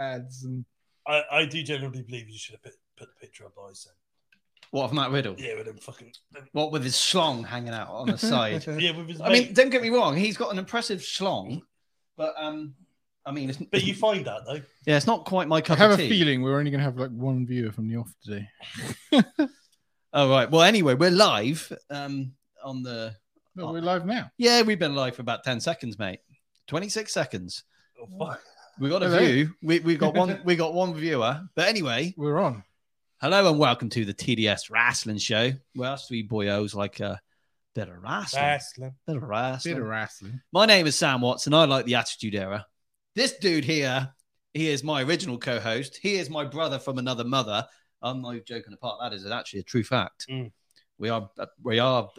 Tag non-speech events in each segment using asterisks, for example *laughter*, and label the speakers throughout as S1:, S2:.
S1: heads. And
S2: I, I do generally believe you should have put, put a picture of Bison.
S3: What of Matt Riddle?
S2: Yeah, with him fucking.
S3: What with his schlong hanging out
S1: *laughs*
S3: on the side?
S2: Yeah, with his.
S3: I
S2: mate.
S3: mean, don't get me wrong, he's got an impressive schlong, but um, I mean, it's,
S2: but you find that though.
S3: yeah, it's not quite my
S1: I
S3: cup
S1: have
S3: of
S1: a
S3: tea.
S1: feeling we're only going to have like one viewer from the off today.
S3: All Oh, right. Well, anyway, we're live um on the.
S1: No, we're live now.
S3: Yeah, we've been live for about ten seconds, mate. Twenty six seconds.
S2: Oh, fuck.
S3: We got a
S1: Hello.
S3: view. We we
S1: *laughs*
S3: got one. we got one viewer. But anyway,
S1: We're on.
S3: hello and welcome to the TDS Wrestling Show. Where us three boyos like a bit of wrestling,
S2: Wrestling.
S3: bit of wrestling.
S1: Bit of wrestling.
S3: My name is Sam Watts, and I like the Attitude Era. This dude here, he is my original co-host. He is my brother from another mother. I'm not joking apart. That is actually a true fact.
S2: Mm.
S3: We are, we are.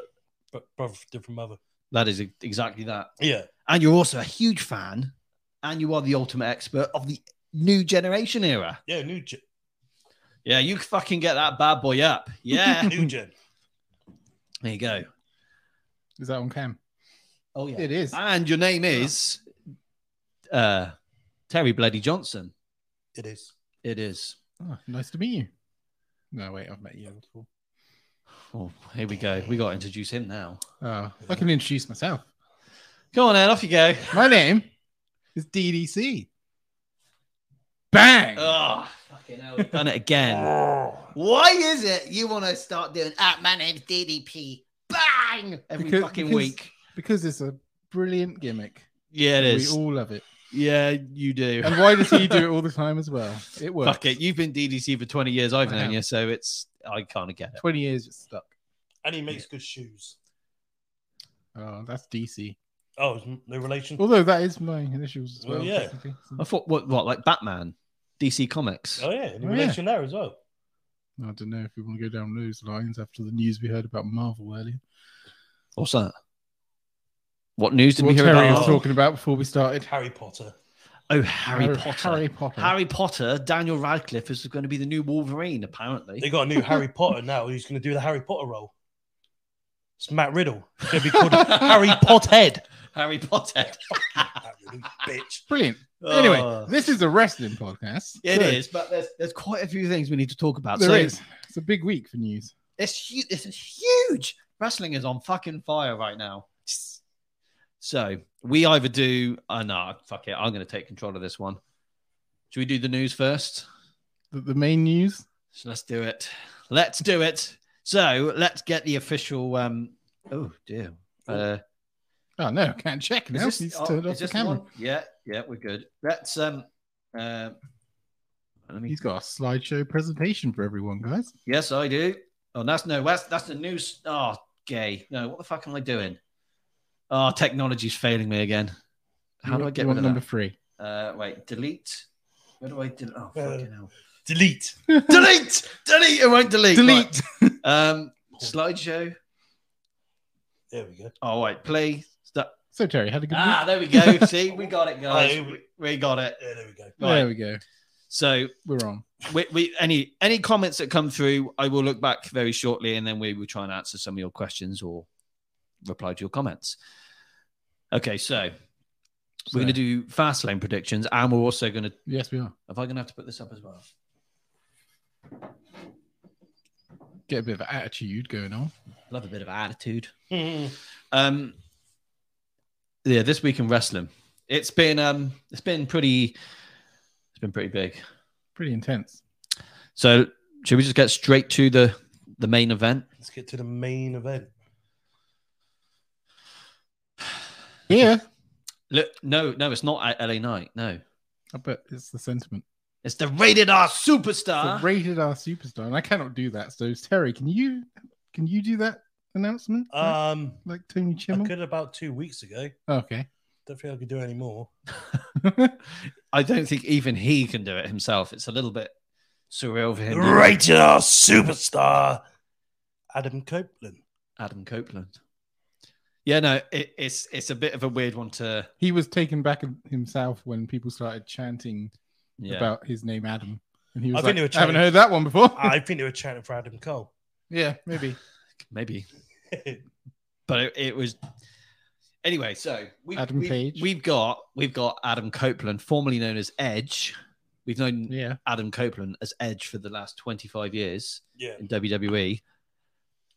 S2: But brother from different mother.
S3: That is exactly that.
S2: Yeah.
S3: And you're also a huge fan, and you are the ultimate expert of the new generation era.
S2: Yeah, new gen.
S3: Yeah, you fucking get that bad boy up.
S2: *laughs*
S3: Yeah,
S2: new gen.
S3: there you go.
S1: Is that on cam?
S3: Oh
S1: It is.
S3: And your name is uh, Terry Bloody Johnson.
S2: It is.
S3: It is.
S1: Oh, nice to meet you. No, wait, I've met you before.
S3: Oh, here we go. We got to introduce him now.
S1: Oh, I can introduce myself.
S3: Go on, Ed. Off you go.
S1: My name is DDC. Bang!
S3: Oh, fucking hell. We've done it again. Why is it you want to start doing, ah, my name's DDP? Bang! Every
S1: Because-
S3: fucking
S1: because-
S3: week.
S1: because it's a brilliant gimmick.
S3: Yeah, it
S1: We
S3: is.
S1: all love
S3: *laughs*
S1: it.
S3: yeah, you do.
S1: And why does he do it all the time as well? It works.
S3: Fuck it. You've been DDC for 20 years. I've
S1: I
S3: known
S1: have.
S3: you. So it's, I kind of get it.
S1: 20 years it's stuck.
S2: And he makes good shoes.
S1: Oh, that's DC.
S2: Oh, it's n- no relation.
S1: Although that is my initials as
S2: Well,
S1: well.
S2: yeah.
S1: technically.
S3: I thought, what, what, like Batman, DC Comics?
S2: Oh yeah, any
S1: Oh, yeah.
S2: relation there as well.
S1: I don't know if we want to go down those lines after the news we heard about Marvel earlier.
S3: What's that? What news did
S1: what
S3: we hear
S1: Terry
S3: about?
S1: was talking about before we started.
S2: Harry Potter.
S3: Oh, Harry Potter.
S1: Harry Potter.
S3: Harry, Potter. Daniel Radcliffe is going to be the new Wolverine,
S2: They
S3: apparently.
S2: got a new Harry Potter now. He's going to do the Harry Potter role. It's Matt Riddle. He's going to be called Harry Potthead.
S3: Harry Potter.
S2: Matt Riddle, bitch.
S1: Brilliant. Anyway,
S3: Oh.
S1: this is a wrestling podcast.
S3: It
S1: So,
S3: is, but there's there's quite a few things we need to talk about.
S1: There
S3: so
S1: is. It's a big week for news.
S3: it's huge. This is huge. Wrestling is on fucking fire right now. So we either do. Oh no, fuck it. I'm going to take control of this one. Should we do the news first?
S1: The, the main news.
S3: So let's do it. Let's do it. So let's get the official. um Oh dear. Uh,
S1: Oh no, I can't check
S3: is
S1: now.
S3: this-
S1: He's
S3: oh,
S1: turned off
S3: is
S1: the
S3: this
S1: camera.
S3: one? Yeah, yeah, we're good. Let's um. Uh, let me
S1: He's got a slideshow presentation for everyone, guys.
S3: Yes, I do. Oh, that's no, that's that's the news. Oh, gay. No, what the fuck am I doing? Oh, technology's failing me again. How
S1: You
S3: do I
S1: want-
S3: get
S1: you
S3: rid
S1: want
S3: of
S1: number three?
S3: that? Uh, wait, delete. Where do I delete? Oh,
S2: Uh,
S1: *laughs*
S3: fucking hell.
S2: Delete.
S3: delete, delete. It won't delete.
S1: Delete.
S3: Right. Um, slideshow.
S2: There we go.
S3: Oh, wait, play. Stop.
S1: *laughs* So Terry had a good
S3: Ah, there we go. *laughs* See, we got it, guys.
S2: Oh,
S3: We, we got it.
S2: Yeah, there we go.
S1: week.
S3: Right.
S1: There we go.
S3: So,
S1: We're on.
S3: we, we any any comments that come through, I will look back very shortly, and then we will try and answer some of your questions or reply to your comments. Okay, so
S1: So-
S3: we're going to do fast lane predictions, and we're also going to.
S1: Yes, we are.
S3: Am I going to have to put this up as well?
S1: Get a bit of attitude going on.
S3: Love a bit of attitude.
S2: *laughs* Hmm.
S3: Um, yeah, this week in wrestling, it's been um, it's been pretty, it's been pretty big.
S1: Pretty
S3: *laughs*
S1: intense.
S3: So should we just get straight to the the main event?
S2: Let's get to the main event.
S1: Yeah,
S3: Look, no, no, it's not at LA Night. No,
S1: I bet it's the sentiment.
S3: it's the Rated R
S1: So
S3: Superstar.
S1: rated R superstar, and I cannot do that. So Terry, can you can you do that announcement like,
S2: Um,
S1: like Tony
S2: I
S1: Chimmel?
S2: could about two weeks ago.
S1: Okay,
S2: Don't think I could do any more.
S3: I don't think even he can do it himself. It's a little bit surreal for him.
S2: Rated R superstar Adam Copeland.
S3: Adam Copeland. Yeah, no, it, it's it's a bit of a weird one to
S1: he was taken back of himself when people started chanting
S3: yeah.
S1: about his name Adam, and he
S2: I
S1: was
S2: think
S1: like,
S2: they were
S1: "I haven't
S2: chanting-
S1: heard that one before."
S2: I think they were chanting for Adam Cole.
S1: *laughs*
S2: *laughs*
S1: yeah, maybe
S3: maybe,
S2: it
S3: but it, it was anyway. So we,
S1: Adam
S3: we,
S1: Page.
S3: We've got we've got Adam Copeland, formerly known as Edge, We've known
S1: Yeah.
S3: Adam Copeland as Edge for the last 25 years
S2: Yeah.
S3: in WWE.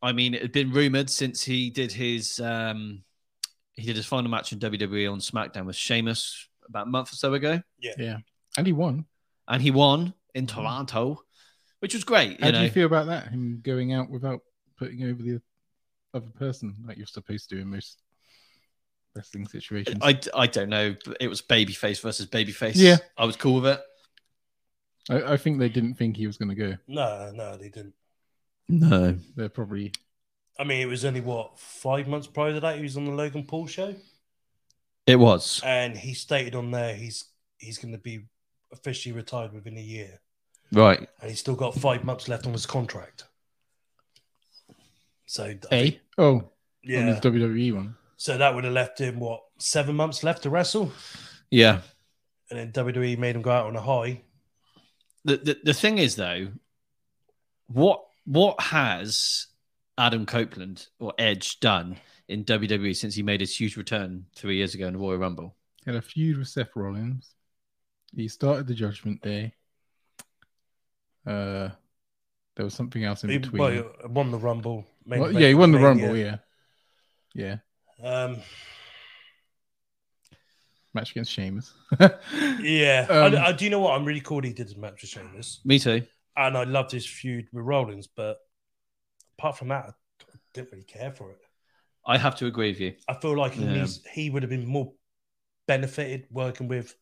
S3: I mean, it had been rumored since he did his um, he did his final match in WWE on SmackDown with Sheamus about a month or so ago,
S1: And he won.
S3: and he won in Toronto, which was great. You
S1: Mm-hmm. How do
S3: know,
S1: you feel about that? Him going out without putting over the other person like you're supposed to in most wrestling situations.
S3: I, I don't know. but It was babyface versus babyface.
S1: Yeah.
S3: I was cool with it.
S1: I, I think they didn't think he was going to go.
S2: No, no, they didn't.
S3: No,
S1: They're probably
S2: I mean, it was only what five months prior to that he was on the Logan Paul show,
S3: it was.
S2: and he stated on there he's he's going to be officially retired within a year,
S3: Right.
S2: and he's still got five months left on his contract. So I think-
S1: a oh on his
S2: yeah,
S1: WWE one.
S2: so that would have left him what seven months left to wrestle,
S3: Yeah.
S2: and then WWE made him go out on a high.
S3: The, the the thing is though, what what has Adam Copeland or Edge done in WWE since he made his huge return three years ago in the Royal Rumble?
S1: Had a feud with Seth Rollins. He started the Judgment Day. Uh, there was something else in
S2: He
S1: between.
S2: well, he won the Rumble. main
S1: Well,
S2: event
S1: yeah, he won the
S2: for Mania.
S1: Rumble. Yeah, yeah,
S2: Um,
S1: match against Sheamus. *laughs*
S2: yeah.
S1: Um,
S2: I, I, do you know what? I'm really cool. He did his match with Sheamus.
S3: Me too.
S2: and I loved his feud with Rollins, but apart from that, I didn't really care for it.
S3: I have to agree *laughs* with you.
S2: I feel like he
S3: Yeah.
S2: needs, he would have been more benefited working with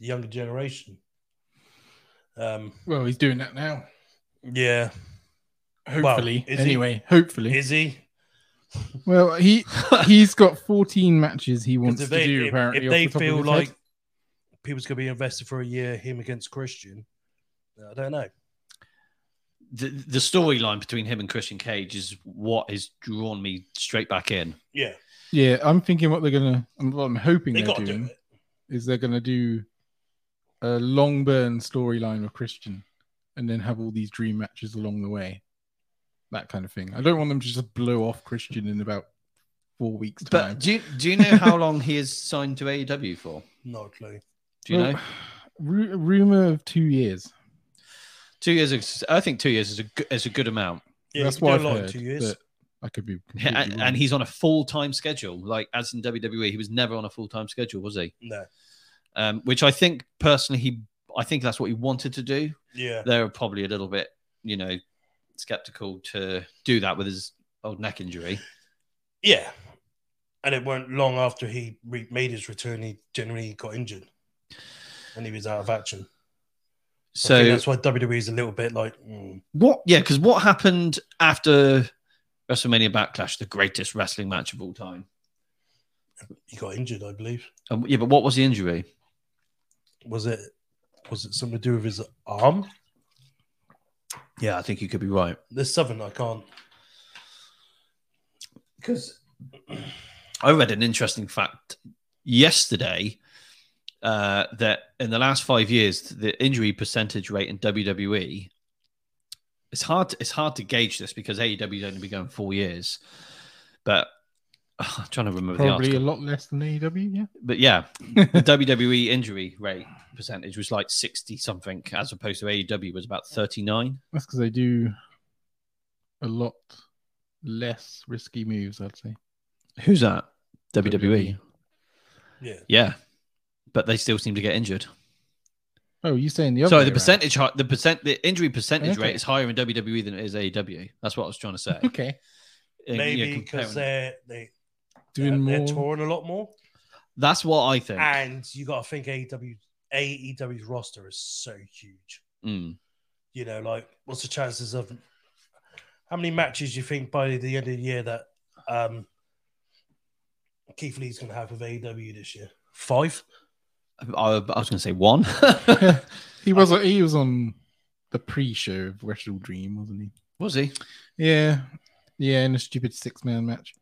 S2: the younger generation. Um,
S1: well, he's doing that now.
S2: yeah,
S1: Hopefully,
S2: is he-
S1: anyway, hopefully.
S2: is he?
S1: well, he he's got 14 matches he
S2: 'Cause
S1: wants
S2: if
S1: to
S2: they,
S1: do.
S2: if,
S1: apparently,
S2: if
S1: off
S2: they
S1: the top of
S2: feel
S1: his
S2: like
S1: head.
S2: people's going to be invested for a year, him against Christian, I don't know.
S3: The the storyline between him and Christian Cage is what has drawn me straight back in.
S2: Yeah,
S1: yeah, I'm thinking what they're gonna. I'm, what I'm hoping
S2: they
S1: they are
S2: got to do
S1: doing
S2: it.
S1: is they're gonna do a long burn storyline with Christian, and then have all these dream matches along the way, that kind of thing. I don't want them to just blow off Christian in about four weeks' time.
S3: But do you, do you know how long he is signed to AEW for?
S2: No clue.
S3: Do you
S1: Well,
S3: know?
S1: ru- rumor of two years.
S3: Two years. Is, I think two years is a good, is a good amount.
S2: Yeah,
S1: That's
S2: he could
S1: what
S2: do
S1: I've
S2: a lot in
S1: heard.
S2: two years.
S1: but I could be.
S3: Yeah,
S1: completely
S3: and,
S1: wrong.
S3: and he's on a full time schedule. Like as in WWE, he was never on a full time schedule, was he?
S2: No,
S3: Um, which I think personally, he I think that's what he wanted to do.
S2: yeah,
S3: They're probably a little bit, you know, skeptical to do that with his old neck injury.
S2: yeah. And it weren't long after he re- made his return, he generally got injured, and he was out of action. So
S3: So
S2: that's why WWE is a little bit like, mm,
S3: what? Yeah, because what happened after WrestleMania Backlash, the greatest wrestling match of all time?
S2: he got injured, I believe.
S3: Um, yeah, but what was the injury?
S2: Was it was it something to do with his arm?
S3: Yeah, I think you could be right.
S2: There's something I can't.
S3: because I read an interesting fact yesterday uh, that in the last five years, the injury percentage rate in WWE it's hard. To, it's hard to gauge this because AEW's only been going four years, but *sighs* I'm trying to remember the
S1: probably
S3: article.
S1: a lot less than AEW. Yeah,
S3: But yeah, the WWE injury rate percentage was like sixty something, as opposed to AEW was about thirty nine.
S1: that's because they do a lot less risky moves. I'd say.
S3: Who's that?
S1: WWE.
S2: Yeah,
S3: Yeah, but they still seem to get injured.
S1: Oh, you saying the other?
S3: Sorry,
S1: way
S3: the
S1: around.
S3: percentage, hi- the percent, the injury percentage
S1: Okay.
S3: rate is higher in WWE than it is AEW. That's what I was trying to say.
S1: *laughs* Okay,
S3: Uh,
S2: maybe
S3: yeah,
S2: because
S3: comparing-
S2: they're they they're,
S1: doing
S2: they're
S1: more.
S2: touring a lot more,
S3: that's what I think.
S2: and you got to think E AEW AEW's E roster is so huge.
S3: Mm.
S2: You know, like what's the chances of how many matches you think by the end of the year that um Keith Lee's going to have with AEW this year? Five.
S3: I, I was going to say one. *laughs*
S1: he was. He was on the pre-show of Wrestle Dream, wasn't he?
S3: was he?
S1: Yeah, yeah, in a stupid six-man match.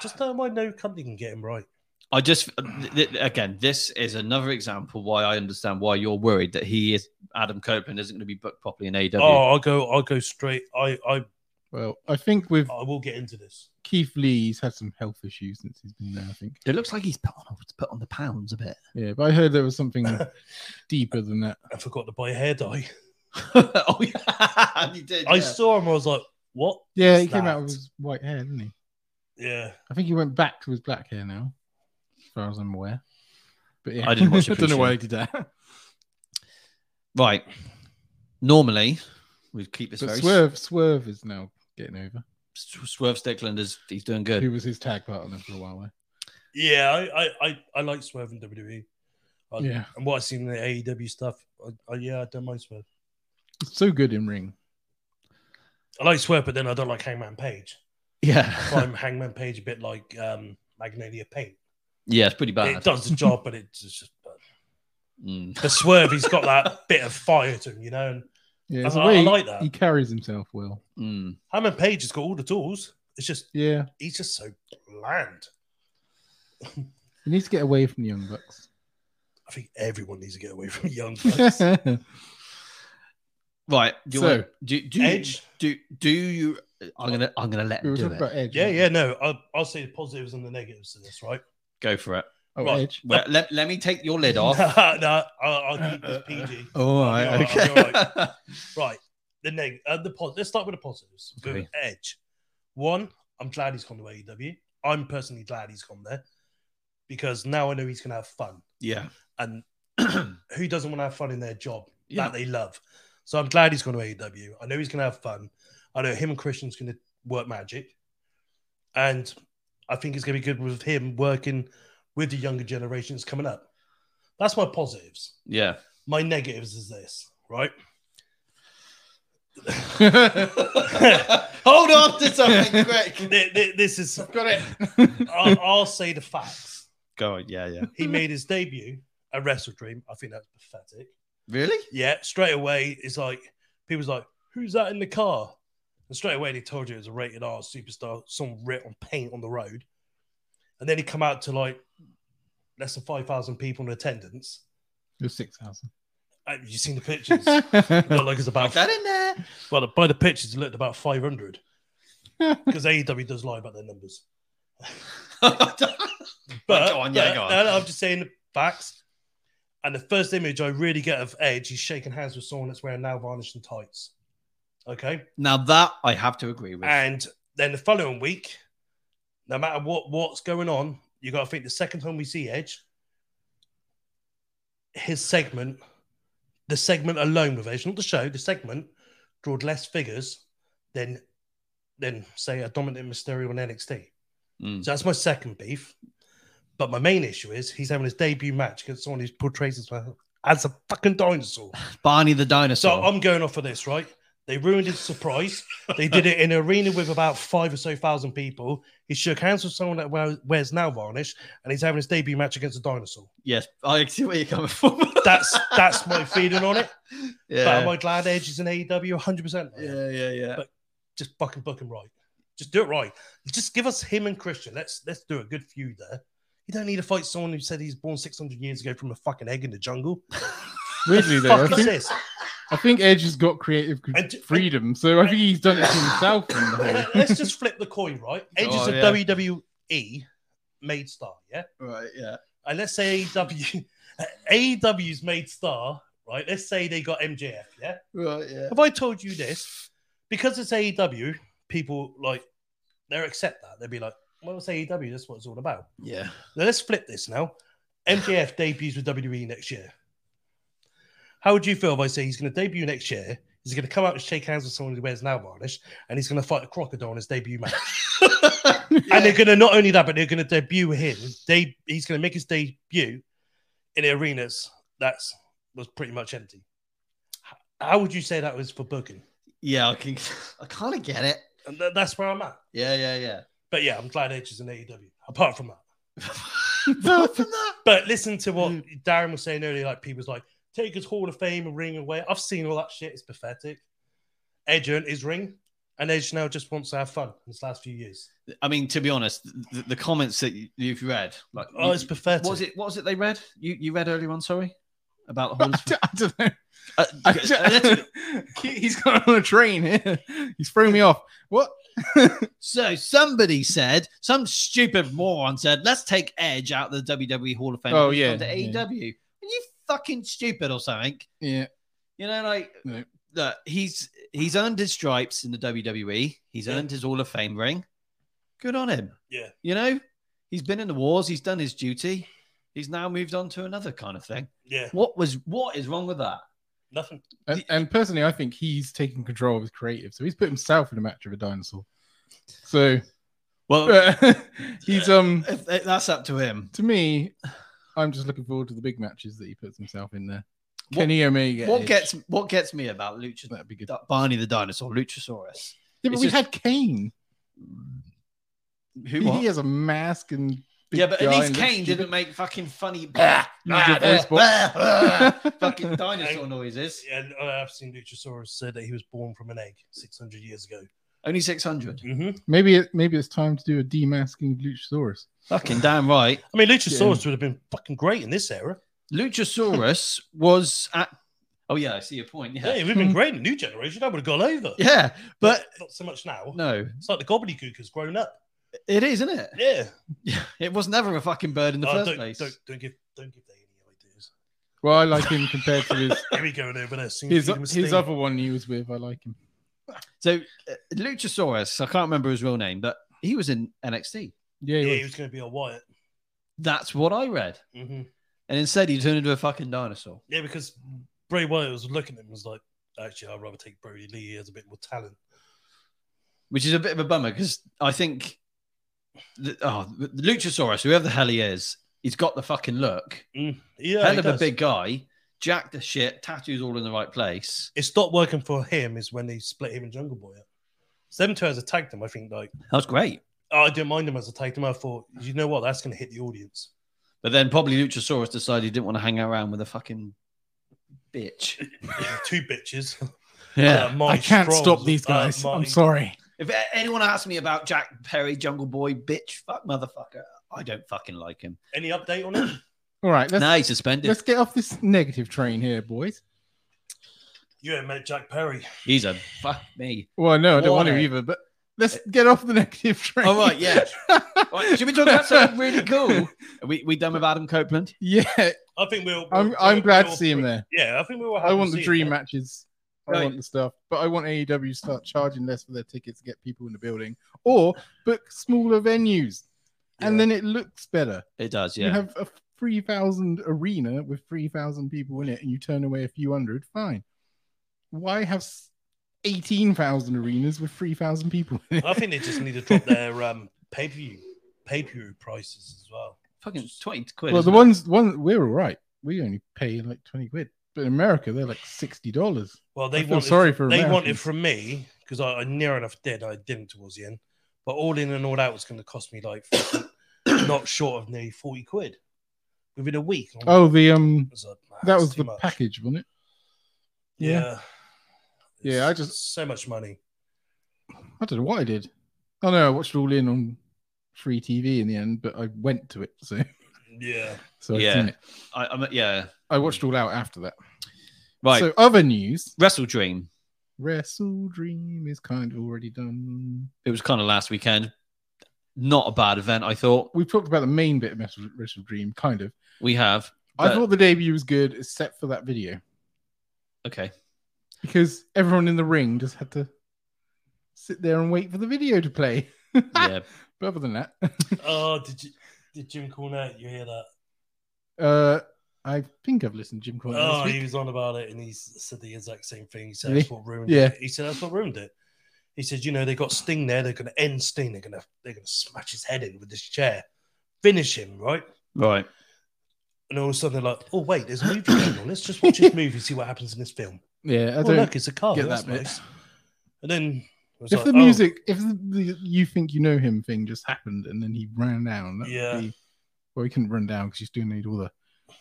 S2: Just don't mind no company can get him right.
S3: I just th- th- again, this is another example why I understand why you're worried E that he is Adam Copeland isn't going to be booked properly in AEW.
S2: Oh, I'll go. I'll go straight. I I
S1: Well, I think with
S2: I will get into this.
S1: Keith Lee, he's had some health issues since he's been there. I think.
S3: It looks like he's put on, put on the pounds a bit. *laughs*
S1: Yeah, but I heard there was *laughs* something deeper than that.
S2: I forgot to buy a hair dye.
S3: oh yeah, *laughs* you did.
S2: I
S3: yeah.
S2: saw him. I was like, what?
S1: Yeah,
S2: is
S1: he came out
S2: that?
S1: with his white hair, didn't he?
S2: Yeah.
S1: I think he went back to his black hair now, as far as I'm aware. But yeah,
S3: I
S1: *laughs*
S3: didn't watch
S1: I
S3: the
S1: don't know
S3: pre-show.
S1: why he did that.
S3: Right. Normally, we'd keep this
S1: But
S3: very
S1: Swerve, Swerve is now getting over.
S3: S- Swerve Stickland is he's doing
S1: Who
S3: good.
S1: was his tag partner for a while there?
S2: Yeah, I, I, I, I like Swerve in WWE. I,
S1: Yeah,
S2: And what I've seen in the AEW stuff, I, I, yeah, I don't mind Swerve.
S1: he's so good in ring.
S2: I like Swerve, but then I don't like Hangman Page. I
S3: Yeah,
S1: *laughs*
S2: find Hangman Page a bit like um, Magnolia Paint.
S3: *laughs* yeah, it's pretty
S2: It
S3: bad.
S2: does the job, but it's just.
S3: Mm.
S2: The Swerve, he's got that
S1: *laughs*
S2: bit of fire to him, you know. And
S1: Yeah,
S2: I,
S1: it's
S2: was
S1: the
S2: like,
S1: way
S2: I
S1: he-
S2: like that.
S1: he carries himself well.
S3: Mm.
S2: Hangman Page has got all the tools. It's just
S1: Yeah,
S2: he's just so bland.
S1: he needs to get away from the young bucks.
S2: I think everyone needs to get away from
S1: *laughs*
S2: *laughs* Young Bucks.
S3: Right. Do you
S1: So-
S3: want, do do
S2: Edge?
S3: do do you? I'm gonna I'm gonna let
S1: we
S3: him
S1: were
S3: do
S1: talking
S3: it.
S1: about Edge.
S2: yeah,
S1: weren't we?
S2: yeah, no. I'll, I'll say the positives and the negatives to this, right?
S3: Go for it.
S1: Oh,
S2: Right.
S1: Edge.
S3: Well, let, let me take your lid
S2: *laughs*
S3: off.
S2: no, I'll, I'll
S1: *laughs*
S2: keep this PG.
S1: Oh,
S2: I-
S1: I,
S2: okay.
S1: okay.
S2: Right. The neg- uh, the pos- Let's start with the positives. With
S3: Okay.
S2: Edge. One, I'm glad he's gone to AEW. I'm personally glad he's gone there because now I know he's going to have fun.
S3: *laughs* yeah.
S2: And *clears throat* who doesn't want to have fun in their job
S3: Yeah.
S2: that they love? So I'm glad he's gone to AEW. I know he's going to have fun. I know him and Christian's going to work magic. And I think it's going to be good with him working with the younger generations coming up. That's my positives.
S3: Yeah.
S2: My negatives is this, right?
S3: Hold on to something quick.
S2: Th- th- This is
S1: Got *laughs* it.
S2: I'll, I'll say the facts.
S3: Go on. Yeah, yeah.
S2: He made his debut at Wrestle Dream. I think that's pathetic.
S3: Really?
S2: Yeah, straight away it's like people's like, "Who's that in the car?" And straight away they told you it was a rated R superstar, some writ on paint on the road. And then he come out to like less than five thousand people in attendance.
S1: You're six thousand.
S2: And you seen the
S1: *laughs*
S2: pictures? It looked like it's
S3: Put
S2: about
S3: that in there.
S2: well by the pictures it looked about five hundred because AEW does lie about their numbers. But
S3: Go on, yeah,
S2: but-
S3: go on.
S2: no, no, I'm just saying the facts. And the first image I really get of Edge is shaking hands with someone that's wearing now varnished and tights. Okay.
S3: *laughs* now that I have to agree with.
S2: And then the following week, no matter what what's going on, you got to think the second time we see Edge, his segment, the segment alone with Edge, not the show, the segment drawed less figures than than say a dominant Mysterio on NXT.
S3: Mm.
S2: So that's my second beef. But my main issue is he's having his debut match against someone who portrays himself as a fucking dinosaur.
S3: Barney the dinosaur.
S2: So um, I'm going off for this, right? They ruined his surprise. they did it in an arena with about five or so thousand people. He shook hands with someone that wear- wears now varnish, and he's having his debut match against a dinosaur.
S3: yes, I see where you're coming from. *laughs*
S2: That's that's my feeling on it. But
S3: yeah.
S2: am I glad Edge is in E AEW? 100. percent
S3: yeah, yeah, yeah.
S2: But- Just fucking book him right. Just do it right. Just give us him and Christian. Let's let's do a good feud there. You don't need to fight someone who said he's born 600 years ago from a fucking egg in the jungle.
S1: Weirdly though, I
S2: Fuck is
S1: think,
S2: this?
S1: I think Edge has got creative c-
S2: And-
S1: freedom, so I think he's done it to himself. In the
S2: *laughs*
S1: whole.
S2: Let's just flip the coin, right? Edge
S3: on,
S2: is a
S3: yeah.
S2: WWE E made star, yeah?
S3: Right, yeah.
S2: And let's say *laughs* AEW, AEW's made star, right? Let's say they got MJF, yeah?
S3: Right, yeah.
S2: Have I told you this? Because it's AEW, people like, they'll accept that. They'll be like, well, it's AEW, that's what it's all about.
S3: Yeah.
S2: Now let's flip this now. MJF debuts with WWE next year. How would you feel if I say he's going to debut next year? He's going to come out and shake hands with someone who wears nail varnish, and he's going to fight a crocodile in his debut match. And they're going to not only that, but they're going to debut him. They, he's going to make his debut in arenas that's was pretty much empty. H- How would you say that was for booking?
S3: yeah, I can I kind of get it.
S2: And tha- that's where I'm at.
S3: Yeah, yeah, yeah.
S2: But yeah, I'm glad Edge is in AEW. Apart from that.
S3: Apart from that,
S2: But listen to what
S3: Mm.
S2: Darren was saying earlier. Like people's like take his Hall of Fame and ring away. I've seen all that shit. It's pathetic. Edge earned his ring, and Edge now just wants to have fun in his last few years.
S3: I mean, to be honest, the, the comments that you, you've read, like,
S2: Oh,
S3: you-
S2: it's pathetic.
S3: what was it? What was it they read? You you read earlier on? Sorry, about
S1: I
S3: Horns.
S1: don't- *laughs* I don't know.
S3: Uh,
S1: I
S3: let's-
S1: don't- *laughs* He's gone on a train *laughs* here. He's thrown me off. What?
S3: so somebody said, some stupid moron said, let's take Edge out of the WWE Hall of Fame.
S1: Oh,
S3: and
S1: yeah,
S3: come to
S1: yeah.
S3: AEW. Are you fucking stupid or something?
S1: Yeah.
S3: You know, like
S1: No.
S3: look, he's he's earned his stripes in the WWE. He's
S2: Yeah.
S3: earned his Hall of Fame ring. Good on him.
S2: Yeah.
S3: You know, he's been in the wars. He's done his duty. He's now moved on to another kind of thing.
S2: Yeah,
S3: What was what is wrong with that?
S2: nothing.
S1: And, and personally, I think he's taking control of his creative. So he's put himself in a match with a dinosaur. So
S3: Well,
S1: uh,
S2: Oh.
S1: *laughs* he's um
S3: if, if that's up to him.
S1: to me, I'm just looking forward to the big matches that he puts himself in there.
S3: What-
S1: Kenny Omega.
S3: What
S1: Edge.
S3: gets what gets me about Lucha
S1: that'd be good.
S3: Barney the dinosaur, Luchasaurus?
S1: Yeah, but
S3: it's
S1: we
S3: just-
S1: had Kane.
S3: Who?
S1: He-
S3: What?
S1: He has a mask and big
S3: Yeah, but at
S1: guy
S3: least
S1: and looks
S3: Kane
S1: stupid.
S3: didn't make fucking funny
S1: Use your voice box.
S3: uh,
S1: *laughs*
S3: fucking dinosaur noises.
S2: Yeah, and I've seen Luchasaurus said that he was born from an egg 600 years ago.
S3: Only six hundred.
S2: Mm-hmm.
S1: Maybe it, maybe it's time to do a demasking of Luchasaurus.
S3: Fucking damn right.
S2: I mean, Luchasaurus would have been fucking great in this era. *laughs*
S3: Luchasaurus was at. Oh yeah, I see your point.
S2: Yeah,
S3: Yeah,
S2: it would have been great in New Generation. I would have gone over.
S3: Hmm. yeah, but
S2: not so much now.
S3: no,
S2: It's like the gobbledygook has grown up.
S3: it is, isn't it?
S2: Yeah.
S3: Yeah, *laughs* it was never a fucking bird in the
S2: Oh,
S3: 1st
S2: don't,
S3: place.
S2: Don't, don't give don't give Dave any ideas.
S1: Well, I like him compared to
S2: *laughs*
S1: his
S2: Here we go over there. Singing Freedom
S1: his,
S2: is
S1: his
S2: Sting.
S1: other one he was with. I like him.
S3: So uh, Luchasaurus, I can't remember his real name, but he was in NXT.
S1: Yeah,
S2: Yeah,
S1: he
S2: he
S1: was.
S2: was going to be a Wyatt.
S3: That's what I read.
S2: hmm
S3: And instead, he turned into a fucking dinosaur.
S2: Yeah, because Bray Wyatt was looking at him and was like, actually, I'd rather take Brody Lee. He has a bit more talent.
S3: which is a bit of a bummer because I think the, oh, the Luchasaurus, whoever the hell he is, he's got the fucking look.
S2: Mm. Yeah,
S3: hell
S2: he
S3: of a
S2: does.
S3: big guy, jacked the shit, tattoos all in the right place.
S2: It stopped working for him is when they split him and Jungle Boy up. So them two as a tag team, I think, like,
S3: That was great.
S2: oh, I didn't mind them as a tag team. I thought, you know what? That's going to hit the audience.
S3: But then probably Luchasaurus decided he didn't want to hang around with a fucking
S1: *laughs*
S3: bitch.
S2: Two bitches. Uh,
S3: Yeah.
S1: I
S2: Marty
S1: can't
S2: Strong
S1: stop
S2: was-
S1: these
S2: uh,
S1: guys. I'm
S2: Marty-
S1: sorry.
S3: If a- anyone asks me about Jack Perry, Jungle Boy, bitch, fuck motherfucker, I don't fucking like him.
S2: Any update on it?
S1: All right, let's
S3: Now he's suspended.
S1: let's get off this negative train here, boys.
S2: You ain't met Jack Perry.
S3: He's a fuck
S1: *laughs*
S3: me.
S1: Well, no, I don't want to
S3: Why?
S1: either. But let's get off the *laughs* negative train.
S3: All right, yeah. All right, should we talk about something really cool? Are we, we done with Adam Copeland?
S1: *laughs* yeah.
S2: I think we'll.
S1: I'm
S2: we'll-
S1: I'm
S2: we'll-
S1: glad to
S2: we'll-
S1: see him there.
S2: Yeah, I think we were.
S1: I want the dream matches. I
S3: Right.
S1: want the stuff, but I want AEW to start charging less for their tickets to get people in the building, or book smaller venues, and
S2: Yeah.
S1: then it looks better.
S3: It does,
S1: You
S3: yeah.
S1: have a three thousand arena with three thousand people in it, and you turn away a few hundred. Fine. Why have eighteen thousand arenas with three thousand people? In it?
S2: I think they just need to drop their um, pay per view pay per view prices as well.
S3: fucking 20 quid.
S1: well, the
S3: isn't it?
S1: ones one we're all right. We only pay like twenty quid, but in America they're like sixty dollars.
S2: Well,
S1: I
S2: they
S1: feel
S2: wanted,
S1: sorry for
S2: they wanted
S1: Americans.
S2: from me because I, I near enough did. I didn't towards the end, but all in and all out was going to cost me like *coughs* fucking not short of nearly forty quid within a week. I'm like,
S1: Oh, the um,
S2: it was like, nah,
S1: that
S2: it's
S1: was
S2: too
S1: the
S2: much.
S1: package, wasn't it?
S2: Yeah,
S1: Yeah, I
S2: It's
S1: just-
S2: so much money.
S1: I don't know what I did. Oh no, I watched All In on free TV in the end, but I went to it, so *laughs*
S2: Yeah,
S1: so I've
S3: Yeah.
S1: seen it.
S3: I, I'm, yeah.
S1: I watched All Out after that.
S3: Right.
S1: So other news,
S3: Wrestle Dream.
S1: Wrestle Dream is kind of already done.
S3: It was kind of last weekend. Not a bad event, I thought.
S1: We've talked about the main bit of Wrestle Wrestle Dream, kind of.
S3: We have.
S1: I
S3: But-
S1: thought the debut was good, except for that video,
S3: Okay.
S1: because everyone in the ring just had to sit there and wait for the video to play. *laughs*
S3: Yeah.
S1: But other than that, *laughs*
S2: oh, did you did Jim Cornette? You hear that?
S1: uh, I think I've listened to Jim Cornette.
S2: Oh,
S1: this week.
S2: he was on about it, and he s- said the exact same thing. He said
S1: Really?
S2: that's what ruined
S1: Yeah.
S2: it. He said that's what ruined it. He said, you know, they got Sting there. They're going to end Sting. They're going to they're going to smash his head in with this chair, finish him, right?
S3: Right.
S2: And all of a sudden, they're like, oh wait, there's a movie going on. Let's just
S1: *laughs*
S2: watch this movie, and see what happens in this film.
S1: Yeah, I
S2: Oh
S1: don't.
S2: look, it's a car.
S1: get
S2: That's
S1: that bit.
S2: nice. And then it was
S1: if
S2: like,
S1: the
S2: oh,
S1: music, if the, the you think you know him thing just happened and then he ran down, that would
S2: Yeah.
S1: be- well, he couldn't run down because you still need all the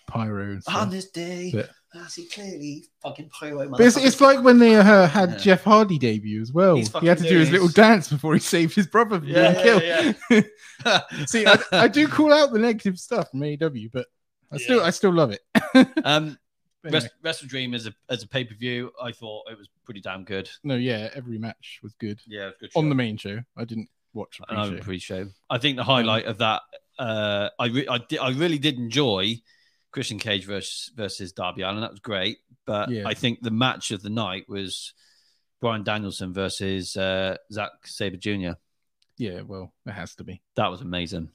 S1: pyro and
S3: On
S1: stuff.
S3: Ah, this day,
S1: Yeah.
S3: I see clearly fucking pyro.
S1: But it's, it's
S3: *laughs*
S1: like when they uh, had
S3: Yeah.
S1: Jeff Hardy debut as well.
S3: He's
S1: He had to
S3: fucking
S1: do his
S3: doing
S1: little
S3: his-
S1: dance before he saved his brother from
S3: Yeah,
S1: being
S3: yeah,
S1: killed. *laughs* See, I, E I do call out the negative stuff from AEW, *laughs* but I still
S2: Yeah.
S1: I still love it.
S3: um,
S1: Anyway,
S3: Rest, Wrestle Dream as a as a pay per view, I thought it was pretty damn good.
S1: no, yeah, every match was good
S3: Yeah, it was good.
S1: on the main show. I didn't watch a
S3: I'm
S1: pre-show.
S3: pretty sure. I think the highlight of that, uh, I re- I, di- I really did enjoy Christian Cage versus versus Darby Allen. That was great. But
S1: Yeah.
S3: I think the match of the night was Brian Danielson versus uh, Zach Saber Jr.
S1: yeah, well, it has to be.
S3: That was amazing.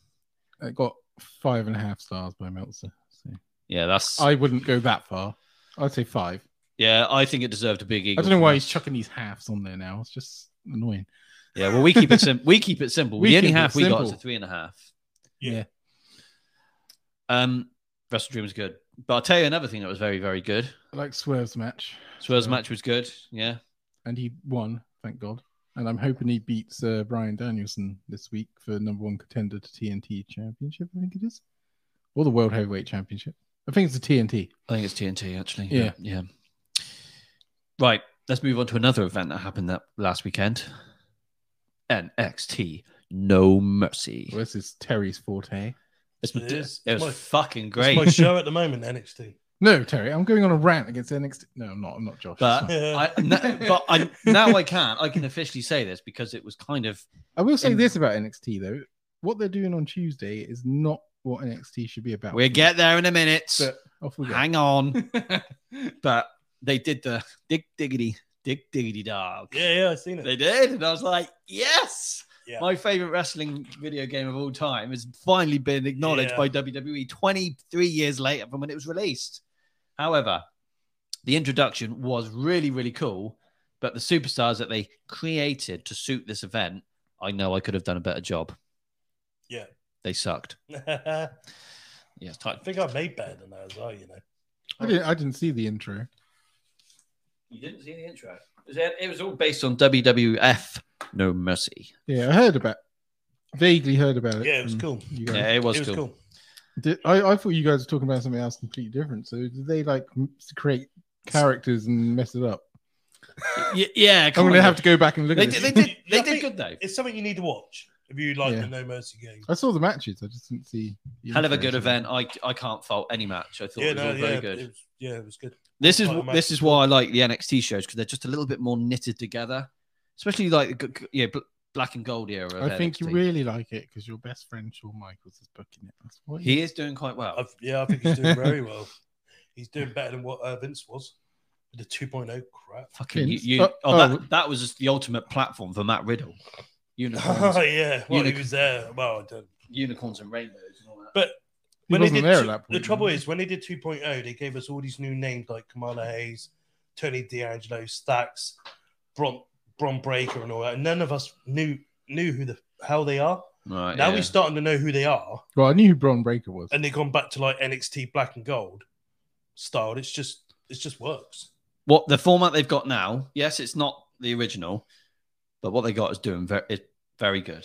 S1: It got five and a half stars by Meltzer. So
S3: Yeah, that's
S1: I wouldn't go that far. I'd say five.
S3: yeah. I think it deserved a big
S1: I
S3: eagle.
S1: don't know why
S3: from
S1: he's
S3: us.
S1: chucking these halves on there now. It's just annoying.
S3: Yeah, well, we keep it sim- we keep it simple.
S1: We
S3: the only
S1: keep it
S3: half we got is a
S1: simple.
S3: three and a half.
S1: Yeah.
S3: Um, Wrestle Dream was good, but I'll tell you another thing that was very very good.
S1: I like Swerve's match,
S3: Swerve's
S1: Yeah.
S3: match was good. Yeah,
S1: and he won, thank God. And I'm hoping he beats uh, Brian Danielson this week for number one contender to TNT Championship. I think it is, or the World Heavyweight Championship. I think it's the TNT.
S3: I think it's TNT actually.
S1: Yeah.
S3: yeah. Right, let's move on to another event that happened that last weekend. NXT No Mercy.
S1: Well, this is Terry's forte.
S3: It's,
S2: It is.
S3: It was
S2: My-
S3: fucking
S2: It's
S3: great.
S2: my show at the moment, *laughs* NXT.
S1: No, Terry, I'm going on a rant against NXT. No, I'm not. I'm not Josh.
S3: But
S1: It's fine.
S3: *laughs* I, no- but I, now I can I can officially say this because it was kind of
S1: I will say
S3: in-
S1: this about NXT though: what they're doing on Tuesday is not what NXT should be about.
S3: we'll get there in a minute.
S1: But off we go.
S3: Hang *laughs* on. but they did the dig diggity dig diggity
S2: *laughs*
S3: dog.
S2: Yeah, yeah, I've seen it.
S3: They did. And I was like, yes.
S2: Yeah.
S3: My favorite wrestling video game of all time has finally been acknowledged
S2: Yeah.
S3: by WWE 23 years later from when it was released. However, the introduction was really, really cool. But the superstars that they created to suit this event, I know I could have done a better job.
S2: Yeah.
S3: They sucked.
S2: *laughs* I
S3: Yeah, it's tight.
S2: think I made better than that as well, you know.
S1: I didn't. I didn't see the intro.
S3: You didn't see the intro. It was, it was all based on WWF No Mercy.
S1: Yeah, I heard about. Vaguely heard about it.
S2: Yeah, it was
S1: from
S2: cool.
S1: You guys.
S3: Yeah, mm. it was,
S2: it was
S3: cool.
S2: cool.
S1: Did, I, I thought you guys were talking about something else completely different. So did they like m- create characters and mess it up?
S3: Y- Yeah,
S1: I'm
S3: come
S1: gonna
S3: on,
S1: have to go back and look
S3: They
S1: at
S3: did,
S1: this.
S3: they did,
S2: Yeah,
S3: they
S2: I
S3: did
S2: think-
S3: good though.
S2: It's something you need to watch if you like
S1: Yeah.
S2: the No Mercy game.
S1: I saw the matches. I just didn't see. the
S3: Hell of a
S1: intro,
S3: good
S1: so-
S3: event. I, I can't fault any match. I thought
S2: Yeah,
S3: it was
S2: no,
S3: all very
S2: yeah,
S3: good.
S2: It was, yeah, it was good.
S3: this is
S2: quite a match
S3: this is why I like the NXT shows because they're just a little bit more knitted together, especially like the g- g- yeah bl- black and gold era. of
S1: I think you
S3: NXT.
S1: really like it because your best friend Shawn Michaels is booking it. That's why.
S3: he is doing quite well.
S2: i yeah, I think he's doing
S1: *laughs*
S2: very well. He's doing better than what uh, Vince was with the 2.0 crap.
S3: Fucking you,
S1: Vince.
S3: you-
S1: Oh,
S3: oh,
S1: oh.
S3: that that was just the ultimate platform for
S2: *laughs*
S3: Matt Riddle. Unicorns,
S2: Oh, yeah. Well,
S3: Unic-
S2: he was there. Well, I don't.
S3: unicorns and rainbows and all that.
S2: But
S1: He
S2: they
S1: wasn't
S2: did
S1: there at
S2: two-
S1: that point.
S2: the trouble
S1: was he?
S2: is, when they did 2.0, they gave us all these new names like Kamala Hayes, Tony D'Angelo, Stacks, Bron, Bron Breaker, and all that. And none of us knew knew who the hell they are.
S3: Right,
S2: now
S3: yeah.
S2: we're starting to know who they are.
S1: Well, I knew who Braun Breaker was.
S2: and they've gone back to like NXT Black and Gold style. It's just it just works.
S3: what the format they've got now. Yes, it's not the original, but what they got is doing very is very good.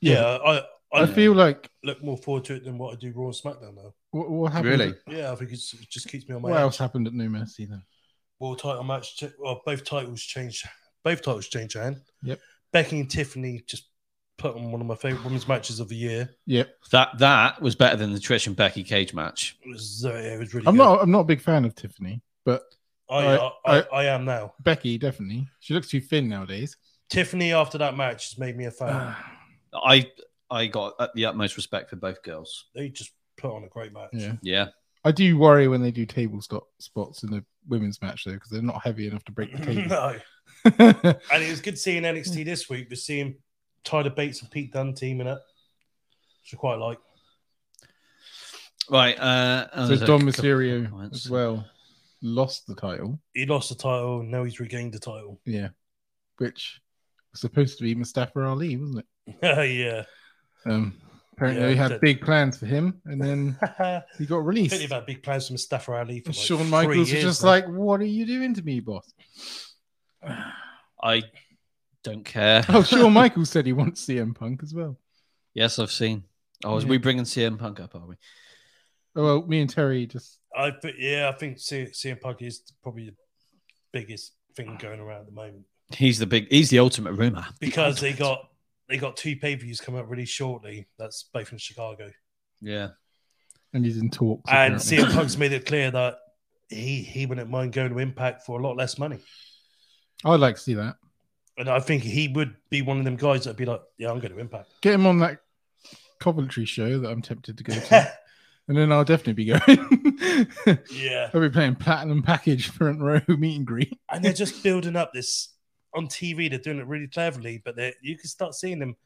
S1: Yeah.
S2: Yeah, I, I,
S1: I feel like
S2: look more forward to it than what I do Raw and SmackDown now.
S1: what, what happened.
S3: Really?
S2: Yeah, I think it's, it just keeps me on my
S1: What
S2: edge.
S1: else happened at No Mercy then?
S2: World title match. ch- Well, both titles changed. Both titles changed hand.
S1: Yep.
S2: Becky and Tiffany just put on one of my favorite women's matches of the year.
S1: Yep.
S3: That that was better than the Trish and Becky cage match.
S2: It was, uh, it was really.
S1: I'm
S2: good.
S1: not. I'm not a big fan of Tiffany, but
S2: I I, I,
S1: I-
S2: I am now.
S1: Becky definitely. She looks too thin nowadays.
S2: Tiffany after that match has made me a fan.
S1: Ah.
S3: I I got at the utmost respect for both girls.
S2: they just put on a great match. *laughs*
S1: yeah.
S3: Yeah,
S1: I do worry when they do table stop spots in the women's match though, because they're not heavy enough to break the table.
S2: no. *laughs*
S1: *laughs*
S2: And it was good seeing NXT this week, but seeing Tyler Bates and Pete Dunne teaming up, which I quite like.
S3: right. Uh, and
S1: so
S3: there's a
S1: Don
S3: couple of
S1: Mysterio
S3: comments.
S1: as well lost the title.
S2: He lost the title, now he's regained the title. *laughs*
S1: Yeah, which was supposed to be Mustafa Ali, wasn't it?
S2: yeah.
S1: Um, apparently
S2: Yeah,
S1: they had
S2: that-
S1: big plans for him, and then
S2: I
S1: he got
S2: think they've
S1: released.
S2: had big plans for Mustafa Ali for
S1: And
S2: like
S1: Shawn
S2: three
S1: Michaels was
S2: years
S1: just
S2: now.
S1: like, "What are you doing to me, boss?" *sighs*
S3: I don't care.
S1: Oh, Shawn Michaels said he wants CM Punk as well.
S3: *laughs* yes, I've seen. Oh, is
S1: Yeah.
S3: we bringing CM Punk up? Are we?
S1: Oh, well, me and Terry just
S2: I th- yeah, I think C- CM Punk is probably the biggest thing going around at the moment
S3: He's the big. He's the ultimate rumor
S2: because they got they got two pay per views coming up really shortly. That's both in Chicago,
S3: Yeah,
S1: and he's in talks.
S2: and
S1: apparently.
S2: CM Punk's made it clear that he he wouldn't mind going to Impact for a lot less money.
S1: *laughs* I'd like to see that.
S2: And I think he would be one of them guys that'd be like, yeah, I'm going
S1: *laughs*
S2: to Impact.
S1: Get him on that Coventry show that I'm tempted to go
S2: *laughs*
S1: to, and then I'll definitely be going. *laughs*
S2: yeah.
S1: I'll be playing platinum package front row *laughs* meet and greet.
S2: And they're just building up this on TV. They're doing it really cleverly, but they you can start seeing them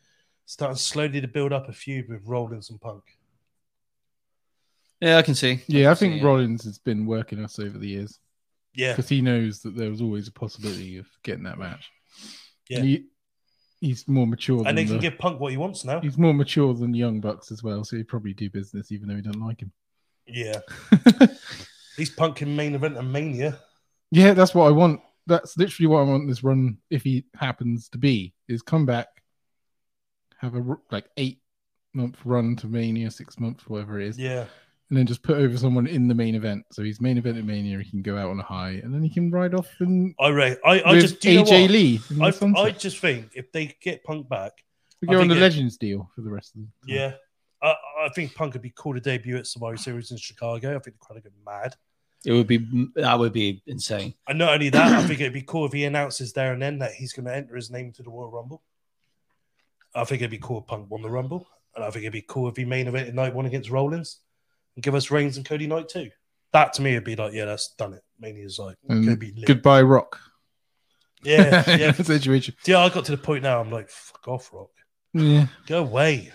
S2: starting slowly to build up a feud with Rollins and Punk.
S3: Yeah, I can see.
S1: Yeah, I think
S3: see, yeah.
S1: Rollins has been working us over the years
S2: Yeah,
S1: because he knows that there was always a possibility of getting that match.
S2: Yeah.
S1: He, he's more mature. Than
S2: and they can
S1: the-
S2: give Punk what he wants now.
S1: uh, He's more mature than the Young Bucks as well, so he'd probably do business even though he don't like him. *laughs*
S2: Yeah, he's Punk in main event and Mania.
S1: yeah, that's what I want. That's literally what I want this run, if he happens to be, is come back, have a r- like eight month run to Mania, six months, whatever it is,
S2: Yeah,
S1: and then just put over someone in the main event. So he's main event at Mania, he can go out on a high, and then he can ride off and
S2: I re- I, I
S1: with
S2: just do you know
S1: AJ
S2: what?
S1: Lee. in the
S2: I, I
S1: sunset.
S2: just think if they get Punk back,
S1: we
S2: I
S1: go on
S2: think
S1: the
S2: it-
S1: Legends deal for the rest of the
S2: yeah, I, I think Punk would be cool to debut at Survivor Series in Chicago. I think the crowd would go mad.
S3: It would be that would be insane.
S2: And not only
S3: *clears throat*
S2: that, I think it'd be cool if he announces there and then that he's going to enter his name to the Royal Rumble. I think it'd be cool if Punk won the Rumble, and I think it'd be cool if he main evented night one against Rollins and give us Reigns and Cody night two. That to me would be like, yeah, that's done it. Mania's like,
S1: And
S2: gonna
S3: Mm,
S2: be lit.
S1: Goodbye, Rock.
S3: *laughs*
S2: yeah,
S1: *laughs*
S2: yeah.
S1: Situation.
S2: yeah, I got to the point now. I'm like, fuck off, Rock,
S1: Yeah.
S2: go away.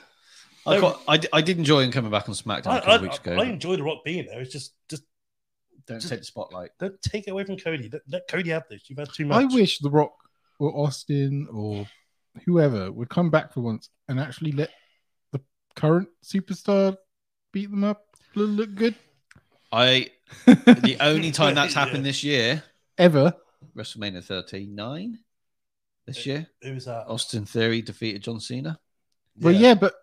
S3: I,
S2: No.
S3: quite, I, d- I did enjoy him coming back on SmackDown
S2: I,
S3: a couple
S2: I,
S3: of weeks ago.
S2: I enjoy the Rock being there. It's just, just
S3: don't
S2: just-
S3: take the spotlight.
S2: don't take it away from Cody. Let, let Cody have this. You've had too much.
S1: I wish The Rock or Austin or whoever would come back for once and actually let the current superstar beat them up, look, look good
S3: I *laughs* the only time that's happened
S2: Yeah.
S3: this year,
S1: ever.
S3: WrestleMania 39 this
S2: Yeah.
S3: year,
S2: Who was that?
S3: Austin Theory defeated John Cena.
S1: Well, yeah, but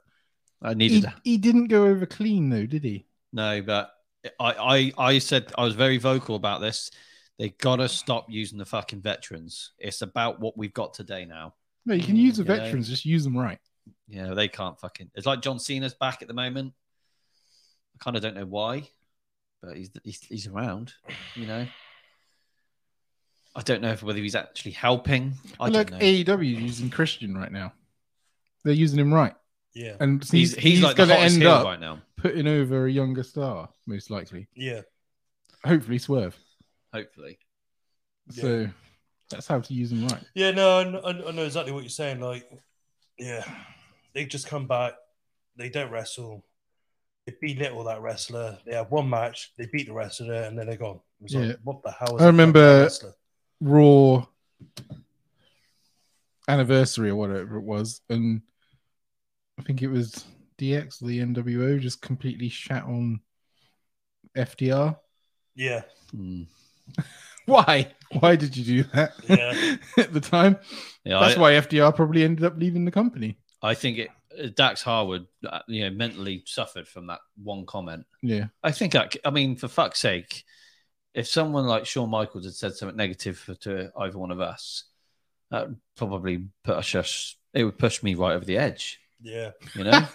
S3: I
S1: he,
S3: needed that.
S1: he didn't go over clean though, did he?
S3: No, but I, I, I said I was very vocal about this. They gotta stop using the fucking veterans. It's about what we've got today now.
S1: No, you can
S3: Mm,
S1: use the
S3: yeah.
S1: veterans, just use them right.
S3: Yeah, they can't fucking. It's like John Cena's back at the moment. I kind of don't know why, but he's, he's he's around. You know, I don't know if, whether he's actually helping. I
S1: But like
S3: don't know.
S1: AEW is using Christian right now. They're using him right.
S2: Yeah,
S1: And he's,
S3: he's, he's like the
S1: going to
S3: hottest
S1: end
S3: heel
S1: up
S3: right now.
S1: putting over a younger star, most likely.
S2: yeah.
S1: Hopefully, Swerve.
S3: Hopefully,
S2: Yeah.
S1: So that's how to use them right.
S2: Yeah, no, I kn- I, kn- I know exactly what you're saying. Like, yeah, they just come back, they don't wrestle, they belittle that wrestler. They have one match, they beat the wrestler, and then they're gone. It's like,
S1: Yeah.
S2: what the hell?
S1: I
S2: a
S1: remember-
S2: wrestler?
S1: Raw anniversary or whatever it was, and I think it was DX or the NWO just completely shat on FDR.
S2: Yeah,
S3: Hmm.
S1: *laughs* Why? *laughs* Why did you do that
S2: Yeah.
S1: *laughs* at the time?
S3: yeah,
S1: That's
S3: I,
S1: why FDR probably ended up leaving the company.
S3: I think it. Dax Harwood, uh, you know, mentally suffered from that one comment.
S1: Yeah,
S3: I think I, c- I mean, for fuck's sake, if someone like Shawn Michaels had said something negative for, to either one of us, that would probably push us. It would push me right over the edge,
S2: yeah.
S3: you
S1: *laughs*
S3: know.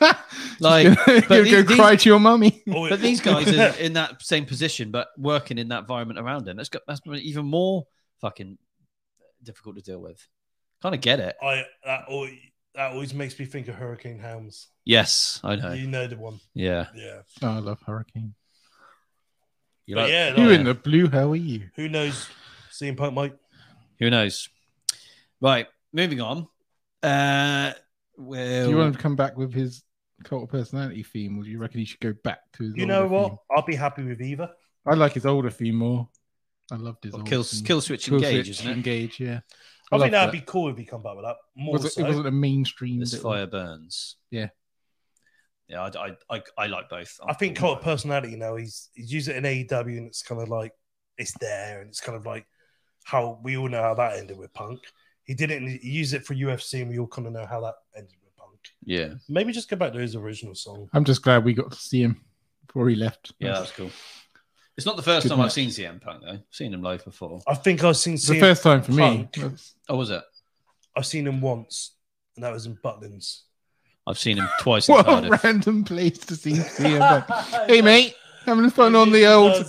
S3: Like,
S1: like *laughs* you
S3: but
S1: go
S3: these-
S1: cry to your mummy. *laughs*
S2: Oh,
S3: *laughs* but these guys are *laughs* in that same position, but working in that environment around them, that's got that's even more fucking difficult to deal with. Kind of get it.
S2: *laughs* I that always, that always makes me think of Hurricane Helms.
S3: Yes, I know.
S2: You know the one.
S3: Yeah,
S2: Yeah.
S1: Oh, I love Hurricane.
S3: you
S2: But
S3: like-
S2: yeah,
S1: You
S2: no,
S1: in the blue? How are you?
S2: who knows? CM Punk might.
S3: Who knows? Right, moving on. Uh, well,
S1: Do you want him to come back with his cult of personality theme, or do you reckon he should go back to his?
S2: You
S1: older
S2: know what?
S1: theme?
S2: I'll be happy with either.
S1: I like his older theme more. I loved his
S3: Well,
S1: older
S3: kill,
S1: theme.
S3: kill switch
S1: Cool
S3: engage,
S1: switch,
S3: isn't it?
S1: Engage, yeah.
S2: I, think
S1: loved
S2: that'd
S1: that.
S2: be cool if he come back with that. More
S1: Was it,
S2: so.
S1: it wasn't a mainstream.
S3: This
S1: little-
S3: fire burns.
S1: Yeah.
S3: Yeah, I, I, I, I like both.
S2: I think cult of personality now he's he's used it in AEW and it's kind of like it's there and it's kind of like how we all know how that ended with Punk. He didn't he used it for UFC and we all kind of know how that ended with Punk.
S3: Yeah,
S2: Maybe just go back to his original song.
S1: I'm just glad we got to see him before he left.
S3: yeah, that's cool. It's not the first
S1: Good
S3: time
S1: match.
S3: I've seen CM Punk though. I've seen him live before.
S2: I think I've seen,
S1: It's the
S2: CM
S1: first time for me.
S2: Punk.
S1: That's-
S3: Oh, was it?
S2: I've seen him once and that was in
S1: *laughs*
S2: Butlins.
S3: I've seen him twice in
S1: What a
S2: *laughs*
S3: Cardiff.
S1: random place to see see him. Hey, mate, having fun on the old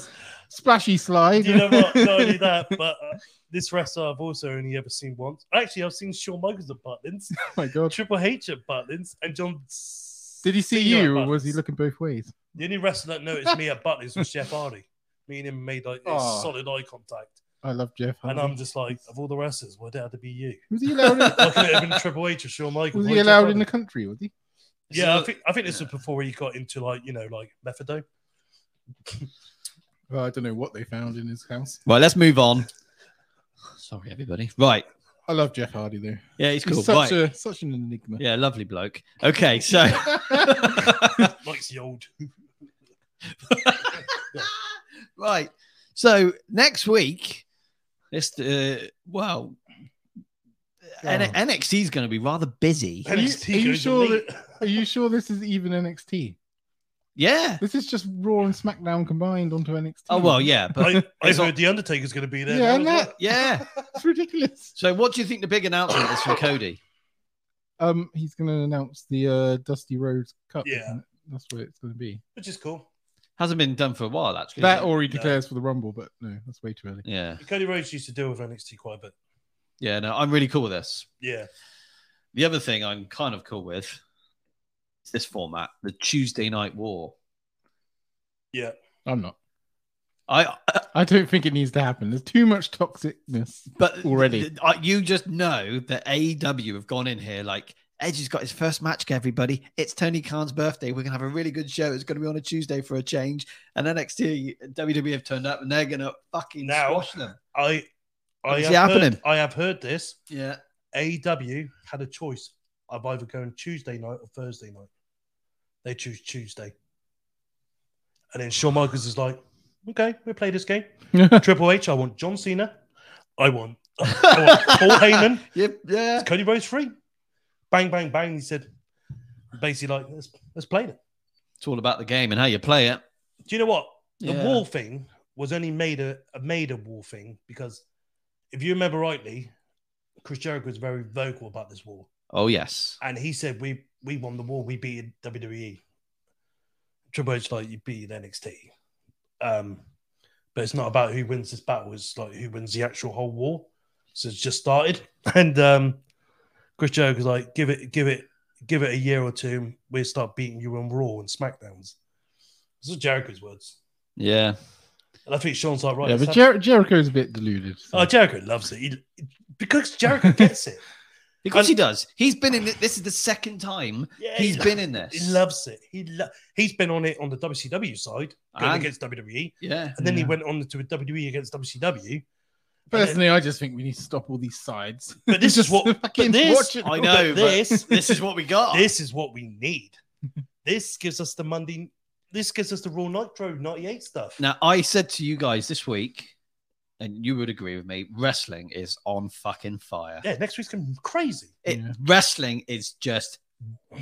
S1: Splashy slide.
S2: you know what? Not
S1: *laughs*
S2: only that, but uh, this wrestler I've also only ever seen once. Actually, I've seen Shawn Michaels at Butlins,
S1: oh my god.
S2: Triple H at Butlins, and John. S-
S1: Did he see
S2: Cena at
S1: you, or was he
S2: Butlins.
S1: looking both ways?
S2: The only wrestler that noticed me at Butlins was Jeff Hardy. Me and him made like a
S1: Aw.
S2: solid eye contact,
S1: I love Jeff.
S2: and um,
S1: Hardy.
S2: I'm just like, of all the wrestlers, why would it have to be you?
S1: was he allowed?
S2: *laughs*
S1: In,
S2: Like, could
S1: *laughs*
S2: it have been Triple H or Shawn Michaels?
S1: was
S2: Why
S1: he
S2: Jeff
S1: allowed in
S2: Hardy?
S1: the country? Was he?
S2: Yeah, I
S3: So-
S2: think I think this
S3: yeah.
S2: was before he got into like you know like methadone.
S1: Well, I don't know what they found in his house.
S3: Right, let's move on. Sorry, everybody. Right.
S1: I love Jeff Hardy though.
S3: Yeah, he's cool.
S1: He's such
S3: right.
S1: a such an enigma.
S3: Yeah, lovely bloke. Okay, so
S1: *laughs*
S2: Likes the old.
S3: right. So next week, it's uh, well, N-
S1: Oh.
S3: NXT is going to be rather busy.
S1: you-
S2: NXT
S1: are you
S2: goes
S1: sure
S2: elite.
S1: Are you sure this is even NXT?
S3: Yeah.
S1: This is just Raw and SmackDown combined onto NXT.
S3: Oh well, yeah, but
S2: I, I
S3: It's
S2: heard
S3: on-
S2: the Undertaker's going to be there.
S1: Yeah,
S2: now
S1: and
S2: as well.
S1: that-
S3: yeah.
S1: it's ridiculous.
S3: So what do you think the big announcement is from Cody?
S1: Um, he's going to announce the uh, Dusty Rhodes Cup.
S2: Yeah.
S1: isn't it? that's what it's going to be.
S2: which is cool.
S3: Hasn't been done for a while, actually.
S1: That
S3: is it?
S1: or he declares for the Rumble, but no, that's way too early.
S3: yeah,
S2: Cody Rhodes used to deal with NXT quite a bit.
S3: yeah. No, I'm really cool with this.
S2: Yeah,
S3: The other thing I'm kind of cool with is this format, the Tuesday Night War.
S2: yeah.
S1: I'm not.
S3: I *coughs*
S1: I don't think it needs to happen. There's too much toxicness. *laughs*
S3: but
S1: Already.
S3: I, you just know that AEW have gone in here like Edge has got his first match. Everybody, it's Tony Khan's birthday. We're gonna have a really good show. It's gonna be on a Tuesday for a change. And NXT and WWE E have turned up and they're gonna fucking
S2: Now-
S3: squash them.
S2: I I
S3: Is
S2: have heard,
S3: it happening?
S2: I have heard this.
S3: Yeah,
S2: AEW E had a choice of either going Tuesday night or Thursday night. They choose Tuesday, and then Shawn Michaels is like, "Okay, we play this game." Triple H, I want John Cena. I want, I
S3: *laughs*
S2: want *laughs* Paul Heyman.
S3: yep, yeah.
S2: Cody Rhodes free. Bang, bang, bang. He said, basically, like, let's, let's play it.
S3: It's all about the game and how you play it.
S2: Do you know what? The
S3: Yeah.
S2: wall thing was only made a, a made a wall thing because if you remember rightly, Chris Jericho was very vocal about this wall.
S3: Oh yes,
S2: And he said, We we won the war, we beat WWE. E." Triple H like you beat NXT. Um, but it's not about who wins this battle, it's like who wins the actual whole war. So it's just started. *laughs* And um Chris Jericho's like, give it, give it, give it a year or two, we'll start beating you on Raw and SmackDowns. This is Jericho's words.
S3: yeah.
S2: And I think Sean's like, right,
S1: yeah,
S2: let's
S1: but
S2: have-
S1: Jer- Jericho's a bit deluded. so-
S2: oh, Jericho loves it. He, because Jericho gets it. *laughs*
S3: Because he does. He's been in it. This is the second time
S2: Yeah,
S3: he's
S2: he-
S3: been in this.
S2: He loves it. He lo- he's been on it on the WCW side, going
S3: And-
S2: against WWE,
S3: yeah.
S2: and then he
S1: Yeah.
S2: went on to a WWE against WCW.
S1: Personally, I just think we need to stop all these sides.
S2: But
S3: *laughs*
S2: this is what.
S1: *laughs* Fucking
S2: But this,
S1: watch it
S3: I
S1: all.
S3: know.
S2: but this,
S3: *laughs* This is what we got.
S2: this is what we need.
S3: *laughs*
S2: This gives us the Monday. This gives us the Raw Nitro '98 stuff.
S3: Now, I said to you guys this week, and you would agree with me, wrestling is on fucking fire.
S2: Yeah, next week's gonna be crazy.
S3: It,
S1: Yeah.
S3: Wrestling is just,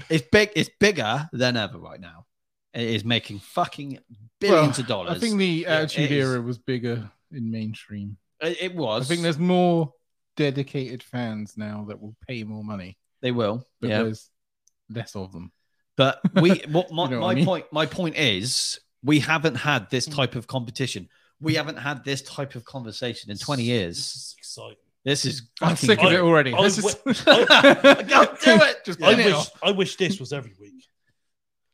S3: it's big, it's bigger than ever right now. It is making fucking billions
S1: Well,
S3: of dollars.
S1: I think the
S3: Yeah, it
S1: Attitude
S3: is.
S1: Era was bigger in mainstream.
S3: it, it
S1: I
S3: was.
S1: think there's more dedicated fans now that will pay more money,
S3: they will.
S1: but
S3: yeah.
S1: there's less of them.
S3: But
S1: *laughs*
S3: we, what my,
S1: You know what
S3: my
S1: I mean? Hmm.
S3: point, my point is, we haven't had this type of competition. We haven't had this type of conversation in 20
S2: This
S3: years.
S2: is exciting.
S3: This is
S1: I'm
S3: fucking
S1: sick of
S3: great.
S1: it *laughs*
S3: *laughs*
S1: already.
S2: I
S1: Let's
S2: wi-
S1: just-
S3: I can't do it.
S1: Just
S3: Yeah.
S2: I
S1: pin it
S2: wish,
S1: off.
S2: I wish this was every week,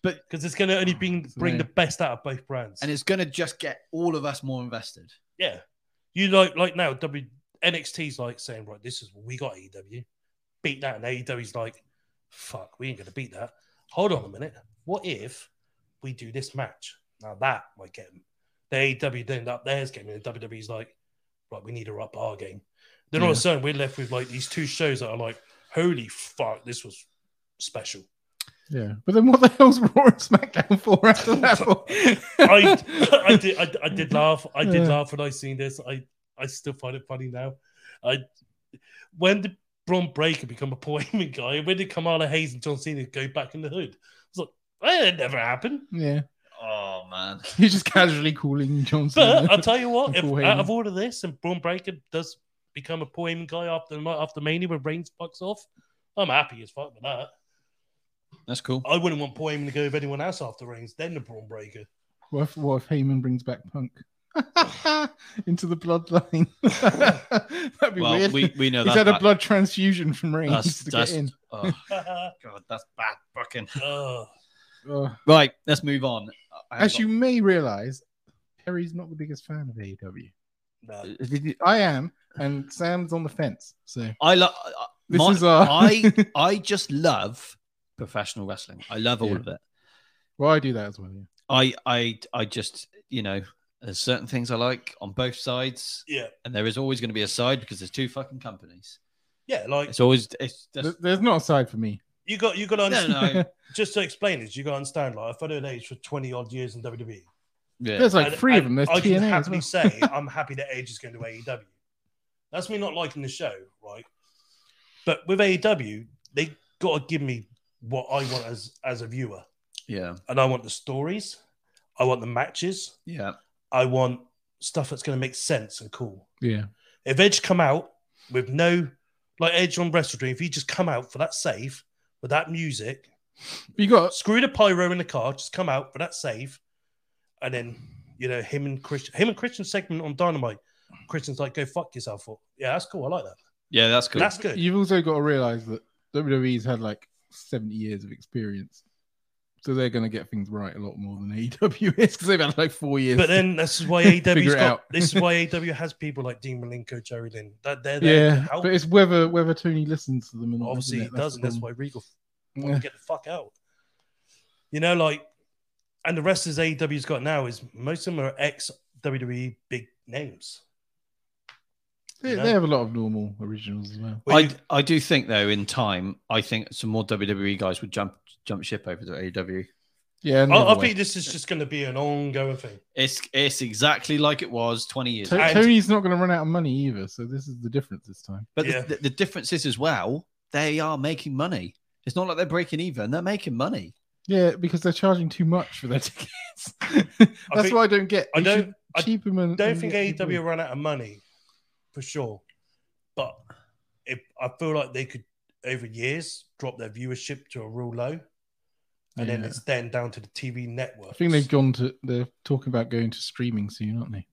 S3: But-
S2: because it's gonna only bring bring the best out of both brands.
S3: and it's going to just get all of us more invested.
S2: Yeah. You like like now W NXT's like saying, right, this is we got AEW. Beat that. And AEW's like, fuck, we ain't gonna beat that. Hold on a minute. What if we do this match? Now that might get them. The AEW then up theirs game, and the WWE's like, right, we need to up our game. Then all of a
S1: Yeah.
S2: sudden we're left with like these two shows that are like, holy fuck, this was special.
S1: Yeah, but then what the hell's Raw and SmackDown for after that? *laughs*
S2: I, I did I, I did laugh. I did
S1: Yeah.
S2: laugh when I seen this. I I still find it funny now. I when did Braun Breaker become a Paul Heyman *laughs* guy? When did Kamala Hayes and John Cena go back in the hood? It's like that never happened.
S1: yeah,
S3: Oh man,
S1: you're just casually calling Johnson.
S2: But I'll tell you what, if
S1: Paul
S2: out
S1: Heyman.
S2: of all of this and Braun Breaker does become a Paul Heyman guy after the night after Mania when Reigns fucks off, I'm happy as fuck with that.
S3: that's cool.
S2: I wouldn't want Paul Heyman to go with anyone else after Reigns, then the Braun Breaker. *laughs*
S1: What if, what if Heyman brings back Punk? *laughs* into the bloodline. *laughs* That'd be
S3: well,
S1: weird.
S3: we, we
S1: *laughs*
S3: know
S1: He's
S3: that's
S1: had a
S3: bad.
S1: blood transfusion from Reigns *laughs*
S3: That's,
S1: to
S3: that's-
S1: get in.
S3: oh,
S2: Ugh.
S3: God, that's bad fucking. Uh,
S1: Ugh.
S3: Right, let's move on. I haven't
S1: As you may realize, Perry's not the biggest fan of AEW.
S2: Nah.
S1: Did you- I am, and Sam's on the fence. So
S3: got- I love.
S1: this
S3: My-
S1: is uh, our. *laughs*
S3: I I just love professional wrestling. I love all
S1: Yeah.
S3: of it.
S1: well, I do that as well. Yeah.
S3: I I I just you know there's certain things I like on both sides,
S2: Yeah.
S3: and there is always going to be a side because there's two fucking companies.
S2: Yeah, like
S3: It's always it's
S1: There-
S3: just,
S1: There's not a side for me.
S2: you got you got to
S3: no
S2: understand,
S3: no
S2: just to explain this, you got to understand. Like I've been age for twenty odd years in WWE. *laughs*
S3: yeah.
S1: There's like
S2: And-
S1: three of them.
S2: and
S1: There's
S2: I can
S1: TNA. As
S2: happily
S1: well.
S2: say
S1: *laughs*
S2: I'm happy that Edge is going to AEW. That's me not liking the show, right? But with AEW, they got to give me what I want as as a viewer,
S3: yeah
S2: and I want the stories, I want the matches,
S3: yeah
S2: I want stuff that's going to make sense and cool.
S1: Yeah.
S2: If Edge come out with no like Edge on Wrestle Dream, if he just come out for that save with that music,
S1: You got
S2: screw the pyro in the car, just come out for that save, and then you know him and Christian, him and Christian segment on Dynamite. Christian's like, "Go fuck yourself." Or, yeah, that's cool. I like that.
S3: yeah that's cool.
S2: That's good.
S1: You've also got to realize that WWE's had like 70 years of experience. So they're going to get things right a lot more than AEW is because they've had like four years.
S2: But then this is why
S1: Figure
S2: AW's
S1: it
S2: got,
S1: out.
S2: this is why AW has people like Dean Malenko, Jerry Lynn. That they're there
S1: *laughs*
S2: to
S1: yeah,
S2: help.
S1: but it's whether whether Tony listens to them or not.
S2: Obviously, he
S1: isn't it?
S2: doesn't.
S1: the
S2: That's why
S1: problem.
S2: Regal wanted to get the fuck out. You know, like, and the rest is AEW's got now is most of them are ex WWE big names.
S1: They,
S2: you know?
S1: they have a lot of normal originals as well.
S2: Well,
S3: I,
S2: you-
S3: I do think though in time I think some more WWE guys would jump jump ship over to E AEW.
S1: Yeah, and the
S2: I, I
S1: other way.
S2: think this is just going to be an ongoing thing.
S3: It's it's exactly like it was 20 years
S1: To-
S3: ago.
S2: and-
S1: Tony's not going to run out of money either. So this is the difference this time.
S3: But
S2: Yeah.
S3: the, the, the difference is as well they are making money. It's not like they're breaking even. They're making money.
S1: Yeah, because they're charging too much for their *laughs* tickets. That's
S2: think-
S1: what I don't get.
S2: I
S1: They should
S2: don't- I
S1: cheap 'em and,
S2: don't
S1: and
S2: think E
S1: get people
S2: AEW
S1: in.
S2: run out of money for sure, but if I feel like they could over years drop their viewership to a real low, and then
S1: Yeah.
S2: it's then down to the TV network.
S1: I think they've gone to. They're talking about going to streaming soon, aren't they?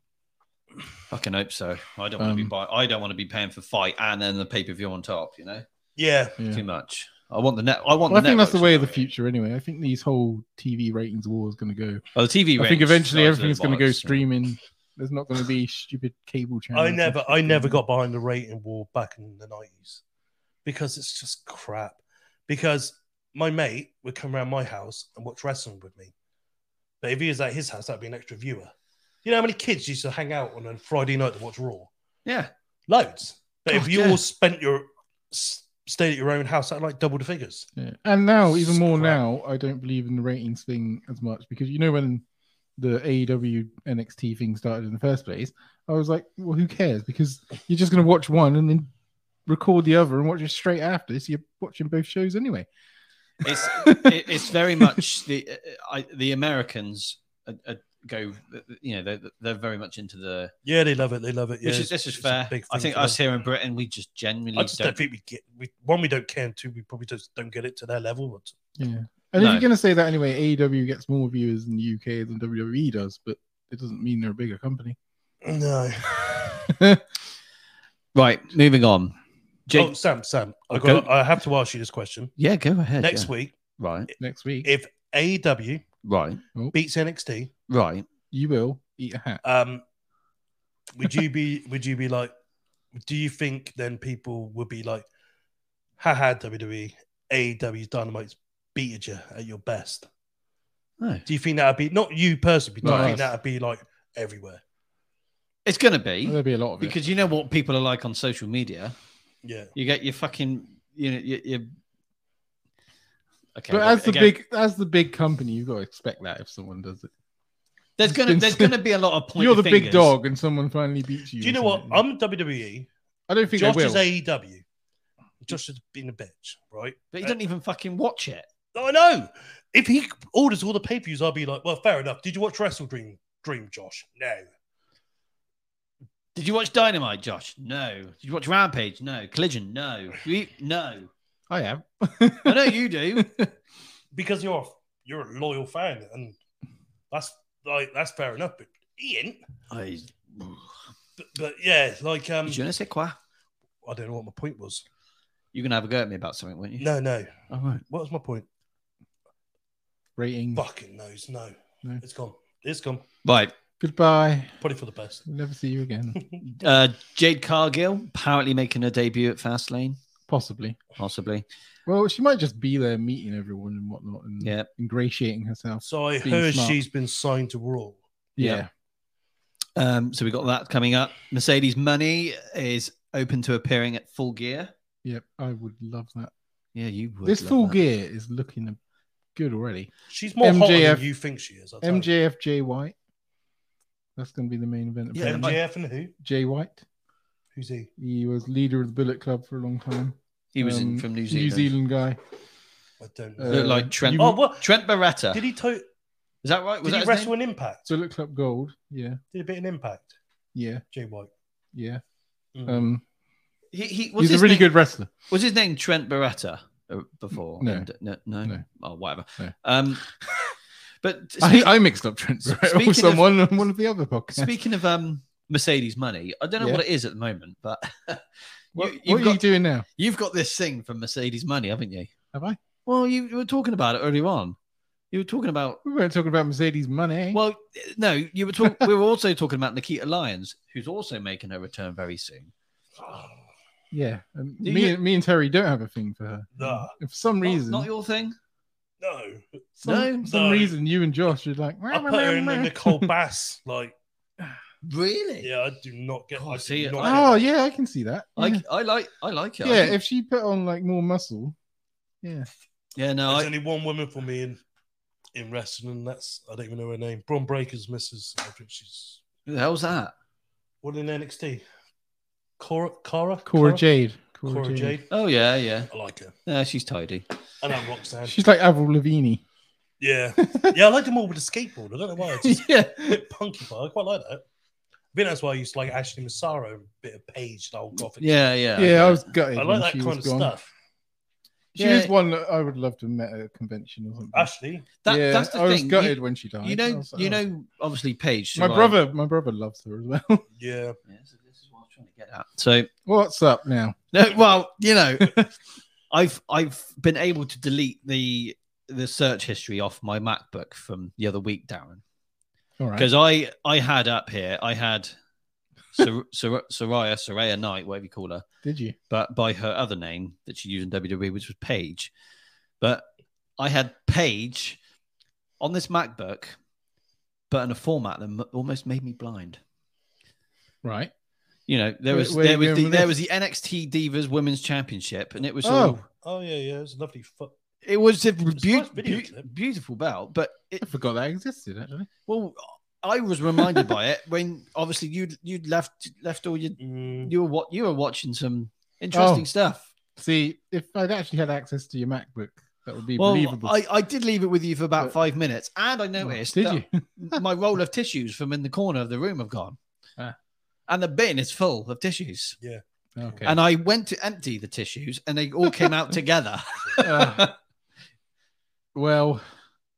S3: Fucking hope so. I don't want to be
S1: Um,
S3: buy- I don't want to be paying for fight and then the pay per view on top. You know,
S2: yeah,
S1: Yeah.
S3: too much. I want the net. I want.
S1: Well, I
S3: the
S1: think that's the
S3: networks
S1: way of
S3: now.
S1: the future, anyway. I think these whole TV ratings war is going to go.
S3: Well, Oh, the TV.
S1: I think
S3: range
S1: eventually
S3: starts
S1: everything's going to go
S3: bollocks, yeah.
S1: streaming. There's not going to be stupid cable channels.
S2: I
S1: and
S2: never,
S1: shit
S2: I never
S1: going
S2: got behind the rating war back in the nineties because it's just crap. Because my mate would come around my house and watch wrestling with me, but if he was at his house, that'd be an extra viewer. You know how many kids used to hang out on a Friday night to watch Raw?
S3: Yeah,
S2: loads. But
S3: God,
S2: if you
S3: Oh, yeah.
S2: all spent your s- stayed at your own house, that like double the figures.
S1: Yeah. And now, even more
S2: Crap.
S1: now, I don't believe in the ratings thing as much because you know when the E AEW NXT thing started in the first place, I was like, well, who cares? Because you're just going to watch one and then record the other and watch it straight after. So you're watching both shows anyway. *laughs*
S3: it's it, it's very much the uh, I, the Americans uh, uh, go. You know, they're, they're very much into the.
S2: Yeah, they love it. They love it. Yeah,
S3: which is this is
S2: it's a
S3: fair.
S2: big
S3: I
S2: thing
S3: think
S2: for
S3: us
S2: them.
S3: here in Britain, we just genuinely
S2: I just
S3: don't.
S2: don't think we get. We, one, we don't care. And two, we probably just don't get it to their level. But
S1: Yeah. And
S3: No.
S1: if you're going to say that anyway, AEW gets more viewers in the UK than WWE does, but it doesn't mean they're a bigger company.
S2: no.
S3: Right, moving on. Jake.
S2: Oh, Sam, Sam, I
S3: Okay.
S2: got. I have to ask you this question.
S3: yeah, go ahead.
S2: Next
S3: yeah.
S2: week,
S3: Right,
S1: Next week,
S2: if AEW
S3: right,
S2: beats NXT,
S3: right.
S1: you will eat a hat.
S2: um, would you be? *laughs* would you be like? Do you think then people would be like, "Haha, WWE, AEW E Dynamite's beated you at your best"?
S1: Oh.
S3: No.
S2: Do you think that'd be not you personally, but do
S1: No,
S2: you think
S1: that's-
S2: that'd be like everywhere?
S3: It's going to
S1: Well,
S3: be
S1: There'll be a lot of it.
S3: because you know what people are like on social media.
S2: Yeah.
S3: You get your fucking, you know, you. you... Okay,
S1: but
S3: well,
S1: as the
S3: again,
S1: big as the big company, you've got to expect that if someone does it.
S3: there's gonna
S1: been-
S3: there's gonna be a lot of
S1: *laughs*
S3: point.
S1: You're the
S3: of
S1: big
S3: fingers.
S1: dog, and someone finally beats you.
S2: Do you know
S1: or
S2: what?
S1: something.
S2: I'm WWE.
S1: I don't think
S2: Josh
S1: they
S2: is
S1: will.
S2: AEW. Josh has been a bitch, right?
S3: but you don't even fucking watch it.
S2: I know. If he orders all the pay per views, I'll be like, well, fair enough. Did you watch Wrestle Dream? Dream, Josh? No.
S3: Did you watch Dynamite, Josh? No. Did you watch Rampage? No. Collision? No. You, no.
S1: I have.
S3: I know you
S1: *laughs*
S3: do. *laughs*
S2: Because you're you're a loyal fan, and that's like that's fair enough. But He ain't.
S3: I,
S2: But, but yeah, like um,
S3: je ne sais quoi.
S2: I don't know what my point was.
S3: You're gonna have a go at me about something, weren't you?
S2: No, no.
S3: All right.
S2: What was my point?
S1: Rating.
S2: Fucking knows. No,
S1: Mm. No.
S2: it's gone. It's gone.
S3: Right.
S1: Goodbye.
S2: Probably for the best.
S1: We'll never see you
S2: *laughs*
S1: again.
S3: Uh, Jade Cargill apparently making her debut at Fastlane,
S1: Possibly.
S3: possibly.
S1: Well, she might just be there meeting everyone and whatnot and
S3: Yeah.
S1: ingratiating herself.
S2: So I
S1: Being
S2: heard
S1: smart.
S2: she's been signed to Raw.
S1: Yeah.
S3: Yeah. Um, so we got that coming up. Mercedes Money is open to appearing at Full Gear.
S1: Yep. I would love that.
S3: Yeah, you would.
S1: this
S3: love
S1: full
S3: that.
S1: gear is looking good already.
S2: She's more hotter
S1: MJF
S2: than you think she is. I'll tell you.
S1: MJF Jay White. That's going to be the main event.
S3: Yeah,
S1: apparently.
S2: MJF and who?
S1: Jay White.
S2: Who's he?
S1: He was leader of the Bullet Club for a long time.
S3: He was in
S1: Um,
S3: from New Zealand.
S1: New Zealand guy.
S2: I don't
S1: Uh,
S2: know.
S3: Looked like Trent.
S1: you-
S2: oh, what?
S3: Trent Barretta.
S2: Did he to-
S3: is that right?
S2: Did
S3: Was
S2: he
S3: that his
S2: wrestle
S3: name?
S2: in Impact?
S1: Bullet Club Gold. Yeah.
S2: Did a bit in Impact?
S1: Yeah.
S2: Jay White.
S1: Yeah.
S2: Mm.
S1: Um,
S3: He, he, was
S1: he's a
S3: his
S1: really
S3: name-
S1: good wrestler.
S3: Was his name Trent Barretta uh, before?
S1: No.
S3: And- no, no,
S1: No.
S3: Oh, whatever.
S1: No. *laughs*
S3: Um, but
S1: I, I mixed up Trent Barrett
S3: Speaking of-
S1: with someone on one of the other podcasts.
S3: speaking of um, Mercedes money, I don't know
S1: Yeah.
S3: what it is at the moment, but *laughs*
S1: what
S3: you,
S1: what
S3: you've
S1: are you
S3: got
S1: doing now?
S3: you have got this thing from Mercedes money, haven't you?
S1: Have I?
S3: Well, you, you were talking about it earlier on. You were talking about
S1: We weren't talking about Mercedes money.
S3: well, no, you
S1: *laughs*
S3: were talking. we were also talking about Nikita Lyons, who's also making her return very soon.
S1: yeah. Um,
S3: Do
S1: me,
S3: you-
S1: and me and Terry don't have a thing for her.
S2: No.
S1: If for some
S3: Not-
S1: reason,
S3: not your thing.
S2: *sighs* No.
S1: some,
S3: no,
S1: for some
S2: no.
S1: reason, you and Josh are like,
S2: I put her in
S1: *laughs*
S2: the Nicole Bass. Like,
S3: Really?
S2: yeah, I do not get.
S3: Oh,
S2: I do
S3: see,
S2: not
S1: oh
S2: get
S1: yeah, I can see that. Yeah,
S3: I, I like I like it. I
S1: Yeah,
S3: think-
S1: if she put on like more muscle, yeah,
S3: yeah. No,
S2: There's
S3: I,
S2: only one woman for me in in wrestling, and that's I don't even know her name. Braun Breaker's missus. I think she's
S3: who the hell's that?
S2: what in NXT. Cora, Cara,
S1: Cora Jade,
S2: Cora, Jade.
S3: Oh yeah, yeah.
S2: I like her,
S3: Yeah,
S1: *laughs*
S3: she's tidy.
S2: and I'm Roxanne.
S1: She's like Avril Lavigne. *laughs*
S2: yeah, yeah, I like them all with a skateboard. I don't know why. It's just
S3: yeah.
S2: a bit punky, but I quite like that. I think that's why I used to like Ashley Massaro, a bit of Paige, the whole gothic.
S3: Yeah, yeah.
S1: Yeah, I was gutted.
S2: I
S1: when
S2: like that
S1: she
S2: kind of
S1: was gone.
S2: stuff.
S1: She
S3: Yeah.
S1: is one that I would love to have met at a convention or something.
S2: Ashley,
S3: That,
S1: yeah,
S3: that's the
S1: I was
S3: thing.
S1: gutted
S3: You,
S1: when she died.
S3: you
S1: I
S3: know,
S1: was like,
S3: you
S1: oh.
S3: know. Obviously, Paige.
S1: my
S3: survived.
S1: brother, my brother loves her as well. *laughs*
S2: yeah.
S3: Yeah, so this is what I was trying to get at. So,
S1: What's up now?
S3: no, well,
S1: *laughs*
S3: you know, I've I've been able to delete the the search history off my MacBook from the other week, Darren,
S1: All right.
S3: because I I had up here I had Sor- Sor- Soraya Soraya Knight, whatever you call her,
S1: Did you?
S3: but by her other name that she used in WWE, which was Paige. But I had Paige on this MacBook, but in a format that m- almost made me blind.
S1: Right.
S3: You know, there
S1: Where-
S3: was
S1: where
S3: there
S1: you
S3: was
S1: going
S3: the,
S1: with
S3: there
S1: this?
S3: was the NXT Divas Women's Championship, and it was all,
S1: Oh,
S2: Oh yeah, yeah. It was a lovely. Fu-
S3: it was a
S2: nice
S3: beau-
S2: video
S3: beau-
S2: clip.
S3: beautiful belt. But it,
S1: I forgot that existed actually.
S3: well, I was reminded by it when obviously you would you'd left left all your
S2: Mm,
S3: you were what you were watching some interesting
S1: Oh.
S3: stuff.
S1: See, if I'd actually had access to your MacBook, that would be
S3: Well,
S1: believable.
S3: I, I did leave it with you for about
S1: But-
S3: five minutes, and I noticed
S1: Did
S3: that
S1: you? *laughs*
S3: my roll of tissues from in the corner of the room have gone.
S1: Ah.
S3: And the bin is full of tissues.
S1: Okay.
S3: And I went to empty the tissues and they all
S1: *laughs*
S3: came out together. *laughs*
S1: Uh, well,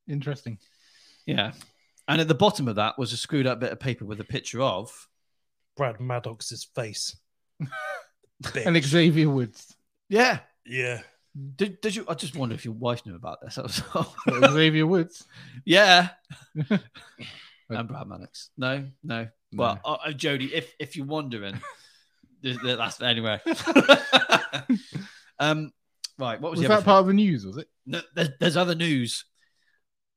S1: interesting.
S3: Yeah. And at the bottom of that was a screwed up bit of paper with a picture of.
S2: Brad Maddox's
S1: *laughs*
S2: face. Bitch.
S1: And Xavier Woods.
S3: Yeah.
S2: yeah.
S3: Did, did you? I just wonder if your wife knew about this. *laughs* That was all.
S1: Xavier Woods.
S3: yeah.
S1: *laughs*
S3: and Brad Mannix. No, no.
S1: No.
S3: *laughs* Well, uh, uh, Jody, if if you're wondering, *laughs* th- th- that's anyway. *laughs* um, right. What
S1: was
S3: was, the
S1: that
S3: other thing?
S1: part of the news? Was it?
S3: No, there's, there's other news.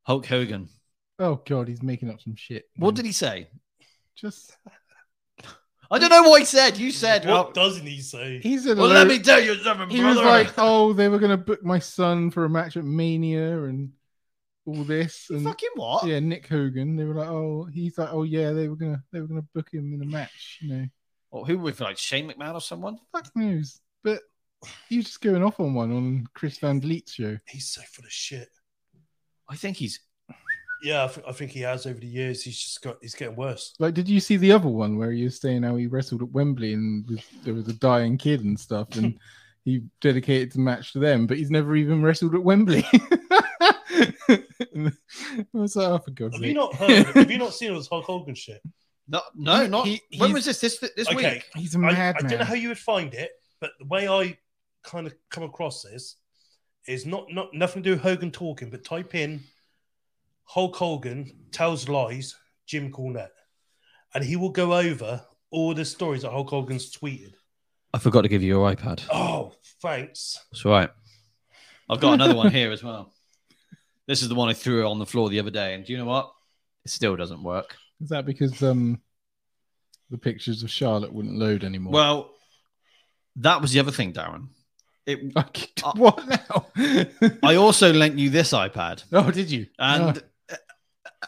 S3: Hulk Hogan.
S1: Oh God, he's making up some shit.
S3: What did he say?
S1: just?
S3: I don't know what he said. You said.
S2: What
S3: well,
S2: doesn't he say?
S1: He said. a
S3: well, let
S1: load-
S3: me tell you something,
S1: He was
S3: brother.
S1: like, "Oh, they were going to book my son for a match at Mania and all this." And
S3: Fucking what?
S1: yeah, Nick Hogan. They were like, "Oh, he's like, oh yeah, they were gonna they were gonna book him in a match." You know,
S3: Or who with like Shane McMahon or someone?
S1: fuck knows. But he was just going off on one on Chris Van Vliet's show.
S2: He's so full of shit.
S3: I think he's.
S2: Yeah, I, thi- I think he has over the years. He's just got. He's getting worse.
S1: Like, did you see the other one where he was saying how he wrestled at Wembley and was, there was a dying kid and stuff,
S2: *laughs*
S1: and he dedicated the match to them, but he's never even wrestled at Wembley. *laughs* and and what's that? Oh, for God's
S2: Have you
S1: sake.
S2: not heard? have
S1: *laughs*
S2: you not seen all this Hulk Hogan shit?
S3: No, no,
S1: He-
S3: not.
S1: he-
S3: when
S1: he's-
S3: was this? This this
S2: okay,
S3: week?
S1: He's a
S2: I, I
S1: madman.
S2: don't know how you would find it, but the way I kind of come across this is not not nothing to do with Hogan talking, but type in Hulk Hogan tells lies, Jim Cornette, and he will go over all the stories that Hulk Hogan's tweeted.
S3: I forgot to give you your iPad.
S2: Oh, thanks.
S3: That's right. I've got
S1: *laughs*
S3: another one here as well. This is the one I threw on the floor the other day, and do you know what? It still doesn't work.
S1: Is that because um the pictures of Charlotte wouldn't load anymore?
S3: Well, that was the other thing, Darren. It.
S1: *laughs* *laughs* I kicked- what now?
S3: I also lent you this iPad,
S1: oh, did you?
S3: and uh,
S1: Oh,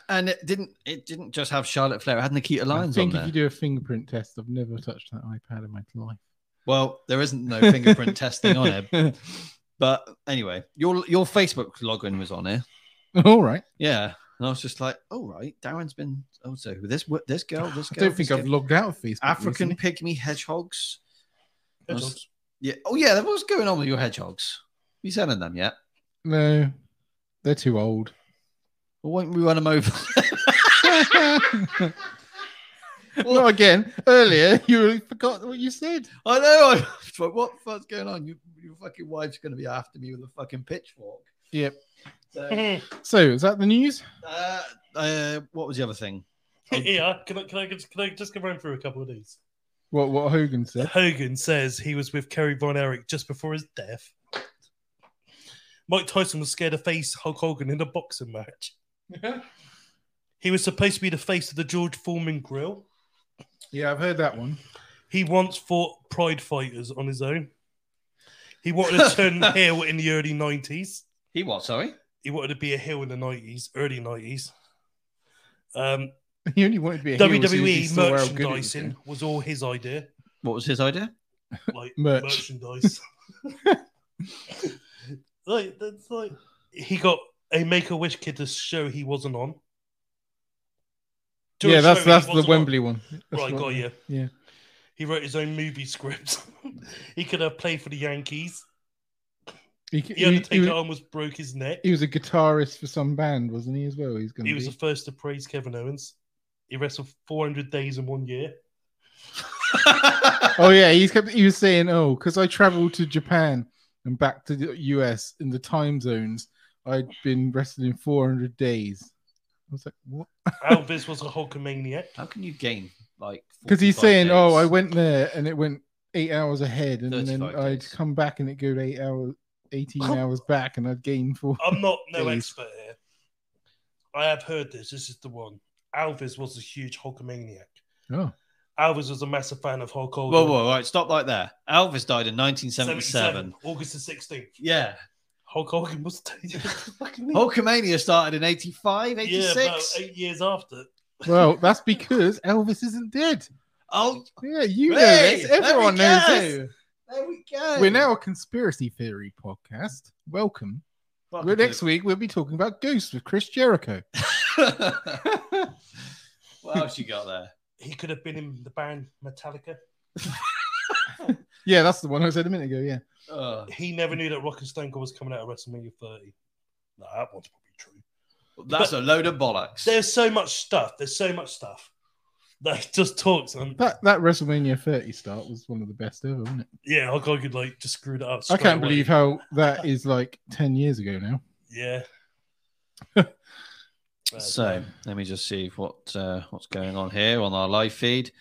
S3: and it didn't. It didn't just have Charlotte Flair. It
S1: *laughs*
S3: had Nikita
S1: I
S3: Lyons on
S1: think if
S3: there.
S1: you do a fingerprint test, I've never touched that iPad in my life.
S3: Well, there isn't no
S1: *laughs*
S3: fingerprint testing on it. But anyway, your your Facebook login was on here.
S1: All right.
S3: Yeah. And I was just like, all right, Darren's been also this wo- this girl, this
S1: I
S3: girl.
S1: don't
S3: this
S1: think I've
S3: girl."
S1: logged out of Facebook.
S3: African
S1: recently.
S3: pigmy hedgehogs.
S2: That's
S3: Was-
S2: all.
S3: Yeah. Oh yeah, what's going on with your hedgehogs? You selling them yet?
S1: No, they're too *laughs* old.
S3: Well, won't we run them over? *laughs*
S1: well, again, earlier *laughs* you forgot what you said.
S3: I know. I was like, what the fuck's going on? Your, your fucking wife's going to be after me with a fucking pitchfork.
S1: Yep.
S3: So,
S1: So, is that the news?
S3: uh, uh, what was the other thing?
S2: *laughs* yeah, can I, can, I, just- can I just go run through a couple of these?
S1: What what Hogan said?
S2: Hogan says he was with Kerry Von Erich just before his death. Mike Tyson was scared to face Hulk Hogan in a boxing match. He was supposed to be the face of the George Foreman grill.
S1: *laughs* Yeah, I've heard that one.
S2: He once fought pride fighters on his own. He wanted to turn
S1: *laughs*
S2: heel in the early 90s.
S3: He what? Sorry.
S2: He wanted to be a heel in the 90s, early 90s. Um,
S1: *laughs* He only wanted to be a heel as soon as
S3: E
S1: he
S2: WWE
S1: saw how good it was
S2: merchandising was all his idea.
S3: What was
S1: *laughs*
S3: his idea?
S2: like
S1: Merch.
S2: merchandise. *laughs* like that's like he got a Make a Wish kid to show he wasn't on. To
S1: yeah,
S2: show
S1: that's
S2: he
S1: that's the
S2: wasn't on.
S1: Wembley one. That's
S2: Right,
S1: what-
S2: got you.
S1: Yeah.
S2: He wrote his own movie script. *laughs* he could have played for the Yankees.
S1: He,
S2: The
S1: he,
S2: Undertaker
S1: he, was-
S2: almost broke his neck.
S1: he was a guitarist for some band, wasn't he? As well, he's going
S2: He
S1: to
S2: was
S1: be.
S2: the first to praise Kevin Owens. He wrestled 400 days in one year.
S1: oh yeah, he's kept. He was saying, "Oh, because I traveled to Japan and back to the US in the time zones, I'd been wrestling 400 days." I was like, "What?"
S2: Alvis was a Hulkamaniac.
S3: How can you gain like?
S1: Because he's
S3: 45
S1: saying, "Oh,
S3: days?
S1: I went there and it went eight hours ahead, and then
S3: 35
S1: I'd
S3: days.
S1: come back and it go eight hours, 18 hours back, and I'd gain four.
S2: I'm not no
S1: Please.
S2: expert here. I have heard this. This is the one. Alvis was a huge Hulkamaniac.
S1: Oh,
S2: Alvis was a massive fan of Hulk Hogan.
S3: Whoa, whoa, all right, stop right there. Elvis died in 1977.
S2: 77, August the sixteenth.
S3: Yeah.
S2: Hulk Hogan was *laughs* fucking
S3: Hulkamania started in 85,
S2: yeah,
S3: 86.
S2: about eight years after.
S1: *laughs* well, that's because Elvis isn't dead.
S3: oh,
S1: Yeah, you know
S3: Hey,
S1: this.
S3: there we
S1: Everyone knows
S3: go.
S1: this.
S3: there we go.
S1: We're now a conspiracy theory podcast. Welcome.
S3: Fuck
S1: Well,
S3: it.
S1: next week we'll be talking about Ghosts with Chris Jericho.
S3: what else you got there?
S2: He could have been in the band Metallica.
S1: Yeah, that's the one I said a minute ago. Yeah,
S3: Oh,
S2: He never knew that Rock and Stone Cold was coming out of WrestleMania 30. No, that one's probably true.
S3: that's a load of bollocks.
S2: There's so much stuff. There's so much stuff. Like just talks and
S1: that that WrestleMania 30 start was one of the best ever, wasn't it?
S2: yeah, Hulk Hogan like just screwed it up.
S1: I can't
S2: straight away.
S1: believe how that is like 10 years ago now.
S2: Yeah.
S3: So let me just see what uh, what's going on here on our live feed.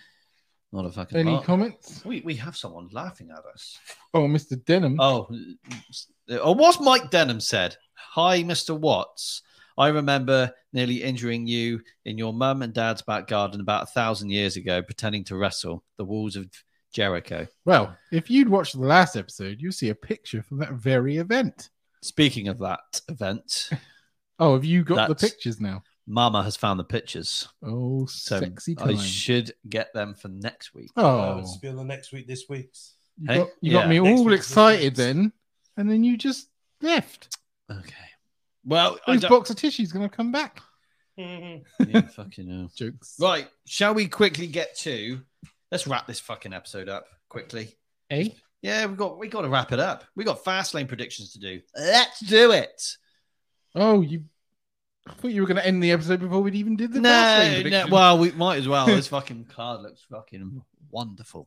S3: Not a fucking
S1: Any
S3: lot.
S1: comments?
S3: we, we have someone laughing at us.
S1: Oh, Mr. Denham.
S3: Oh, oh, what's Mike Denham said? Hi, Mr. Watts. I remember nearly injuring you in your mum and dad's back garden about a thousand years ago, pretending to wrestle the walls of Jericho.
S1: Well, if you'd watched the last episode, you'll see a picture from that very event.
S3: Speaking of that event,
S1: Oh, have you got the
S3: That's-
S1: pictures now?
S3: Mama has found the pictures.
S1: Oh,
S3: So
S1: sexy
S3: I
S1: time.
S3: should get them for next week.
S2: Uh,
S1: oh,
S2: it's been the next week, this week's.
S1: you,
S3: Hey,
S1: got, you
S3: yeah.
S1: got me
S2: Next
S1: all
S2: week's
S1: excited
S2: next week's.
S1: then, and then you just left.
S3: Okay. Well, I
S1: Whose
S3: don't...
S1: box of tissue's going to come back?
S3: *laughs*
S2: Mm-hmm.
S3: yeah, fucking hell.
S1: Jokes.
S3: Right. Shall we quickly get to? Let's wrap this fucking episode up quickly.
S1: Eh?
S3: Yeah, we got we got to wrap it up. We got fast lane predictions to do. Let's do it.
S1: Oh, you I thought you were going to end the episode before we even did the
S3: No,
S1: no,
S3: no, well, we might as
S1: *laughs*
S3: well. this fucking card looks fucking wonderful.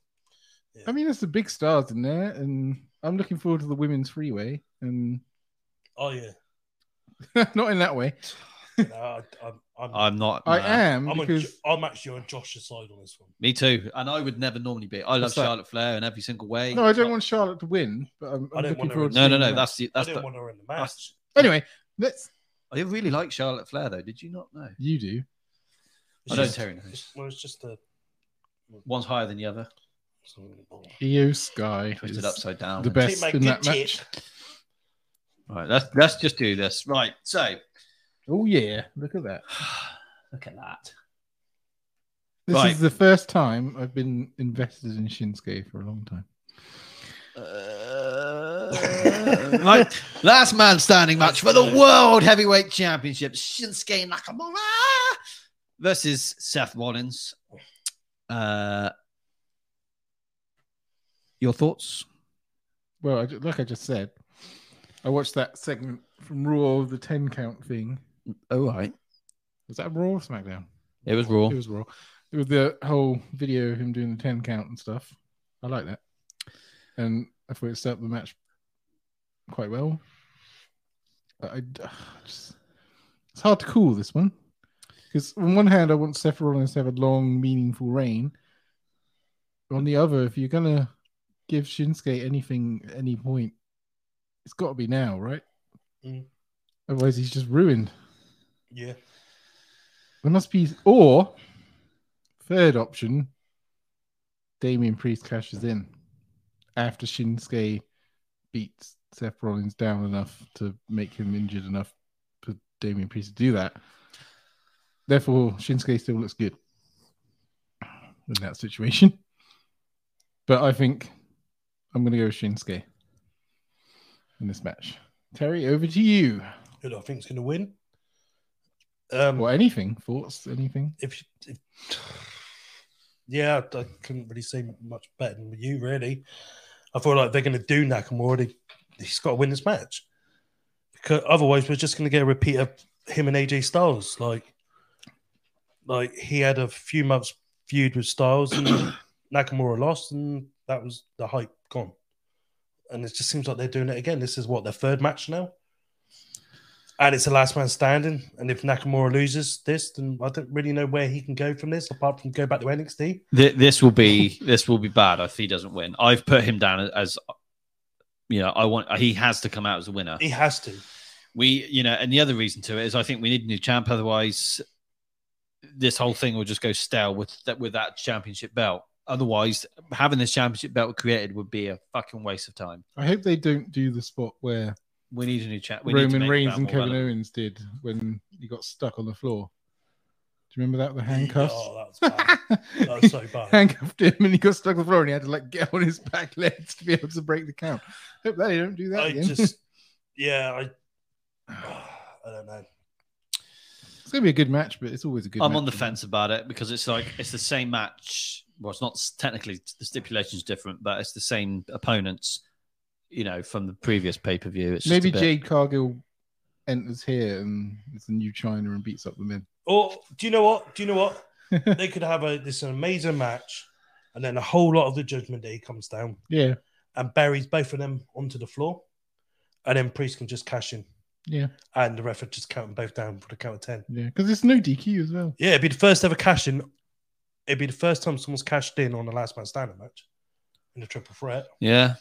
S1: I mean, there's the big stars in there, and I'm looking forward to the women's freeway, and *laughs*
S2: Oh yeah,
S1: not in that way.
S2: You know, I, I'm, I'm, I'm,
S3: I'm not.
S1: I
S3: nah.
S1: am
S2: on-
S1: because
S2: I'm actually on Josh's side on this one.
S3: Me too. And I would never normally be. I love
S1: What's that?
S3: Charlotte Flair in every single way.
S1: no, I don't want Charlotte to win, but I'm,
S2: I
S1: I'm
S2: don't
S1: looking
S2: want her
S1: forward.
S2: in-
S1: to
S3: No, no,
S1: seeing that.
S3: no. That's the.
S2: I
S3: That's
S2: didn't
S3: the.
S2: want her in the match.
S3: That's,
S1: anyway. Let's
S3: I really like Charlotte Flair though. Did you not know?
S1: you do.
S2: It's
S3: I don't.
S2: just-
S3: Terry knows.
S2: Well, it's just a.
S3: One's higher than the other.
S1: Io Sky
S3: Twisted
S1: is
S3: upside down.
S1: the
S3: and-
S1: best
S2: Take my
S1: in that
S2: good
S1: match.
S3: Right. Let's let's just do this. Right. So. *sighs*
S1: Oh yeah, look at that.
S3: Look at that.
S1: This
S3: Right.
S1: is the first time I've been invested in Shinsuke for a long time.
S3: Uh, *laughs* right. Last man standing match for the World Heavyweight Championship. Shinsuke Nakamura versus Seth Rollins. Uh, your thoughts?
S1: Well, I, ju- like I just said, I watched that segment from Raw, the ten count thing.
S3: All right.
S1: Was that Raw or SmackDown?
S3: It was Raw.
S1: It was Raw. It was the whole video of him doing the ten count and stuff. I like that, and I thought it set up the match quite well. I, *sighs* I d- just, it's hard to call this one because on one hand I want Seth Rollins to have a long, meaningful reign. On the other, if you're gonna give Shinsuke anything at any point, it's got to be now, right?
S2: Mm.
S1: Otherwise, he's just ruined.
S2: Yeah.
S1: There must be, or third option, Damien Priest cashes in after Shinsuke beats Seth Rollins down enough to make him injured enough for Damien Priest to do that. Therefore, Shinsuke still looks good in that situation. But I think I'm going to go with Shinsuke in this match. Terry, over to you.
S2: Who do I think's going to win? Um,
S1: Or anything, thoughts, anything?
S2: if, if yeah, I couldn't really see much better than you, really. I feel like they're going to do Nakamura. They, he's got to win this match because otherwise, we're just going to get a repeat of him and AJ Styles. Like, like he had a few months feud with Styles, and Nakamura lost, and that was the hype gone. And it just seems like they're doing it again. This is what their third match now. And it's the last man standing. And if Nakamura loses this, then I don't really know where he can go from this apart from go back to NXT.
S3: Th- this will be this will be bad if he doesn't win. I've put him down as you know I want he has to come out as a winner.
S2: He has to.
S3: We you know and the other reason to it is I think we need a new champ. Otherwise, this whole thing will just go stale with that with that championship belt. Otherwise, having this championship belt created would be a fucking waste of time.
S1: I hope they don't do the spot where
S3: We need a new champ. We need to
S1: Roman
S3: make the
S1: Reigns
S3: belt
S1: and
S3: more
S1: Kevin
S3: relevant.
S1: Owens did when he got stuck on the floor. Do you remember that? The handcuffs? *laughs*
S2: Oh, that was bad. That was so bad.
S1: Handcuffed him and he got stuck on the floor and he had to like get on his back legs to be able to break the count. Hope they don't do that
S2: I
S1: again.
S2: just, yeah, I, *sighs* I don't know.
S1: It's gonna be a good match, but it's always a good.
S3: I'm
S1: match.
S3: on the fence about it because it's like it's the same match. Well, it's not s- technically the stipulation's different, but it's the same opponents. You know, from the previous pay per view. It's just
S1: Maybe
S3: a bit-
S1: Jade Cargill enters here and it's the new China and beats up the men.
S2: Or do you know what? Do you
S1: *laughs*
S2: know what? they could have a this amazing match, and then a whole lot of the Judgment Day comes down
S1: Yeah,
S2: and buries both of them onto the floor, and then Priest can just cash in,
S1: yeah,
S2: and the ref would just count them both down for the count of ten.
S1: yeah. Because it's no DQ as well.
S2: Yeah, it'd be the first ever cash in. It'd be the first time someone's cashed in on a last man standing match in a triple threat.
S3: Yeah,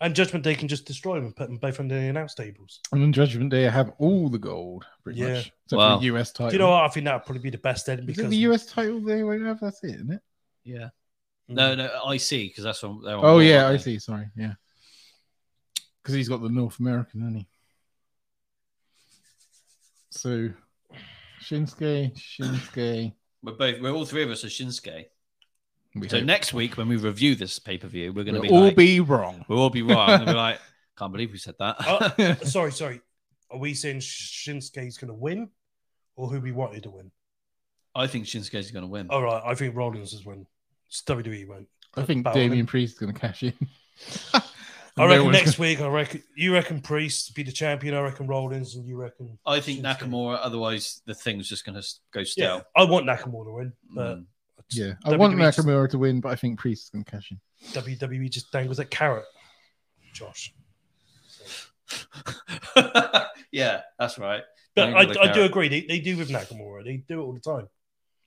S2: And Judgment Day can just destroy them and put them both under the announce tables.
S1: And on Judgment Day, I have all the gold pretty
S2: Yeah.
S1: much. Except
S3: Wow.
S1: for the US title.
S2: Do you know what? I think that would probably be the best end
S1: Is
S2: because
S1: it the US title they won't have? That's it, isn't it?
S3: yeah. No, no, I see because that's on. they're on
S1: Oh
S3: Raw,
S1: yeah,
S3: aren't
S1: I
S3: they?
S1: see. Sorry, yeah, because he's got the North American, hasn't he? So, Shinsuke, Shinsuke.
S3: We're both. We're all three of us are Shinsuke.
S1: We
S3: So
S1: hope.
S3: next week when we review this pay per view, we're going to
S1: We'll
S3: be
S1: all
S3: like,
S1: be wrong.
S3: we'll all be wrong.
S1: *laughs*
S3: and we're like, can't believe we said that.
S2: Oh. Sorry, sorry. Are we saying Shinsuke's going to win or who we wanted to win?
S3: *laughs* I think Shinsuke's going
S1: Oh,
S3: to win.
S2: All right, I think Rollins is win. It's E WWE won't.
S1: I think
S2: Bowen.
S1: Damien Priest is going to cash in.
S2: I
S1: They
S2: reckon
S1: always-
S2: next week. I reckon you reckon Priest be the champion. I reckon Rollins, and you reckon.
S3: I think
S2: Shinsuke.
S3: Nakamura. Otherwise, the thing's just going to go
S2: Yeah,
S3: stale.
S2: I want Nakamura to win, but
S3: Mm.
S1: Yeah, I want
S2: WWE just-
S1: Nakamura to win, but I think Priest can cash in.
S2: WWE E just dangles that carrot. Josh,
S3: Mm. *laughs* yeah, that's right.
S2: but
S3: Dangle the
S2: I, I do
S3: carrot.
S2: agree. They, they do with Nakamura. They do it all the time.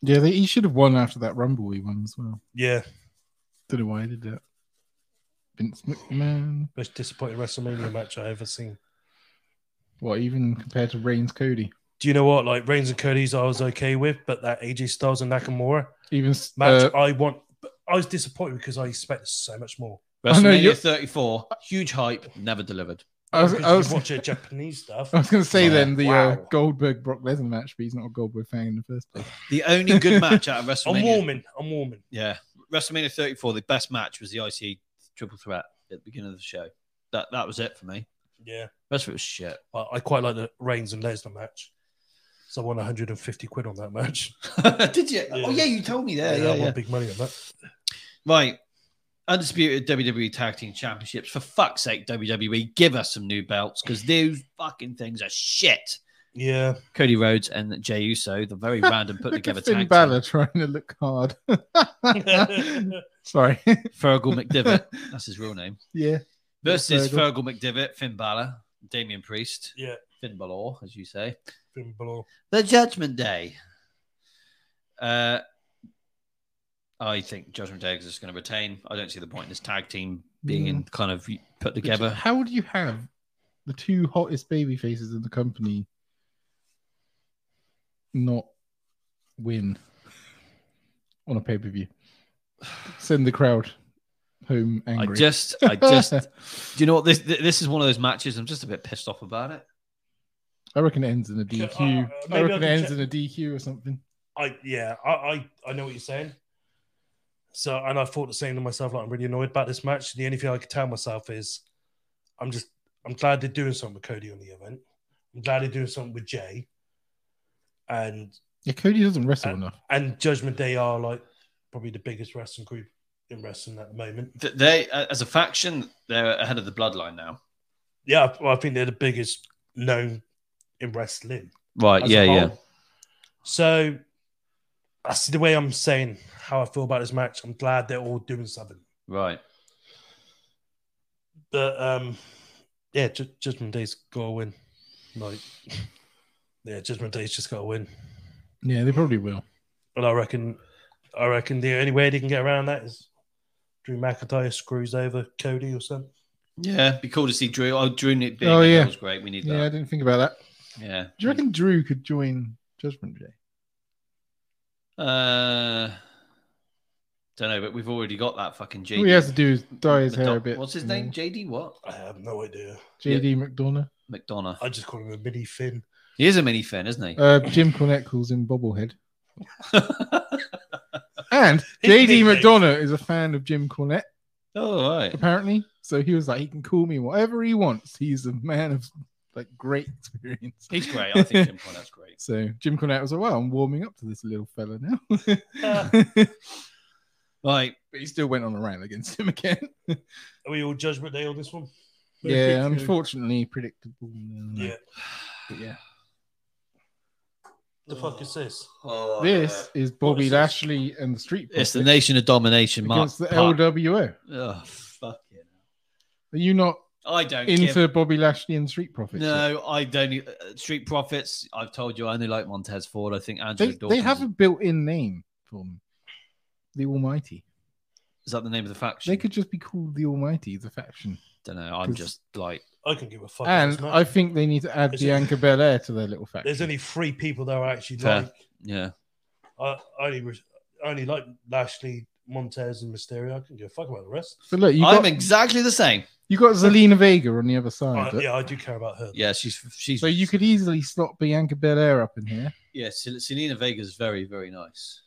S1: Yeah, they, he should have won after that Rumble he won as well.
S2: Yeah,
S1: Don't know why he did that. Vince McMahon.
S2: most disappointing WrestleMania match I ever seen.
S1: What even compared to Reigns Cody?
S2: Do you know what? Like Reigns and Cody's, I was okay with, but that AJ Styles and Nakamura
S1: Even
S2: match,
S1: uh,
S2: I want. I was disappointed because I expected so much more.
S1: I know
S3: WrestleMania
S1: you're-
S3: 34, huge hype, never delivered.
S1: I was,
S2: Because
S1: I
S2: you
S1: was,
S2: watch their Japanese stuff.
S1: *laughs* I was going to say
S3: Yeah,
S1: then the uh,
S2: wow.
S1: Goldberg Brock Lesnar match, but he's not a Goldberg fan in the first place.
S3: The
S1: *laughs*
S3: only good match out of WrestleMania.
S2: I'm warming. I'm warming.
S3: Yeah, WrestleMania 34, the best match was the IC triple threat at the beginning of the show. That that was it for me.
S2: Yeah.
S3: The rest of it was shit. *laughs*
S2: I, I quite like the Reigns and Lesnar match. So I won 150 quid on that match.
S3: Did you?
S2: *laughs* Yeah.
S3: Oh yeah, you told me there.
S2: I
S3: Yeah,
S2: won
S3: yeah.
S2: big money on that.
S3: Right. Undisputed WWE Tag Team Championships. For fuck's sake, WWE, give us some new belts because those fucking things are shit.
S1: *laughs*
S2: Yeah. *laughs*
S3: Cody Rhodes and Jey Uso, the very random put
S1: Look
S3: together
S1: at
S3: tag
S1: Finn
S3: team.
S1: Balor trying to look
S3: *laughs*
S1: hard. *laughs* Sorry. *laughs*
S3: Fergal McDivitt, that's his real name,
S1: yeah.
S3: versus
S1: Fergal.
S3: Fergal McDivitt, Finn Balor, Damian Priest,
S2: yeah.
S3: Finn Balor, as you say.
S2: Finn Balor.
S3: The Judgment Day. Uh, I think Judgment Day is just going to retain. I don't see the point in this tag team being kind of put together.
S1: How would you have the two hottest baby faces in the company not win on a pay per view? Send the crowd home
S3: I
S1: angry.
S3: just,
S1: *laughs*
S3: I just, do you know what? This this is one of those matches. I'm just a bit pissed off about it.
S1: I reckon it ends in a
S2: Okay,
S1: DQ.
S2: uh, uh,
S1: I
S2: maybe I
S1: reckon
S2: can
S1: it ends
S2: check-
S1: in a DQ or something.
S2: I yeah, I, I I know what you're saying. So and I thought the same to myself, like I'm really annoyed about this match. The only thing I could tell myself is I'm just I'm glad they're doing something with Cody on the event. I'm glad they're doing something with Jay. And
S1: Yeah, Cody doesn't wrestle
S2: Uh,
S1: enough.
S2: and Judgment Day are like probably the biggest wrestling group in wrestling at the moment.
S3: Th- They, uh, as a faction, they're ahead of the bloodline now.
S2: Yeah, I- well, I think they're the biggest known in wrestling.
S3: Right?
S2: as a whole. So that's the way I'm saying how I feel about this match. I'm glad they're all doing something,
S3: Right.
S2: but um, yeah, Ju- Judgment Day's got to win. Like, *laughs* yeah, Judgment Day's just got to win,
S1: Yeah, they probably will.
S2: and I reckon, I reckon the only way they can get around that is Drew McIntyre screws over Cody or something.
S3: Yeah, be cool to see Drew. Oh, Drew being
S1: Oh,
S3: in
S1: yeah.
S3: there was great. We need
S1: Yeah, I
S3: that.
S1: didn't think about that.
S3: Yeah.
S1: Do you reckon Drew could join Judgment Day?
S3: Uh, don't know, but we've already got that fucking G.
S1: All he has to do is dye his
S3: The
S1: hair a
S3: doc-
S1: bit.
S3: What's his
S1: you
S3: name?
S1: know.
S3: JD what?
S2: I have no idea.
S1: JD McDonough.
S3: McDonough.
S2: I just call him a mini Finn.
S3: He is a mini fan, isn't he?
S1: Uh, Jim Cornette calls him Bobblehead.
S3: *laughs*
S1: And
S2: His
S1: JD
S2: nickname.
S1: McDonough is a fan of Jim Cornette,
S3: oh,
S1: *laughs*
S3: right.
S1: apparently. So he was like, he can call me whatever he wants. He's a man of like great experience.
S3: He's great. I think Jim Cornette's great.
S1: So Jim Cornette was like, well, I'm warming up to this little fella
S3: *laughs*
S1: now. *laughs*
S3: Right.
S1: but he still went on a rant against him again.
S2: Are we all judgment day on this one?
S1: Yeah, unfortunately predictable.
S2: Yeah.
S1: But yeah.
S2: The fuck is this?
S1: This is Bobby
S2: is this?
S1: Lashley and the Street
S3: It's the
S1: Profits
S3: Nation of Domination, Mark.
S1: against the
S3: Park.
S1: LWO.
S3: Oh, fuck it.
S1: Are you not
S3: I don't
S1: into
S3: give...
S1: Bobby Lashley and the Street Profits? yet?
S3: No, I don't. uh, Street Profits, I've told you, I only like Montez Ford. I think Andrew
S1: They,
S3: Dawkins.
S1: they have a built-in name for them. The Almighty.
S3: Is that the name of the faction?
S1: They could just be called the Almighty, the faction.
S3: don't know. I'm
S1: 'Cause-
S3: just like...
S2: I can give a fuck. about
S1: And
S2: this match.
S1: I think they need to add
S2: Oh, Is it-
S1: Bianca Belair to their little faction.
S2: there's only three people that I actually
S3: Fair.
S2: like.
S3: Yeah.
S2: I I only re- I only like Lashley, Montez, and Mysterio. I can give a fuck about the rest.
S1: So look, you
S3: I'm
S1: got
S3: exactly the same.
S1: you got Zelina Vega on the other side.
S2: I-
S1: look.
S2: Oh, yeah, I do care about her.
S3: Yeah, she's... she's
S1: So you could easily slot Bianca Belair up in here.
S3: Yeah, Sel- Selena Vega's very, very nice.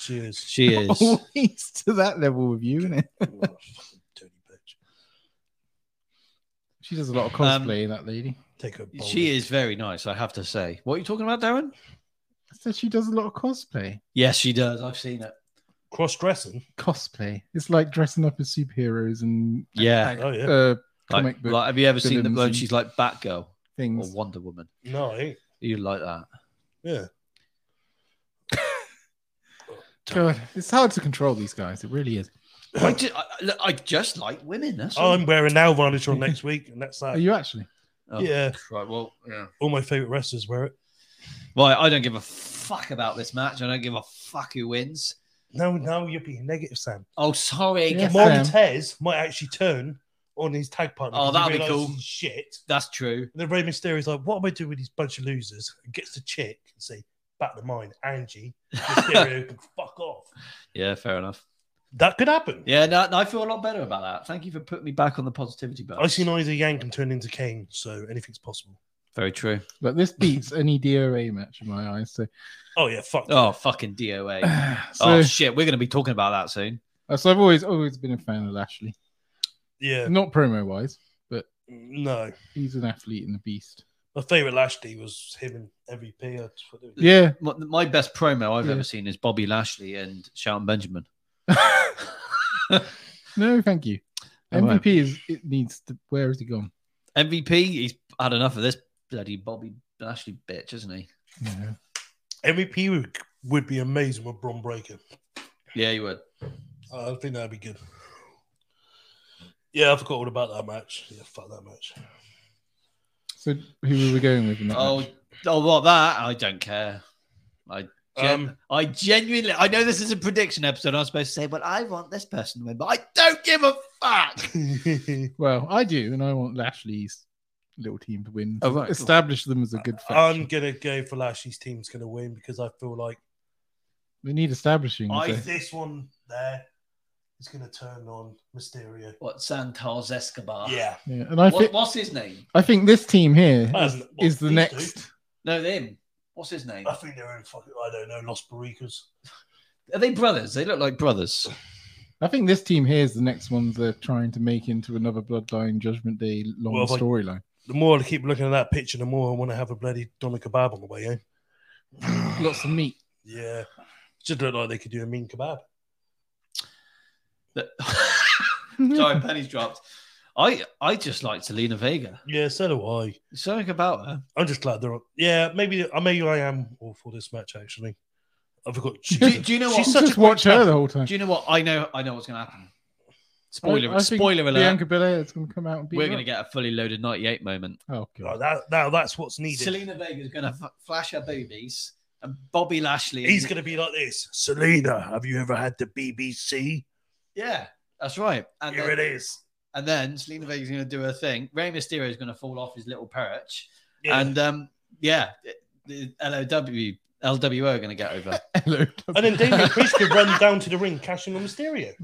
S2: She is.
S1: *laughs*
S3: She is.
S1: Oh. Always to that level with you, isn't it?
S2: What *laughs* a fucking dirty bitch.
S1: She does a lot of
S3: Um,
S1: cosplay, that lady.
S2: Take her.
S3: She is very nice, I have to say. What are you talking about, Darren?
S1: I said she does a lot of cosplay.
S3: Yes, she does. I've seen it.
S2: Cross dressing.
S1: Cosplay. It's like dressing up as superheroes and
S3: Yeah.
S2: Oh yeah.
S1: uh,
S3: Like,
S1: comic book
S3: like, have you ever seen the
S1: villains
S3: when
S1: and-
S3: she's like Batgirl or
S1: things.
S3: Wonder Woman?
S2: no, I ain't.
S3: You
S1: *clears throat*
S3: like that?
S2: yeah.
S1: God, it's hard to control these guys. It really is.
S3: I, ju- I, look, I just like women. That's all.
S2: I'm wearing nail varnish on next week, and
S3: Uh,
S2: that's
S1: Are
S2: that.
S1: you actually?
S3: Oh,
S2: Yeah,
S3: Right. Well. Yeah.
S2: all my favorite wrestlers wear it.
S3: Right. I don't give a fuck about this match. I don't give a fuck who wins.
S2: No, no, you're being negative, Sam.
S3: Oh, sorry.
S1: Yeah.
S3: get-
S2: Montez might actually turn on his tag partner.
S3: Oh,
S2: 'cause he
S3: that'd be
S2: realises
S3: cool.
S2: he's Shit.
S3: That's true.
S2: And then Rey Mysterio's like, "What am I doing with these bunch of losers?" And gets the chick and say, "Back to mine, Angie."
S3: *laughs*
S2: Mysterio can fuck off.
S3: Yeah. Fair enough.
S2: That could happen.
S3: Yeah. No, no, I feel a lot better about that. Thank you for putting me back on the positivity bus.
S2: I seen either Yang can turn into Kane, so anything's possible.
S3: Very true.
S1: Like this beats E any DOA match in my eyes. So,
S2: Oh yeah, fuck.
S3: Oh, fucking
S1: *laughs*
S3: DOA.
S1: *sighs* so, uh,
S3: oh shit. We're gonna be talking about that soon.
S1: so I've always always been a fan of Lashley.
S2: Yeah,
S1: Not promo wise,
S2: no.
S1: he's an athlete and a beast.
S2: My favorite Lashley was him and MVP. I just-
S1: Yeah,
S3: My, my best promo I've
S1: Yeah.
S3: ever seen is Bobby Lashley and Shelton
S1: *laughs*
S3: Benjamin.
S1: no, thank you.
S3: All right.
S1: MVP is it needs to. Where has he gone?
S3: MVP, he's had enough of this bloody Bobby Lashley bitch, isn't he?
S1: Yeah.
S2: MVP would, would be amazing with Bron Breaker.
S3: Yeah, he would.
S2: I think that'd be good. Yeah, I forgot all about that match. Yeah, fuck that match.
S1: So who were we going with? In that
S3: Oh,
S1: match?
S3: oh, what that? I don't care. I, gen-
S2: Um,
S3: I genuinely, I know this is a prediction episode. I'm supposed to say, but I want this person to win, but I don't give a fuck.
S1: well, I do, and I want Lashley's little team to win.
S3: Oh, right, cool.
S1: Establish them as a
S2: Uh,
S1: good faction.
S2: I'm gonna go for Lashley's team's gonna win because I feel like
S1: we need establishing.
S2: I
S1: so-
S2: this one there is gonna turn on Mysterio.
S3: What Santos Escobar?
S2: Yeah,
S1: yeah, and I
S3: What,
S1: think
S3: what's his name?
S1: I think this team here
S2: I
S1: is,
S2: don't know Uh, what
S1: is the
S2: these
S1: next.
S3: No, them. What's his name?
S2: do. I think they're in fucking I don't know Los Barricas.
S3: Are they brothers? They look like brothers.
S1: I think this team here is the next one they're trying to make into another Bloodline Judgment Day long
S2: Well, if I- *sighs*
S1: storyline.
S2: The more I keep looking at that picture, the more I want to have a bloody doner kebab on the way eh?
S1: *laughs*
S2: home.
S1: Lots of meat.
S2: Yeah, just look like they could do a mean kebab.
S3: That- *laughs*
S1: *laughs*
S3: Sorry, pennies dropped. I I just like Selena Vega.
S2: Yeah, so do I.
S3: There's Something about
S1: *laughs*
S3: her.
S2: I'm just glad they're. on- Yeah, maybe I maybe I am all for this match actually. I
S3: *laughs*
S2: forgot. She,
S3: Do, do you know what?
S2: She's such
S1: just
S2: a
S1: watch
S2: great
S1: her
S2: talent.
S1: the whole time.
S3: Do you know what? I know. I know what's going to happen. Spoiler.
S1: I- I think
S3: spoiler alert.
S1: Bianca Belair is going to come out and be.
S3: We're
S1: right.
S3: going to get a fully loaded 98 moment.
S1: Oh
S2: Like,
S1: god.
S2: that, now that's what's needed.
S3: Selena Vega's going to f- flash her boobies, and Bobby Lashley.
S2: He's going to be like this. Selena, have you ever had the BBC?
S3: Yeah, that's right. And
S2: Here
S3: then,
S2: it is.
S3: and then Selena Vega's going to do her thing. Rey Mysterio is going to fall off his little perch,
S2: Yeah.
S3: and um, yeah, the LOW. LWO are going to get *laughs* over.
S1: Hello. *laughs*
S2: *laughs* and then
S1: Oh,
S2: David Priest could run down to the ring, cashing on Mysterio.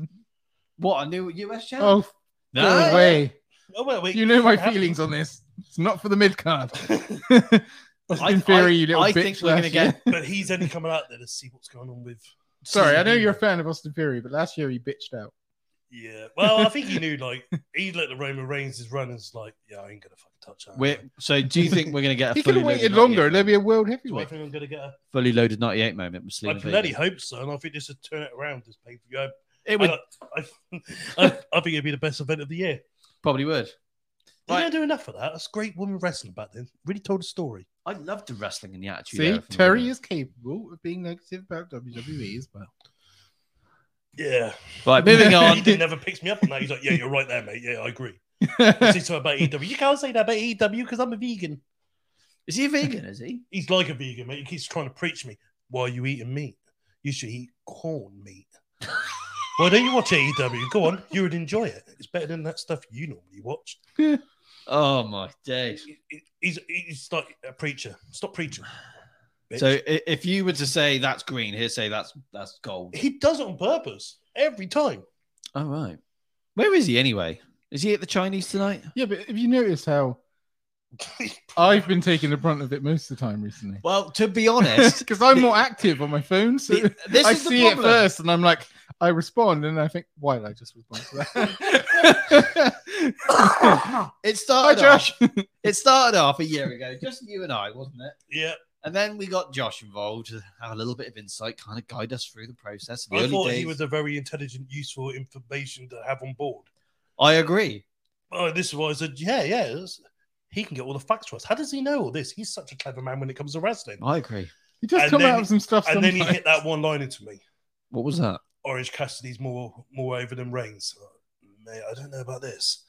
S3: what a new US champ!
S1: Oh
S3: No.
S1: go away!
S2: Oh wait, wait.
S1: You know my
S2: Happens.
S1: feelings on this. It's not for the mid
S3: *laughs*
S1: card. *laughs*
S3: I-
S1: In theory,
S3: I-
S1: you little
S3: I
S1: bitch.
S3: think we're gonna
S1: last
S3: get-
S1: year. *laughs*
S2: But he's only coming out there to see what's going on with.
S1: Sorry, I know
S2: Selena.
S1: you're a fan of Austin Fury, but last year he bitched out.
S2: Yeah. Well, I think he knew. Like he let the Roman Reigns his run and is like, yeah, I ain't gonna fucking touch that.
S3: We're, so, do you think we're going
S1: *laughs*
S3: to get a
S1: He could
S3: fully
S1: have waited
S3: loaded
S1: longer.
S3: 98
S1: There'd be a world
S2: Do I
S1: heavyweight.
S2: think I'm gonna get a?
S3: fully loaded 98 moment with
S2: I
S3: Selena Vega?
S2: bloody hope so, and I think this would turn it around. This pay per view.
S3: It would
S2: I, I, I think it'd be the best event of the year.
S3: probably would.
S2: They
S3: Right.
S2: don't do enough of that. That's great women wrestling back then. Really told a story.
S3: I loved the wrestling in the attitude.
S1: See,
S3: Era from
S1: Terry
S3: the-
S1: is capable of being negative about WWE as well.
S2: Yeah.
S3: *laughs* right. Moving
S2: He
S3: on.
S2: did never picks me up on that. He's like, yeah, you're right there, mate. Yeah, I
S3: *laughs*
S2: agree. I see something about EW. You can't say that about EW because I'm a vegan.
S3: Is he a vegan? Is he?
S2: He's like a vegan, mate. He keeps trying to preach me. Why are you eating meat? You should eat corn
S3: *laughs*
S2: meat. Why don't you watch AEW? Go on, you would enjoy it. It's better than that stuff you normally watch.
S3: Oh my days.
S2: He- He's, he's like a preacher. Stop preaching. bitch.
S3: So i- if you were to say that's green, he'd say that's that's gold.
S2: He does it on purpose every
S3: *laughs*
S2: time.
S3: All Oh, right. Where is he anyway? Is he at the Chinese tonight?
S1: yeah, but if you notice how I've been taking the brunt of it most of the time recently,
S3: Well, to
S1: *laughs*
S3: be *laughs* honest,
S1: because I'm more active on my phone, so
S3: the- this
S1: I
S3: is the
S1: see it
S3: problem.
S1: first, and I'm like, I respond, and I think, why did I just respond to
S3: *laughs*
S1: that? *laughs*
S3: It
S1: Hi,
S3: started. Off,
S1: Josh.
S3: it started off a year ago, just you and I, wasn't it?
S2: yeah,
S3: And then we got Josh involved to have a little bit of insight, kind of guide us through the process. Of the
S2: I
S3: early
S2: thought
S3: days.
S2: he was a very intelligent, useful information to have on board.
S3: I agree.
S2: Oh, this is what I said. Yeah, yeah. this- he can get all the facts for us. How does he know all this? He's such a clever man when it comes to wrestling.
S3: I agree.
S1: He does
S2: And
S1: come
S2: then-
S1: out with some stuff.
S2: And then he
S1: sometimes.
S2: hit that one line into me.
S3: What was that?
S2: Orange Cassidy's more more over than Reigns. Uh, Mate, I don't know about this.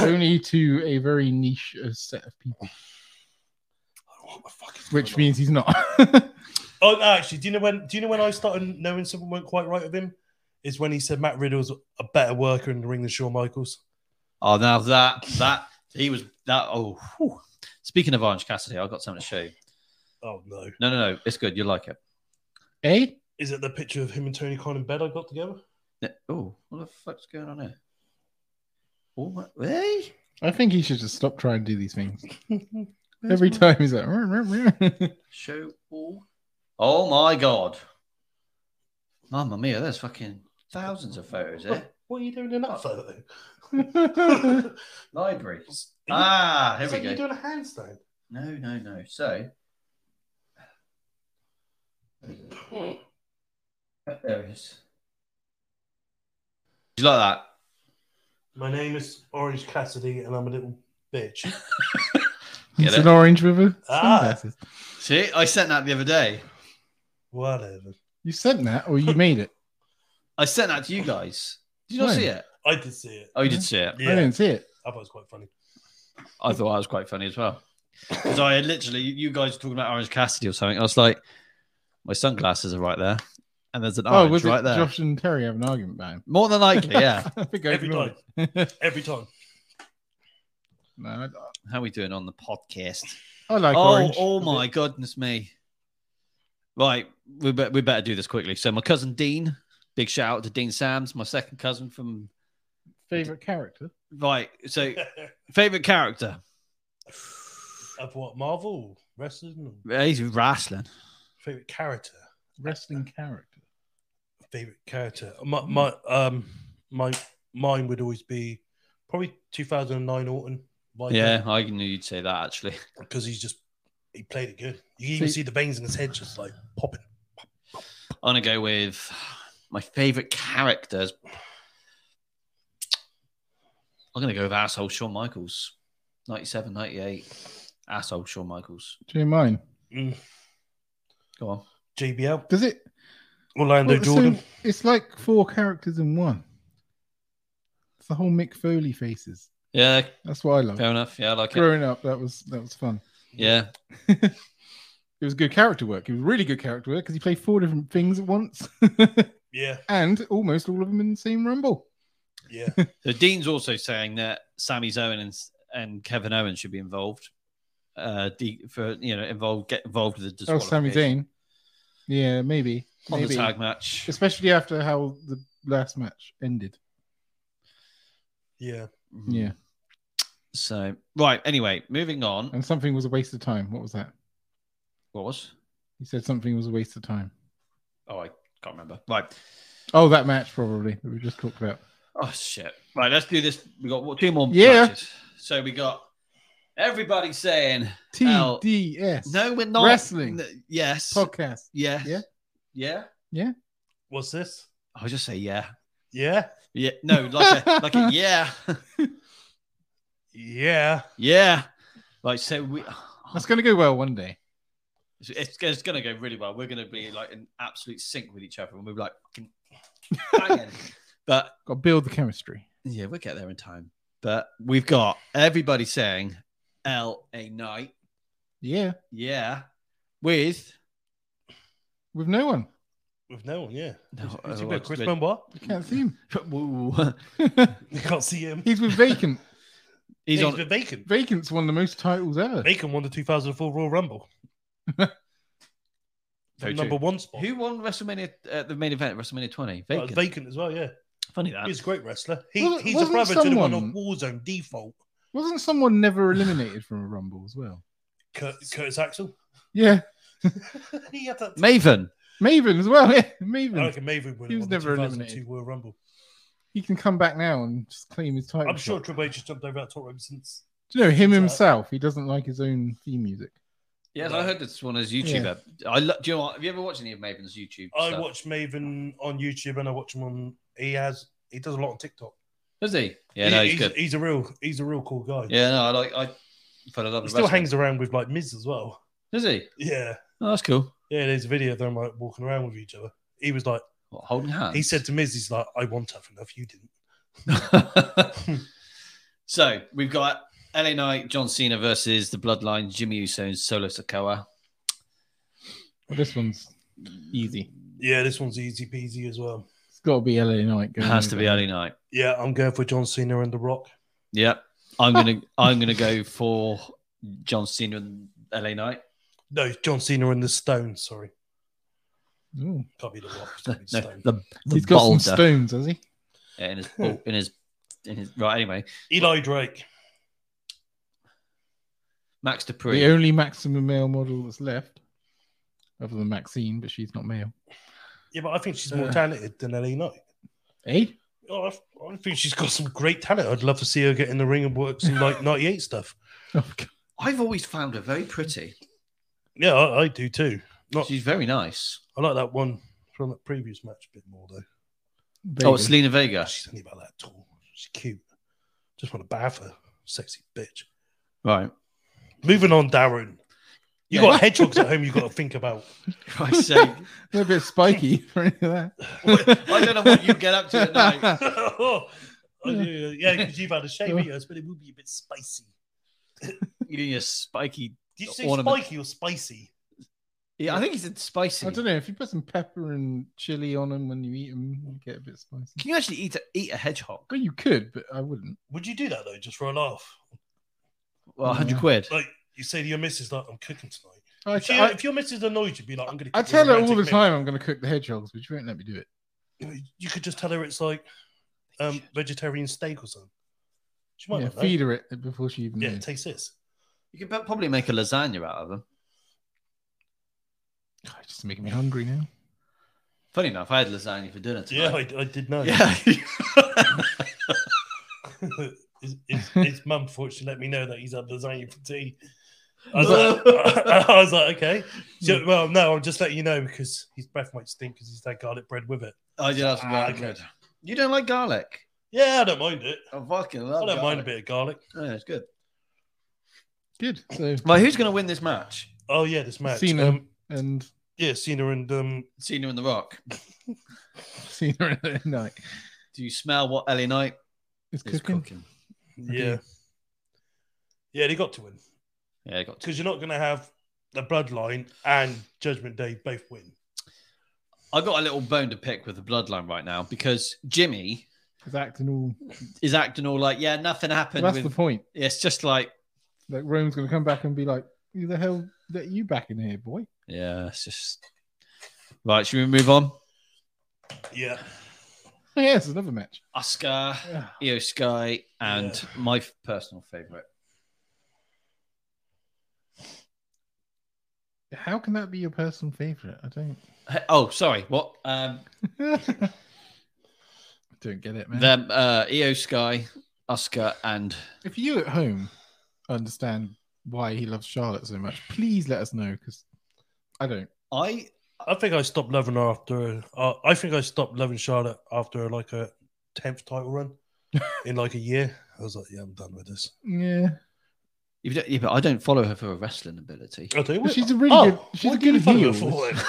S1: only to a very niche uh, set of people,
S2: I don't know What the fuck is
S1: which
S2: going on.
S1: means he's not.
S2: Oh, no, actually, do you know when? Do you know when I started knowing something weren't quite right with him? Is when he said Matt Riddle's a better worker in the ring than Shawn Michaels.
S3: *laughs* oh, now that that he was that. Oh, whew. speaking of Orange Cassidy, I've got something to show you.
S2: Oh no!
S3: No, no, no. It's good. You like it.
S1: *laughs* eh?
S2: Is it the picture of him and Tony Khan in bed I got together?
S3: No- Oh, what the fuck's going on here? Oh, what? Hey?
S1: I think he should just stop trying to do these things. Every time he's like, "Rrr, rrr, *laughs* rrr."
S3: Show all. Oh my god. Mamma mia, there's fucking thousands of photos here.
S2: What are you doing in that photo? *laughs*
S3: Library.
S2: Is
S3: *laughs* Ah, here
S2: that
S3: we
S2: you
S3: go.
S2: doing a handstand?
S3: No, no, no. So there it is. Did you like
S2: My name is Orange Cassidy, and I'm a little
S3: *laughs*
S2: bitch.
S3: Get
S1: it's
S3: it?
S1: an orange with a
S2: Ah.
S1: sunglasses.
S3: that? See, I sent that the other day.
S2: Whatever.
S1: You sent that, or you made it?
S3: I sent that to you guys. Did you not
S1: When?
S3: see it?
S2: I did see it.
S3: Oh, you did see it.
S1: I
S2: Yeah,
S1: didn't see it.
S2: I thought it was quite funny.
S3: I thought that was quite funny as well. Because I had literally, you guys were talking about Orange Cassidy or something. I was like, my sunglasses are right there. And there's an
S1: Oh,
S3: orange
S1: was
S3: right
S1: it
S3: there.
S1: Josh and Terry have an argument about *laughs* him?
S3: More than likely, yeah.
S1: *laughs* I think I
S2: Every
S1: ignored
S2: time. Every time. *laughs*
S1: it. *laughs* No, I,
S3: How are we doing on the podcast?
S1: I like
S3: oh,
S1: orange.
S3: oh my goodness me. Right, we, be- we better do this quickly. So my cousin Dean, big shout out to Dean Sams, my second cousin from...
S1: favorite character.
S3: Right, so favourite character?
S2: of what? Marvel? Wrestling?
S3: He's wrestling.
S2: Favorite character?
S1: Wrestling character.
S2: Favorite character? My, my, um, my, mine would always be probably 2009 Orton.
S1: Oh,
S3: Yeah, I knew you'd say that, actually.
S2: Because he's just, he played it good. You can even
S1: See-
S2: see the veins in his head just like popping.
S3: I'm gonna go with my favorite characters. I'm gonna go with asshole Shawn Michaels, 97, 98. Asshole Shawn Michaels.
S1: Do you mind?
S2: Mm.
S3: Go on.
S2: JBL.
S1: Does it?
S2: Orlando
S1: well, so
S2: Jordan.
S1: it's like four characters in one. It's the whole Mick Foley faces.
S3: Yeah,
S1: That's what I love.
S3: fair enough. Yeah, I like it.
S1: Growing up, that was that was fun.
S3: Yeah,
S1: It was good character work. It was really good character work because he played four different things at once,
S2: Yeah,
S1: and almost all of them in the same rumble.
S2: yeah. *laughs*
S3: So Dean's also saying that Sami Zayn and and Kevin Owens should be involved. Uh, D, for you know, involved get involved with the
S1: Oh, Sami
S3: disqualification
S1: Zayn. Yeah, maybe,
S3: on the
S1: maybe,
S3: tag match.
S1: especially after how the last match ended.
S2: Yeah.
S3: Hmm.
S1: Yeah,
S3: So right. Anyway, moving on.
S1: and something was a waste of time. What was that?
S3: What was?
S1: He said something was a waste of time.
S3: Oh, I can't remember. Right.
S1: Oh, that match probably that we just talked about.
S3: Oh shit! Right, let's do this. We got what two more
S1: Yeah.
S3: matches. So we got everybody saying L-
S1: TDS
S3: no, we're not
S1: Wrestling.
S3: N- Yes,
S1: podcast.
S3: yes,
S1: Yeah.
S3: yeah.
S2: What's this?
S3: I'll just say yeah,
S2: Yeah.
S3: yeah. No, like a,
S1: *laughs*
S3: like a yeah, *laughs*
S2: Yeah.
S3: yeah. Like so, we.
S1: That's going to go well one day.
S3: It's, it's, it's going to go really well. We're going to be like in absolute sync with each other, and we're like fucking
S1: *laughs*
S3: banging. but
S1: Got to build the chemistry.
S3: yeah, we'll get there in time. But we've got everybody saying L a night,
S1: Yeah,
S3: yeah, with.
S1: with no one.
S2: With no one, yeah.
S3: No,
S2: Who's- who's
S3: uh,
S2: he with?
S3: what's
S2: Chris
S3: with-
S2: Benoit?
S1: You
S2: *laughs*
S1: can't see him.
S3: Whoa.
S2: You can't see him.
S1: He's with
S3: *laughs*
S1: Vacant.
S3: He's on.
S2: been vacant.
S1: Vacant's won the most titles ever.
S2: Bacon won the 2004 Royal
S1: *laughs*
S2: Rumble.
S3: Very
S2: number
S3: true.
S2: one spot.
S3: Who won WrestleMania uh, the main event? at WrestleMania 20.
S2: Well,
S3: Vacant.
S2: vacant as well, yeah.
S3: Funny that.
S2: He's a great wrestler. He,
S1: Uh, Wasn't-
S2: he's a
S1: wasn't
S2: brother to the one on
S1: someone-
S2: Warzone default.
S1: Wasn't someone never eliminated from a rumble as well?
S2: Cur- Curtis Axel. *laughs*
S1: Yeah,
S2: he had that.
S3: Maven.
S1: Maven as well. *laughs* Yeah,
S2: I
S1: Maven.
S2: reckon Maven would
S1: He was
S2: have won the
S1: never
S2: 2002
S1: eliminated.
S2: Royal Rumble.
S1: He can come back now and just claim his title.
S2: I'm sure
S1: shot.
S2: Triple H has jumped over that top rope since.
S1: Do you know him
S2: Sorry.
S1: himself? He doesn't like his own theme music.
S3: Yes, I heard this one as YouTube.
S1: Yeah.
S3: I lo- do you know what? Have you ever watched any of Maven's YouTube?
S2: I
S3: stuff?
S2: watch Maven on YouTube and I watch him on. He has. He does a lot on TikTok.
S3: Does he? Yeah,
S2: He-
S3: no, he's,
S2: he's,
S3: good.
S2: he's a real. He's a real cool guy.
S3: yeah, no, I like. I fell in love
S2: He
S3: with
S2: still
S3: wrestling.
S2: hangs around with like Miz as well.
S3: Does he?
S2: Yeah.
S3: Oh, that's cool.
S2: Yeah. There's a video of them like walking around with each other. He was like.
S3: What, holding hands.
S2: He
S3: *laughs*
S2: said to Miz, he's like, I want tough enough. You didn't.
S3: so we've got LA Knight, John Cena versus the Bloodline, Jimmy Uso, and Solo Sokoa.
S1: Well, this one's easy.
S2: Yeah. This one's easy peasy as well.
S1: It's got to be LA Knight.
S3: It
S1: going
S3: has to
S1: over.
S3: be LA Knight.
S2: Yeah. I'm going for John Cena and The Rock.
S3: Yep. I'm gonna I'm gonna go for John Cena and LA Knight. *laughs*
S2: No, John Cena and The Stone. Sorry.
S1: Ooh.
S2: Can't be The Rock. It's
S3: No,
S2: gotta be
S3: *laughs* no,
S2: Stone.
S3: the, the
S1: He's got
S3: boulder.
S1: some stones, has he?
S3: Yeah, in his oh, in his in his right anyway.
S2: Eli Drake.
S3: Max
S1: The
S3: Dupree.
S1: only maximum male model that's left, other than Maxine, but she's not male.
S2: Yeah, but I think she's more
S1: Uh.
S2: talented than LA Knight.
S1: Eh? *laughs*
S2: Oh, I, I think she's got some great talent. I'd love to see her get in the ring and work some like '98 stuff.
S1: Oh, God.
S3: I've always found her very pretty.
S2: Yeah, I, I do too. Not,
S3: She's very nice.
S2: I like that one from that previous match a bit more though.
S3: Oh,
S1: Baby.
S3: it's Selena Vega.
S2: She's only about that tall. She's cute. Just want to bath her, sexy bitch.
S3: *laughs* Right.
S2: Moving on, Darren. You
S3: Yeah.
S2: got hedgehogs at home.
S1: *laughs*
S2: You got to think about.
S3: Christ's sake.
S1: They're a bit
S3: *laughs*
S1: spiky for any of that.
S3: I don't know
S1: *laughs*
S3: what you get up to at night.
S2: Oh, yeah, because you've had a shave eater, but it will be a bit spicy.
S3: Eating a spiky.
S2: Did you
S3: The
S2: say
S3: ornament.
S2: spiky or spicy?
S3: Yeah, I think he said spicy.
S1: I don't know. If you put some pepper and chili on them when you eat them, you get a bit spicy.
S3: Can you actually eat a, eat a hedgehog?
S1: Well, you could, but I wouldn't.
S2: Would you do that though, just for a laugh?
S3: Well, 100
S1: Yeah.
S3: quid.
S2: Like you say to your missus, like I'm cooking tonight.
S1: I,
S2: If, you,
S1: I-
S2: if your missus annoyed, you'd be like, "I'm gonna."
S1: I
S2: cook you
S1: tell
S2: a
S1: her all the
S2: romantic
S1: time I'm going to cook the hedgehogs, but she won't let me do it.
S2: meal." You could just tell her it's like um, vegetarian steak or something. She might
S1: yeah,
S2: not know.
S1: feed her it before she even
S2: Yeah,
S1: knows.
S2: taste this.
S3: You could probably make a lasagna out of them.
S1: God, it's just making me hungry now.
S3: Funny enough, I had lasagna for dinner
S2: Yeah,
S3: tonight.
S2: I, I did know.
S3: Yeah.
S2: *laughs*
S3: *laughs*
S2: his, his, his mum fortunately let me know that he's had lasagna for tea. I was,
S3: No.
S2: like, *laughs* I was like, okay. So- well, no, I'm just letting you know because his breath might stink because he's had garlic bread with it.
S3: I did have some
S2: Ah,
S3: garlic bread. You don't like garlic?
S2: Yeah, I don't mind it.
S3: I fucking
S2: I
S3: love
S2: don't mind a
S3: Oh, garlic.
S2: bit of garlic.
S3: Yeah, it's good.
S1: Good. So
S3: Well, who's going to win this match?
S2: Oh yeah, this match.
S1: Cena.
S2: Um,
S1: and
S2: yeah, Cena and um,
S3: Cena and The Rock.
S1: Cena and *laughs* LA Knight
S3: Do you smell what Ellie Knight
S1: is
S3: is
S1: cooking.
S3: cooking?
S2: yeah, yeah, they got to win.
S3: Yeah, I got two.
S2: because you're not going to have the bloodline and Judgment Day both win.
S3: I got a little bone to pick with the bloodline right now because Jimmy
S1: Is acting all.
S3: is acting all like, yeah, nothing happened.
S1: that's
S3: with...
S1: the point.
S3: It's just like,
S1: Like Rome's going to come back and be like, "Who the hell let you back in here, boy?"
S3: yeah, it's just. Right, should we move on?
S2: Yeah,
S1: Oh, yeah, it's another match.
S3: Oscar,
S1: Yeah.
S3: Io Sky, and
S2: Yeah.
S3: my f- personal favorite.
S1: How can that be your personal favorite? I don't. *laughs*
S3: He- Oh, sorry, what? Um,
S1: I don't get it, man.
S3: them, uh, Io Sky, Oscar, and
S1: If you at home understand why he loves Charlotte so much, please let us know because I don't.
S3: I.
S2: I think I stopped loving her after. Uh, I think I stopped loving Charlotte after like a tenth title run *laughs* in like a year. I was like, yeah, I'm done with this.
S1: Yeah,
S3: You don't, yeah, but I don't follow her for her wrestling *laughs* ability.
S2: I tell you
S1: But
S2: what,
S1: she's a really
S2: Oh,
S1: good. She's a
S2: what do you
S1: good
S2: follow her
S1: heel.
S2: for then?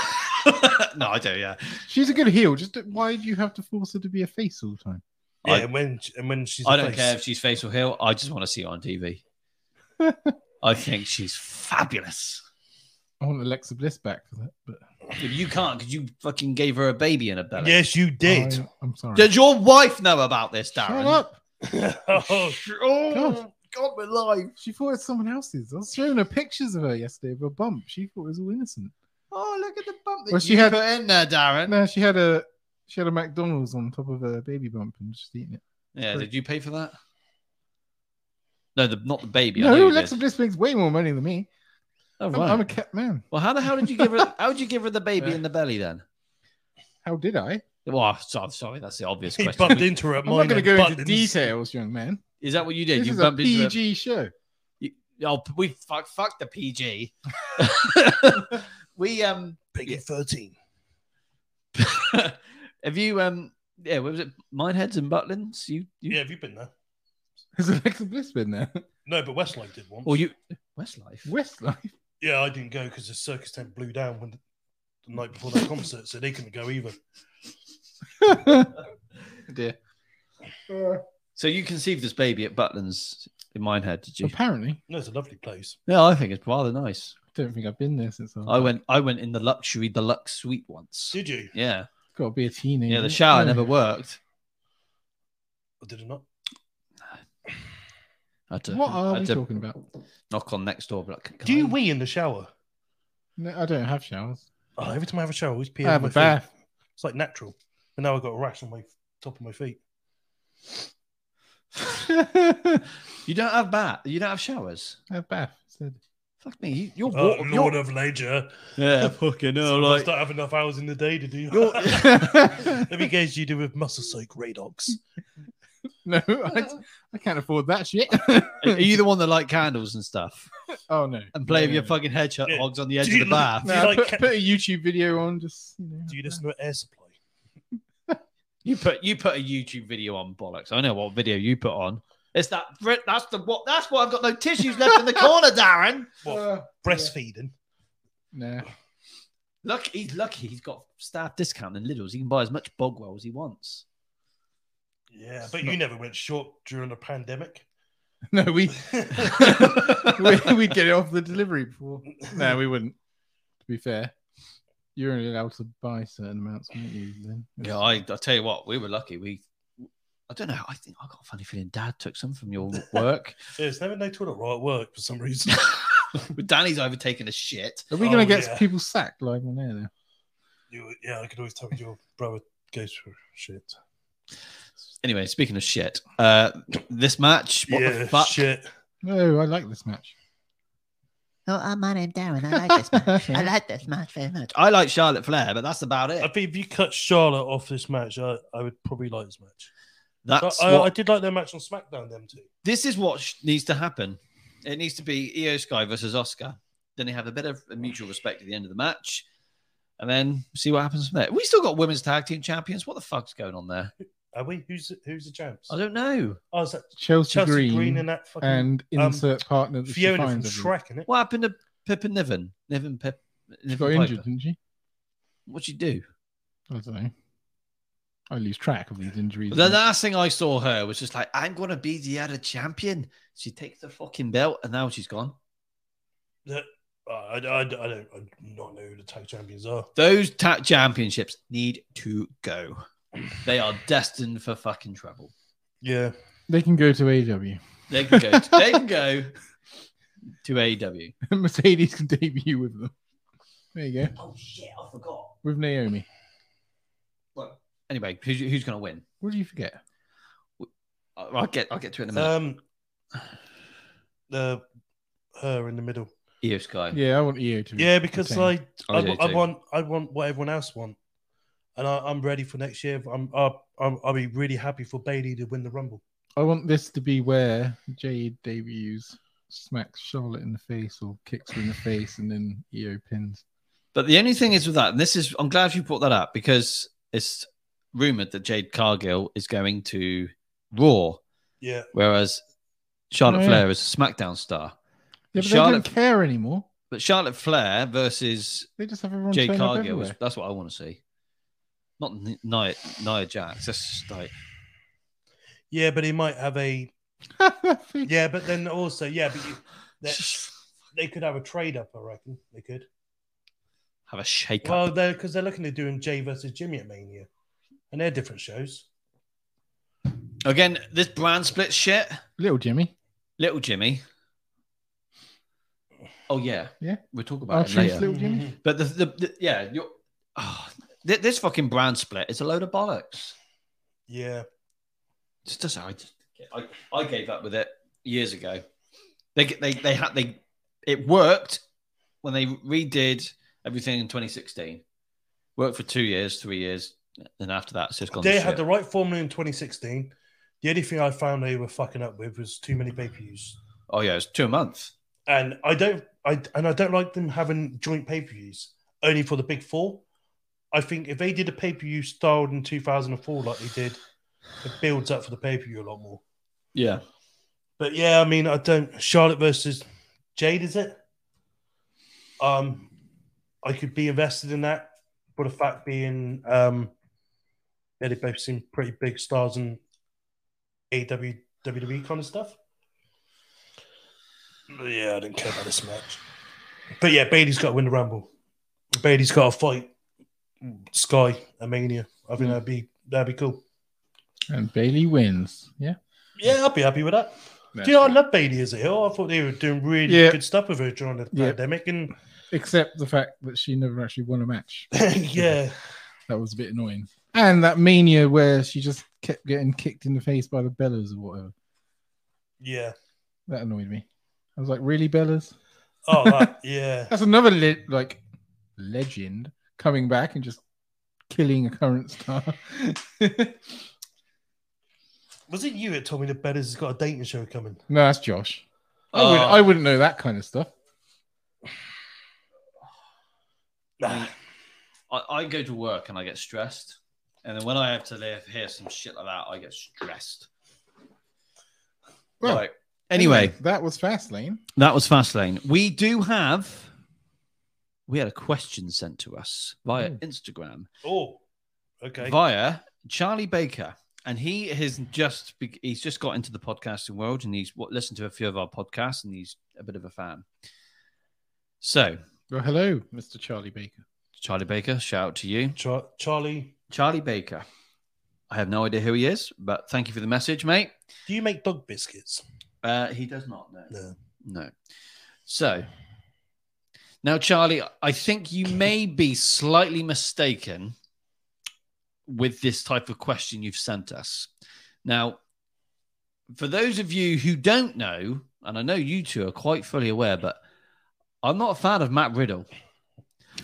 S3: no, I do. Yeah,
S1: She's a good heel. Just why do you have to force her to be a face all the time?
S2: Yeah,
S3: I-
S2: and when and when she's,
S3: I
S2: a
S3: don't
S2: face.
S3: care if she's face or heel. I just want to see her on *laughs* TV. I think she's fabulous.
S1: I want Alexa Bliss back for that, but
S3: You can't because you fucking gave her a baby in a belly.
S2: Yes, you did.
S1: I, am sorry.
S3: Does your wife know about this, Darren?
S1: Shut up!
S2: *laughs* oh,
S3: Oh,
S1: God.
S3: God. we're live.
S1: She thought it was someone else's. I was showing her pictures of her yesterday of a bump. She thought it was all innocent.
S3: Oh, look at the bump that
S1: Well, she
S3: you
S1: had-
S3: put in there, Darren.
S1: No, she had a she had a McDonald's on top of a baby bump and just eating it.
S3: Yeah,
S1: Great.
S3: did you pay for that? No, the, not the baby. I know
S1: no,
S3: you
S1: Alexa
S3: did.
S1: Bliss makes way more money than me.
S3: Oh,
S1: I'm,
S3: right.
S1: I'm a cat man.
S3: Well, how the hell did
S1: *laughs*
S3: you give her? How did you give her the baby
S1: Yeah.
S3: in the belly then?
S1: How did I?
S3: Well, so, sorry, that's the *laughs* obvious
S2: he
S3: question.
S2: bumped into her. At
S1: I'm not going to
S2: to
S1: go into details, young man.
S3: Is that what you did?
S1: this
S3: you
S1: is a
S3: bumped into her-
S1: PG show.
S3: You- Oh, we fuck, fuck the PG. *laughs* we um, *laughs*
S2: Peggy 13.
S3: have you um, yeah, what was it? Mineheads and Butlins. You, you
S2: Yeah, have you been there?
S1: Has Alexa Bliss been there? *laughs*
S2: No, but Westlife did once.
S3: or you Westlife.
S1: Westlife.
S2: Yeah, I didn't go because the circus tent blew down when the night before that concert, so they couldn't go either.
S3: *laughs* Dear. So you conceived this baby at Butlins in Minehead, did
S1: *laughs*
S3: you?
S1: Apparently,
S2: No, it's a lovely place.
S3: No, I think it's rather nice.
S1: I don't think I've been there since I.
S3: I went, I went in the luxury deluxe suite once.
S2: Did you?
S3: Yeah,
S1: Got to be a teenager.
S3: Mm-hmm. yeah. The shower
S1: Oh.
S3: never worked.
S2: Or did it not?
S3: I had to,
S1: What are
S3: I
S1: we
S3: had to
S1: talking about?
S3: knock on next door, but like, "Can
S2: Do you
S3: I-"
S2: wee in the shower?
S1: No, I don't have showers.
S2: Oh, every time I have a shower, I always pee
S1: I
S2: on
S1: have
S2: my
S1: a bath.
S2: Feet. It's like natural. But now I've got a rash on my top of my feet.
S3: *laughs* you don't have bath. You don't have showers.
S1: I have bath. Instead.
S3: Fuck me. You, you're,
S2: Oh,
S3: wa- you're-
S2: Lord of Leisure.
S3: yeah, fucking hell,
S2: I
S3: like
S2: don't have enough hours in the day to do
S3: You're-
S2: *laughs* Let me guess, you do with muscle soak radox.
S1: *laughs* no, I, I can't afford that shit. *laughs*
S3: Are you the one that light candles and stuff
S1: oh no.
S3: and play with
S1: No,
S3: your
S1: no,
S3: fucking
S2: Yeah.
S3: hedgehogs on the edge
S2: Do
S3: of
S2: you
S3: the
S2: look-
S3: bath?
S1: no.
S2: Do
S1: No,
S2: you like
S1: put,
S2: ca-
S1: put a YouTube video on. Just you know,
S2: Do you listen to air supply?
S3: You put you put a YouTube video on bollocks. I know what video you put on. It's that that's the what that's why I've got no tissues left in *laughs* the corner, Darren.
S2: What?
S1: Uh,
S2: Breastfeeding.
S1: nah. *laughs*
S3: Look, he's lucky he's got staff discount in Lidl's. He can buy as much Bogwell as he *laughs* wants.
S2: Yeah, but you never went short during the
S3: *laughs*
S2: pandemic.
S1: No, we,
S2: *laughs*
S1: we we'd get it off the delivery before. No, we wouldn't. To be fair, you're only allowed to buy certain amounts, weren't you? Then
S3: Yeah, I, I tell you what, we were lucky. We I don't know. I think I got a funny feeling Dad took some from your *laughs* work.
S2: There's never no toilet roll at work for some reason.
S3: but Danny's overtaken a shit.
S1: Are we gonna
S2: Oh,
S1: get
S2: yeah.
S1: people sacked live on air now?
S2: you, yeah, I could always tell your brother goes for shit.
S3: Anyway, speaking of shit, uh, this match, what
S2: yeah,
S3: the fuck?
S2: shit.
S1: No, I like this match.
S4: Oh, uh, my name's Darren.
S1: *laughs*
S4: I like this match. I like this match very much.
S3: I like Charlotte Flair, but that's about
S2: I
S3: it.
S2: think if you cut Charlotte off this match, I, I would probably like this match. But
S3: That's
S2: I,
S3: what
S2: I did like their match on SmackDown, them two.
S3: this is what sh- needs to happen. It needs to be Io Sky versus Oscar. Then they have a bit of mutual respect at the end of the match, and then see what happens from there. We still got women's tag team champions. What the fuck's going on there?
S2: Are we? Who's who's the champs?
S3: I don't know.
S2: Oh, is that
S1: Chelsea,
S2: Chelsea Green,
S1: Green,
S2: and that fucking
S1: and
S2: um,
S1: insert partner that she
S2: Fiona from
S1: finds every-
S2: Shrek, isn't it?
S3: What happened to Pip and Niven? Niven Pip.
S1: She
S3: Niven
S1: got
S3: Piper?
S1: injured, didn't she?
S3: What'd she do?
S1: I don't know. I lose track of these injuries.
S3: The last thing I saw her was just like, "I'm gonna be the other champion." She takes the fucking belt, and now she's gone.
S2: That- uh, I, I, I don't I do not know who the tag champions are.
S3: Those tag championships need to go. They are destined for fucking trouble.
S2: Yeah,
S1: They can go to E
S3: They can go. To, they can go to E AEW.
S1: AW. *laughs* Mercedes can debut with them. There you go.
S3: Oh shit! I forgot.
S1: With Naomi.
S3: Anyway, who's, who's going to win?
S1: What do you forget?
S3: I'll I'll get. I'll get to it in a minute.
S2: um, *sighs* uh, her in the middle.
S3: Io E Sky.
S1: Yeah, I want EO
S3: Hmm.
S1: to.
S2: Yeah, because
S1: retain.
S2: I,
S3: I
S2: I,
S3: do
S2: I
S3: too.
S2: want I want what everyone else want, and I, I'm ready for next year. I'm, I'll- I'm I'll be really happy for Bailey to win the Rumble.
S1: I want this to be where Jade debuts, smacks Charlotte in the face or kicks her in the face, and then EO pins.
S3: But the only thing is with that, and this is, I'm glad you brought that up because it's rumored that Jade Cargill is going to Raw,
S2: Yeah,
S3: whereas Charlotte
S1: Oh, yeah.
S3: Flair is a SmackDown star.
S1: Yeah, but
S3: Charlotte-
S1: they don't care anymore.
S3: But Charlotte Flair versus
S1: They just have everyone.
S3: Jade
S1: turn up
S3: Cargill is
S1: everywhere.
S3: that's what I want to see. Not N- Nia, Nia Jax. That's just like
S2: yeah, but he might have a
S1: *laughs* Face-
S2: yeah, but then also yeah, but you, they, they could have a trade up. I reckon they could.
S3: have a shake up.
S2: Well, they're because they're looking at doing Jay versus Jimmy at Mania, and they're different shows.
S3: Again, this brand split shit.
S1: Little Jimmy.
S3: Little Jimmy. Oh yeah,
S1: Yeah. Oh,
S3: We'll talk
S1: I'll
S3: about it
S1: choose
S3: later.
S1: Little
S2: Mm-hmm.
S1: Jimmy.
S3: But the, the, the yeah, you're, oh, th- this fucking brand split is a load of bollocks.
S2: Yeah,
S3: Just does I just I, I gave up with it years ago. They they they had they it worked when they redid everything in 2016. Worked for two years, three years, and after that, it's just gone. to
S2: they
S3: shit.
S2: had the right formula in 2016. The only thing I found they were fucking up with was too many pay per views.
S3: oh yeah, it's two a month.
S2: and I don't, I and I don't like them having joint pay per views only for the big four. I think if they did a pay per view styled in 2004 like they did, it builds up for the pay per view a lot more.
S3: Yeah.
S2: But yeah, I mean, I don't. Charlotte versus Jade, is it? Um, I could be invested in that, but the fact being, um, yeah, they both seem pretty big stars in AW WWE E kind of stuff. But yeah, I didn't care about this match. But yeah, Bailey's got to win the Rumble. Bailey's got to fight Sky and Mania. I think that'd be that'd be cool.
S1: And Bailey wins. Yeah.
S2: Yeah, I'd be happy with that.
S1: That's
S2: Do you know, I
S1: right.
S2: love Bailey as a heel. I thought they were doing really
S1: Yeah.
S2: good stuff with her during the
S1: Yeah. *laughs*
S2: pandemic, and *laughs*
S1: Except the fact that she never actually won a match.
S2: yeah,
S1: That was a bit annoying. And that mania where she just kept getting kicked in the face by the Bellas or whatever.
S2: yeah.
S1: That annoyed me. I was like, really, Bellas?
S2: Oh, that, yeah.
S1: That's another le- like legend coming back and just killing a current star. *laughs*
S2: Was it you that told me that Bellas has got a dating show coming?
S1: no, that's Josh. I, would,
S3: Uh,
S2: Ah.
S1: I wouldn't know that kind of stuff.
S2: Nah.
S3: I, I go to work and I get stressed. And then when I have to live, hear some shit like that, I get stressed.
S1: Well,
S3: Like, anyway,
S1: that was Fastlane.
S3: that was Fastlane. We do have, we had a question sent to us via
S1: Hmm.
S3: Instagram,
S2: Oh, okay.
S3: via Charlie Baker. And he has just, be- he's just got into the podcasting world and he's what, listened to a few of our podcasts and he's a bit of a fan. So,
S1: Well, hello, Mr. Charlie
S2: *laughs*
S1: Baker.
S3: Charlie Baker, shout out to you.
S2: Char- Charlie,
S3: Charlie Baker. I have no idea who he is, but thank you for the message, mate.
S2: do you make dog biscuits?
S3: Uh, he does not know.
S2: No.
S3: No. So now, Charlie, I think you may be slightly mistaken with this type of question you've sent us. Now, for those of you who don't know, and I know you two are quite fully aware, but I'm not a fan of Matt Riddle.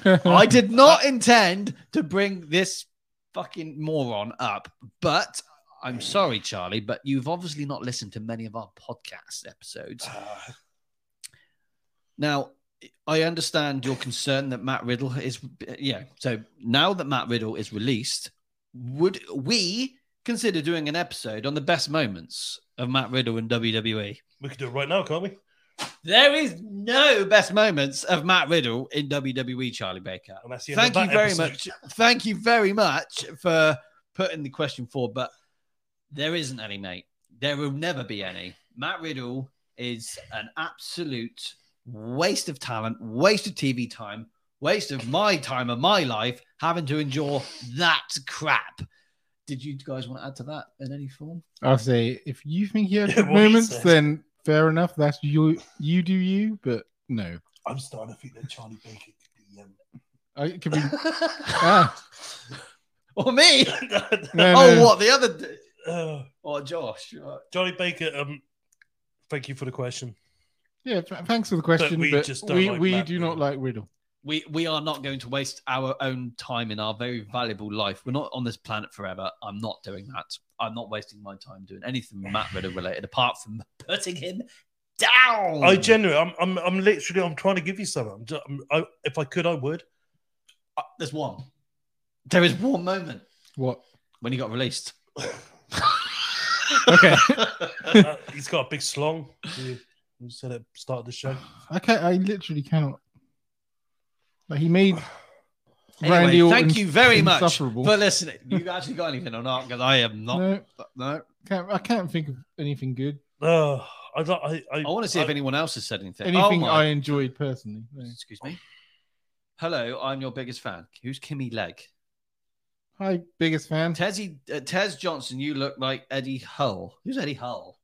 S3: I did not intend to bring this fucking moron up, but I'm sorry, Charlie, but you've obviously not listened to many of our podcast episodes.
S2: Ah,
S3: Now, I understand your concern that Matt Riddle is, yeah. So now that Matt Riddle is released, would we consider doing an episode on the best moments of Matt Riddle in E? WWE?
S2: we could do it right now, can't we?
S3: There is no best moments of Matt Riddle in WWE, Charlie Baker.
S2: And that's the end
S3: Thank
S2: of
S3: you
S2: that
S3: very
S2: episode.
S3: much. Thank you very much for putting the question forward, but there isn't any, mate. There will never be any. Matt Riddle is an absolute waste of talent, waste of TV time, waste of my time and my life having to endure that crap. Did you guys want to add to that in any form?
S1: I'll say if you think you have
S2: Yeah,
S1: good
S2: what he
S1: moments,
S2: said.
S1: then fair enough. That's you. You do you, but no,
S2: I'm starting to think that Charlie Baker could be. Um...
S1: I, it could
S2: *laughs*
S1: be. ah,
S3: Or
S1: *laughs*
S3: me?
S1: no,
S3: Oh,
S1: no.
S3: what? The other. d-
S2: um, *laughs* Uh,
S3: Or Josh? right.
S2: Charlie Baker, um, thank you for the question.
S1: Yeah, th- thanks for the question, but we,
S2: we just don't
S1: we,
S2: like Matt
S1: do not
S2: Riddle.
S1: like Riddle.
S3: we we are not going to waste our own time in our very valuable life. We're not on this planet forever. I'm not doing that. I'm not wasting my time doing anything Matt Riddle related apart from putting him down.
S2: I genuinely, I'm, I'm, I'm literally, I'm trying to give you something. I'm just, I'm, I, if I could, I would.
S3: Uh, There's one. There is one moment *laughs*
S1: What?
S3: when he got released.
S1: Okay,
S2: Uh, he's got a big slong. You you said it started the show.
S1: I can't. I literally cannot. Like he made
S3: *sighs* Anyway,
S1: Randy Orton.
S3: thank you very much for
S1: insufferable.
S3: listening. You actually got anything or not? Because I am not.
S1: No,
S3: no.
S1: can't, I can't think of anything good.
S2: *sighs* Uh, I, don't- I, I,
S3: I want to see if anyone else has said anything. Oh
S1: Anything
S3: my-
S1: I enjoyed personally. No.
S3: Excuse me. Hello, I'm your biggest fan. Who's Kimmy Legg?
S1: Hi, biggest fan.
S3: Tezzy, uh, Tez Johnson, you look like Eddie Hull. Who's Eddie Hull?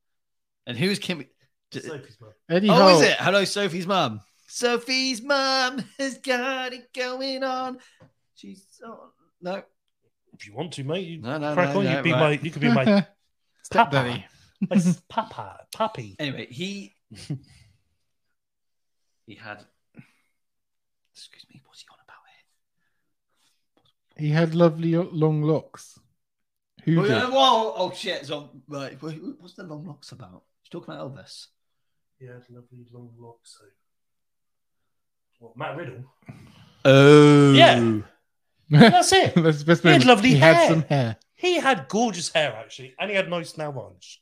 S3: And who's Kim? D-
S2: Sophie's mum.
S1: Eddie
S3: oh,
S1: Hall.
S3: is it? Hello, Sophie's mum. Sophie's mum has got it going on. She's oh, no,
S2: If you want to, mate, you
S3: no, no,
S2: crack
S3: no,
S2: on.
S3: no,
S2: you be my,
S3: right.
S2: you could be
S3: *laughs*
S2: my
S1: *laughs* Stepdaddy.
S2: my s- papa, puppy.
S3: Anyway,
S2: *laughs*
S3: he he had. Excuse me, what's he on about
S1: He had lovely long locks. Who
S3: here?
S1: did?
S3: oh, Whoa, whoa, oh shit! So, right, wh- wh- what's the long locks about? She's talking about Elvis.
S2: He had lovely long locks. So, well, Matt Riddle.
S3: Oh.
S2: Yeah. *laughs* That's it.
S1: *laughs* That's the best
S2: He had
S1: moment.
S2: lovely
S1: he
S2: hair.
S1: had some hair.
S2: He had gorgeous hair actually, and he had nice nail varnish.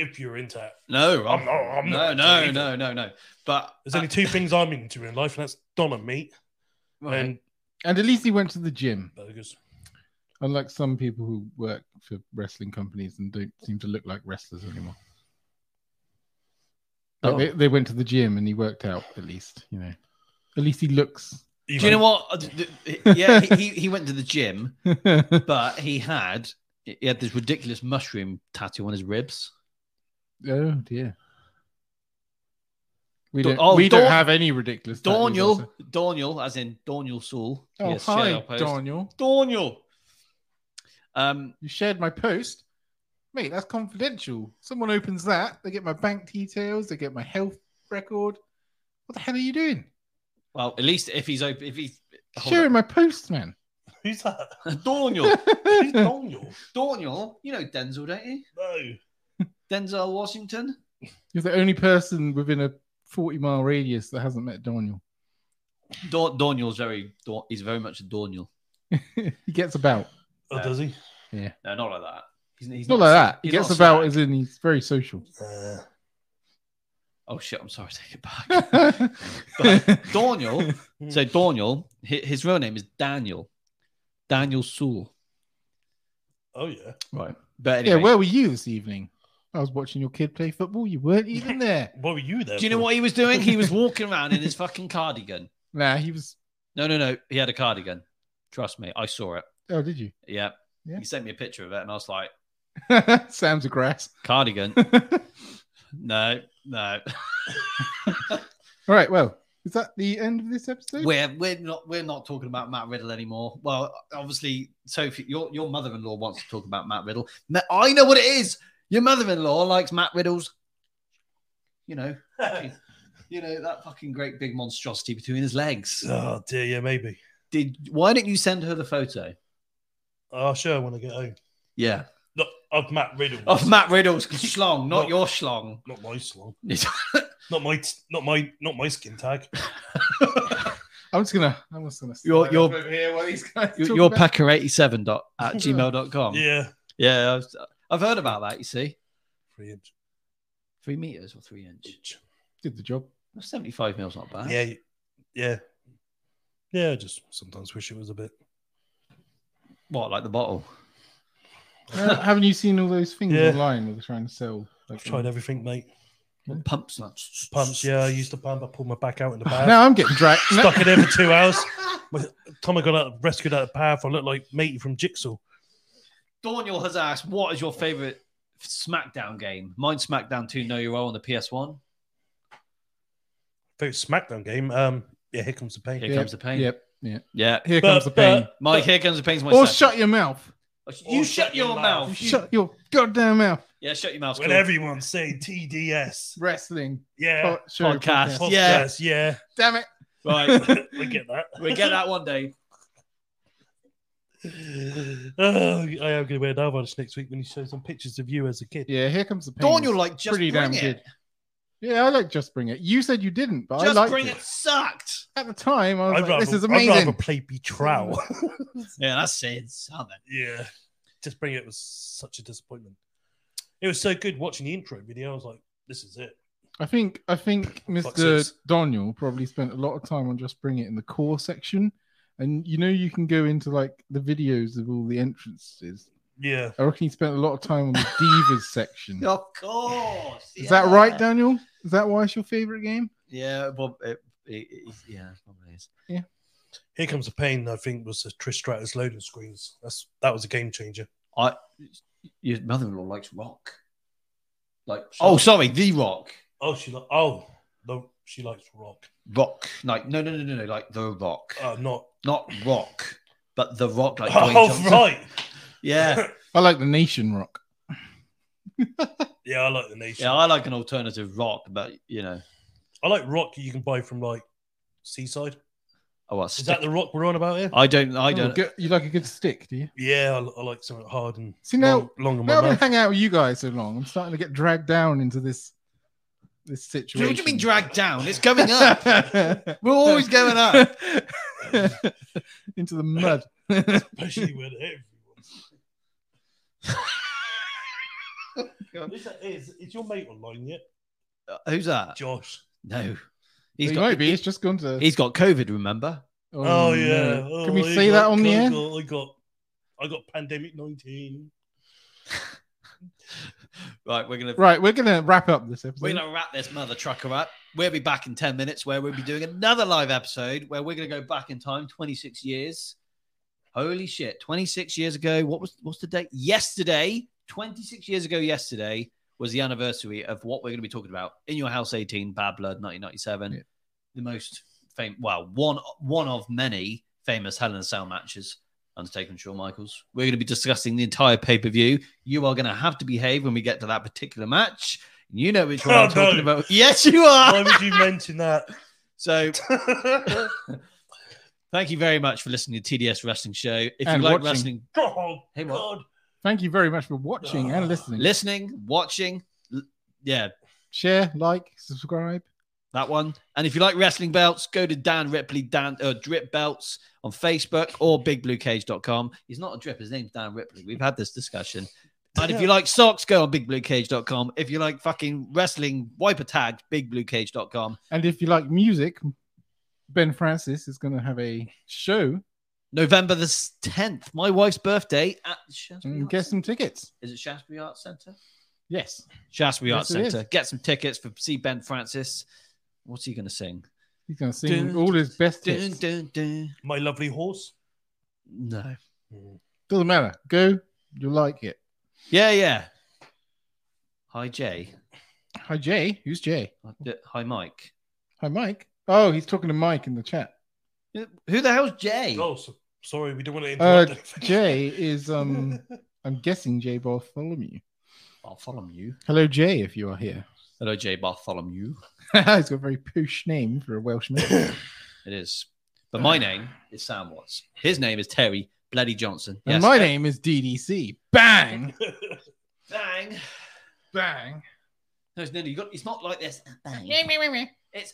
S2: If you're into that,
S3: No,
S2: I'm not- I'm
S3: no,
S2: not
S3: no,
S2: either.
S3: no, no, no. But
S2: there's only two things I'm into in life, and that's Donna meat
S3: Uh, Right.
S2: and
S1: And at least he went to the gym,
S2: burgers.
S1: unlike some people who work for wrestling companies and don't seem to look like wrestlers anymore. Like,
S3: Oh.
S1: they, they went to the gym and he worked out at least, you know. At least he looks. *laughs*
S3: do you know what? Uh, th- th- Yeah, he, he- he went to the gym,
S1: it
S3: but he had he had this ridiculous mushroom tattoo on his ribs.
S1: Oh dear. We
S3: Da-
S1: don't.
S3: oh,
S1: we
S3: Dawn-
S1: don't have any ridiculous. tattoos
S3: Daniel,
S1: also.
S3: Daniel, as in Daniel Saul.
S1: Oh
S3: Yes, share
S1: hi,
S3: our post.
S1: Daniel.
S3: Daniel. Um,
S1: You shared my post, mate. That's confidential. Someone opens that, they get my bank details, they get my health record. What the hell are you doing?
S3: well, at least if he's open, if he's hold
S1: Sharing my post, *laughs* man.
S2: Who's that?
S3: on. *laughs*
S1: *laughs*
S3: Daniel,
S2: Who's
S3: *laughs*
S2: Daniel?
S3: Daniel, you know Denzel, don't you?
S2: No.
S3: Denzel Washington.
S1: You're the only person within a 40 mile radius that hasn't met Daniel. *laughs*
S3: Da- Daniel's very, Da- he's very much a Daniel.
S1: he gets about.
S2: Oh, does he?
S3: No, not like that. He's, he's
S1: It's not like that. He
S3: he's
S1: gets
S3: not
S1: about
S3: slack.
S1: as in he's very social.
S2: Uh,
S3: Oh shit! I'm sorry. *laughs* Take
S1: *laughs*
S3: it back. But
S1: Daniel.
S3: Daniel. So
S1: Hmm.
S3: Daniel, hi- his real name is Daniel. Daniel Sewell.
S2: oh yeah.
S3: Right. But
S1: Yeah,
S3: anyway,
S1: where were you this evening? I was watching your kid play football. You weren't even there.
S2: What were you there?
S3: do you know
S2: for?
S3: what he was doing? He was walking around in his fucking cardigan.
S1: Nah, he was.
S3: No, no, no. He had a cardigan. Trust me, I saw it.
S1: Oh, did you? *laughs*
S3: Yeah.
S1: Yeah.
S3: He sent me a picture of it, and I was like,
S1: Sam's a grass. *laughs*
S3: cardigan?
S1: All
S3: no, no.
S1: right. Well, is that the end of this episode?
S3: we're we're not we're not talking about Matt Riddle anymore. Well, obviously, Sophie, your your mother-in-law wants to talk about Matt Riddle. Ma- I know what it is. Your mother-in-law likes Matt Riddle's. You know,
S2: *laughs*
S3: you know that fucking great big monstrosity between his legs.
S2: oh dear, yeah, maybe.
S3: Did why didn't you send her the photo?
S2: Oh sure, when I get home.
S3: Yeah,
S2: Look, of Matt Riddle.
S3: of Matt Riddle's schlong, not
S2: No.
S3: your schlong.
S2: not my slung.
S3: *laughs*
S2: Not my. T- not my. Not my skin tag.
S1: I'm just gonna. I'm just gonna.
S3: Your-
S1: slide
S3: your-
S1: up over here while these guys
S3: your
S1: talk
S3: your
S1: about-
S3: packer eighty seven dot *laughs* at gmail.com.
S2: Yeah.
S3: yeah, I've, I've heard about that. You see,
S2: Three inch.
S3: three meters or three inch.
S1: did the job.
S3: Seventy five mils, not bad.
S2: Yeah. Yeah. Yeah. I just sometimes wish it was a bit.
S3: what like the bottle.
S1: Uh, haven't you seen all those things
S2: Yeah.
S1: online that they're trying to sell?
S2: I've
S1: Like,
S2: tried everything, mate.
S3: What pumps nuts?
S2: Pumps. Yeah, I used to pump. I pulled my back out in
S1: *laughs*
S2: the bath.
S1: now I'm getting dragged.
S2: Stuck in there for two hours. My- Tom, I got out, rescued out of the bath. I looked like matey from Jigsaw.
S3: Daniel has asked, "What is your favorite SmackDown game?" Mine, SmackDown Two, Know Your Role on the PS One.
S2: Favorite SmackDown game. Um. Yeah. Here comes the pain.
S3: Here
S1: Yep,
S3: comes the pain.
S1: Yep. Yeah.
S3: Yeah,
S1: Here
S2: But-
S1: comes the pain.
S2: but-
S3: Mike. Here comes the pain's my.
S1: or
S3: second.
S1: shut your mouth.
S3: Oh, You
S2: Or
S3: shut, your, mouth.
S1: You
S3: You-
S1: shut your goddamn mouth.
S3: Yeah, shut your mouth.
S2: When
S3: cool.
S2: everyone's saying TDS.
S1: Wrestling
S2: Yeah.
S1: po- show
S3: Podcast.
S1: podcast.
S3: Yeah.
S2: Podcast, yeah.
S1: Damn it.
S3: Right,
S2: *laughs* I get that.
S3: we get that one day.
S2: oh, I am going to wear an Alvarez next week when he shows some pictures of you as a kid.
S1: Yeah, here comes the pain.
S3: Daniel, like, just
S1: Pretty
S3: bring
S1: damn
S3: it.
S1: good. Yeah, I like Just Bring It. You said you didn't, but I
S3: Just
S1: liked
S3: bring
S1: it.
S3: it. Sucked.
S1: At the time, I was
S2: I'd
S1: like,
S2: rather,
S1: this is
S2: I'd rather
S1: amazing.
S2: play *laughs* Betrayal.
S3: Yeah, that's saying something.
S2: yeah. Just bring it was such a disappointment. It was so good watching the intro video. I was like, this is it.
S1: I think I think Mr.
S2: sakes.
S1: Daniel probably spent a lot of time on Just Bring It in the core section. And you know you can go into like the videos of all the entrances.
S2: Yeah.
S1: I reckon he spent a lot of time on the divas section.
S3: Of course.
S1: Is that right, Daniel? Is that why it's your favorite game?
S3: Yeah, well, it, it, it, yeah, it probably is.
S2: Here comes the pain, I think, was the Trish Stratus loading screens. That's That was a game changer.
S3: I, your mother-in-law likes rock. Like,
S2: Oh,
S3: oh, sorry, the rock.
S2: Oh, she like, oh, no, she likes rock.
S3: Rock, like no, no, no, no, no, like the Rock,
S2: Uh, not.
S3: not Rock, but the Rock, *laughs* like Dwayne
S2: *laughs* Oh,
S3: Johnson.
S2: right.
S3: *laughs* Yeah,
S1: I like the Nation Rock.
S2: *laughs* yeah, I like the nation.
S3: yeah, I like an alternative rock, but you know,
S2: I like rock you can buy from like Seaside.
S3: oh, well,
S2: Is
S3: stick-
S2: that the rock we're on about here?
S3: I don't, I
S1: Oh,
S3: don't.
S1: go- you like a good stick, do you?
S2: yeah, I, I like something hard and
S1: See, now-
S2: long, long in
S1: Now
S2: my
S1: I've been
S2: mouth.
S1: hanging out with you guys so long. I'm starting to get dragged down into this this
S3: What
S1: situation.
S3: do you mean dragged down? It's going up. *laughs* We're always going *laughs* up.
S1: *laughs* Into the mud.
S2: Especially when everyone. Who's that is? Is your mate online yet?
S3: Uh, Who's that?
S2: Josh.
S3: No.
S1: He
S3: *laughs* He's got,
S1: might be. It's just gone to.
S3: he's got COVID, remember?
S2: Oh,
S1: no.
S2: yeah.
S1: Can
S2: Oh,
S1: we
S2: I
S1: say
S2: got-
S1: that on the
S2: I
S1: air?
S2: got- I got, I got pandemic nineteen.
S3: Right, we're going to
S1: Right, we're gonna wrap up this
S3: We're
S1: episode.
S3: going to wrap this mother trucker up. We'll be back in 10 minutes where we'll be doing another live episode where we're going to go back in time 26 years. Holy shit. 26 years ago. What was what's the date? Yesterday, 26 years ago yesterday was the anniversary of what we're going to be talking about in your house 18 Bad Blood 1997.
S1: Yeah.
S3: The most famous well, one one of many famous Hell in a Cell matches. Undertaker and Shawn Michaels. We're going to be discussing the entire pay per view. You are going to have to behave when we get to that particular match. You know which one
S2: Oh,
S3: I'm talking
S2: no.
S3: about. Yes, you are.
S2: Why would you mention that? *laughs*
S3: So, thank you very much for listening to TDS Wrestling Show. If
S1: And
S3: you like
S1: watching.
S3: wrestling,
S2: God,
S3: Hey, what?
S2: Oh, God.
S1: Thank you very much for watching
S2: Ah,
S1: and listening.
S3: listening, watching, l- yeah,
S1: Share, like, subscribe.
S3: that one. And if you like wrestling belts, go to Dan Ripley, Dan uh, Drip Belts on Facebook or bigbluecage.com. He's not a drip, his name's Dan Ripley. We've had this discussion. And if you like socks, go on bigbluecage.com. If you like fucking wrestling wiper tags, bigbluecage.com.
S1: And if you like music, Ben Francis is gonna have a show
S3: November the 10th, my wife's birthday at Shaftesbury
S1: and
S3: Arts
S1: get
S3: Centre.
S1: some tickets.
S3: Is it Shaftesbury Arts Centre?
S1: Mm, Yes.
S3: Shaftesbury Arts
S1: Yes, it
S3: Centre. Get some tickets for see Ben Francis. What's he going to sing?
S1: He's gonna sing
S3: Dun,
S1: all his best
S3: Dun,
S1: hits.
S3: dun, dun.
S2: My lovely horse.
S3: No.
S1: Doesn't matter. Go, you'll like it.
S3: Yeah, yeah. Hi, Jay.
S1: Hi Jay. Who's Jay?
S3: Uh, d- Hi, Mike.
S1: Hi Mike. Oh, he's talking to Mike in the chat.
S3: Uh, Who the hell's Jay?
S2: Oh, so, sorry, we don't want to
S1: Uh,
S2: interrupt.
S1: Jay
S3: *laughs*
S1: is um I'm guessing Jay Bartholomew.
S3: Bartholomew.
S1: Hello Jay if you are here. *laughs*
S3: Hello, Jay Bartholomew.
S1: he's got a very poosh name for a
S3: *laughs*
S1: Welshman.
S3: It is. But my name is Sam Watts. His name is Terry Bloody Johnson.
S1: And
S3: Yes.
S1: my name is DDC. Bang!
S3: Bang. *laughs*
S1: Bang!
S3: No, it's, no, you got, it's not like this.
S4: Bang.
S3: It's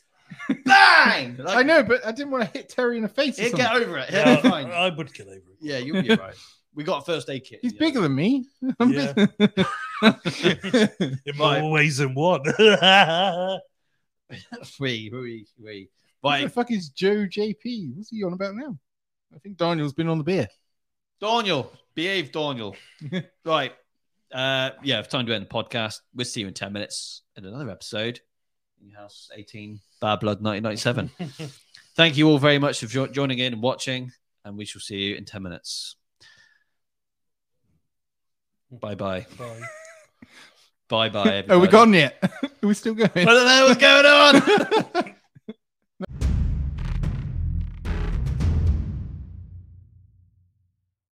S3: bang. *laughs* Like,
S1: I know, but I didn't want to hit Terry in the face. Or
S3: He'll
S1: something.
S3: get over it.
S2: *laughs*
S3: He'll
S2: yeah,
S3: be fine.
S2: I would kill over it.
S1: *laughs*
S3: Yeah, you'll be all right. *laughs* We got a first aid kit.
S1: He's
S3: Yeah.
S1: bigger
S3: *laughs*
S1: than me. *laughs*
S2: Yeah. In
S3: Right.
S2: more ways than one. *laughs*
S3: Free, free, free.
S1: What the
S3: Right,
S1: fuck is Joe JP? What's he on about now? I think Daniel's been on the beer.
S3: Daniel, behave, Daniel. *laughs* right. Uh, yeah, it's time to end the podcast. We'll see you in 10 minutes in another episode. In your house 18, Bad Blood 1997. Thank you all very much for jo- joining in and watching, and we shall see you in 10 minutes. Bye bye.
S2: Bye.
S3: Bye bye.
S1: Oh, we're gone yet. *laughs* Are we still
S3: What *laughs*
S1: going? *laughs*
S3: the hell was going on?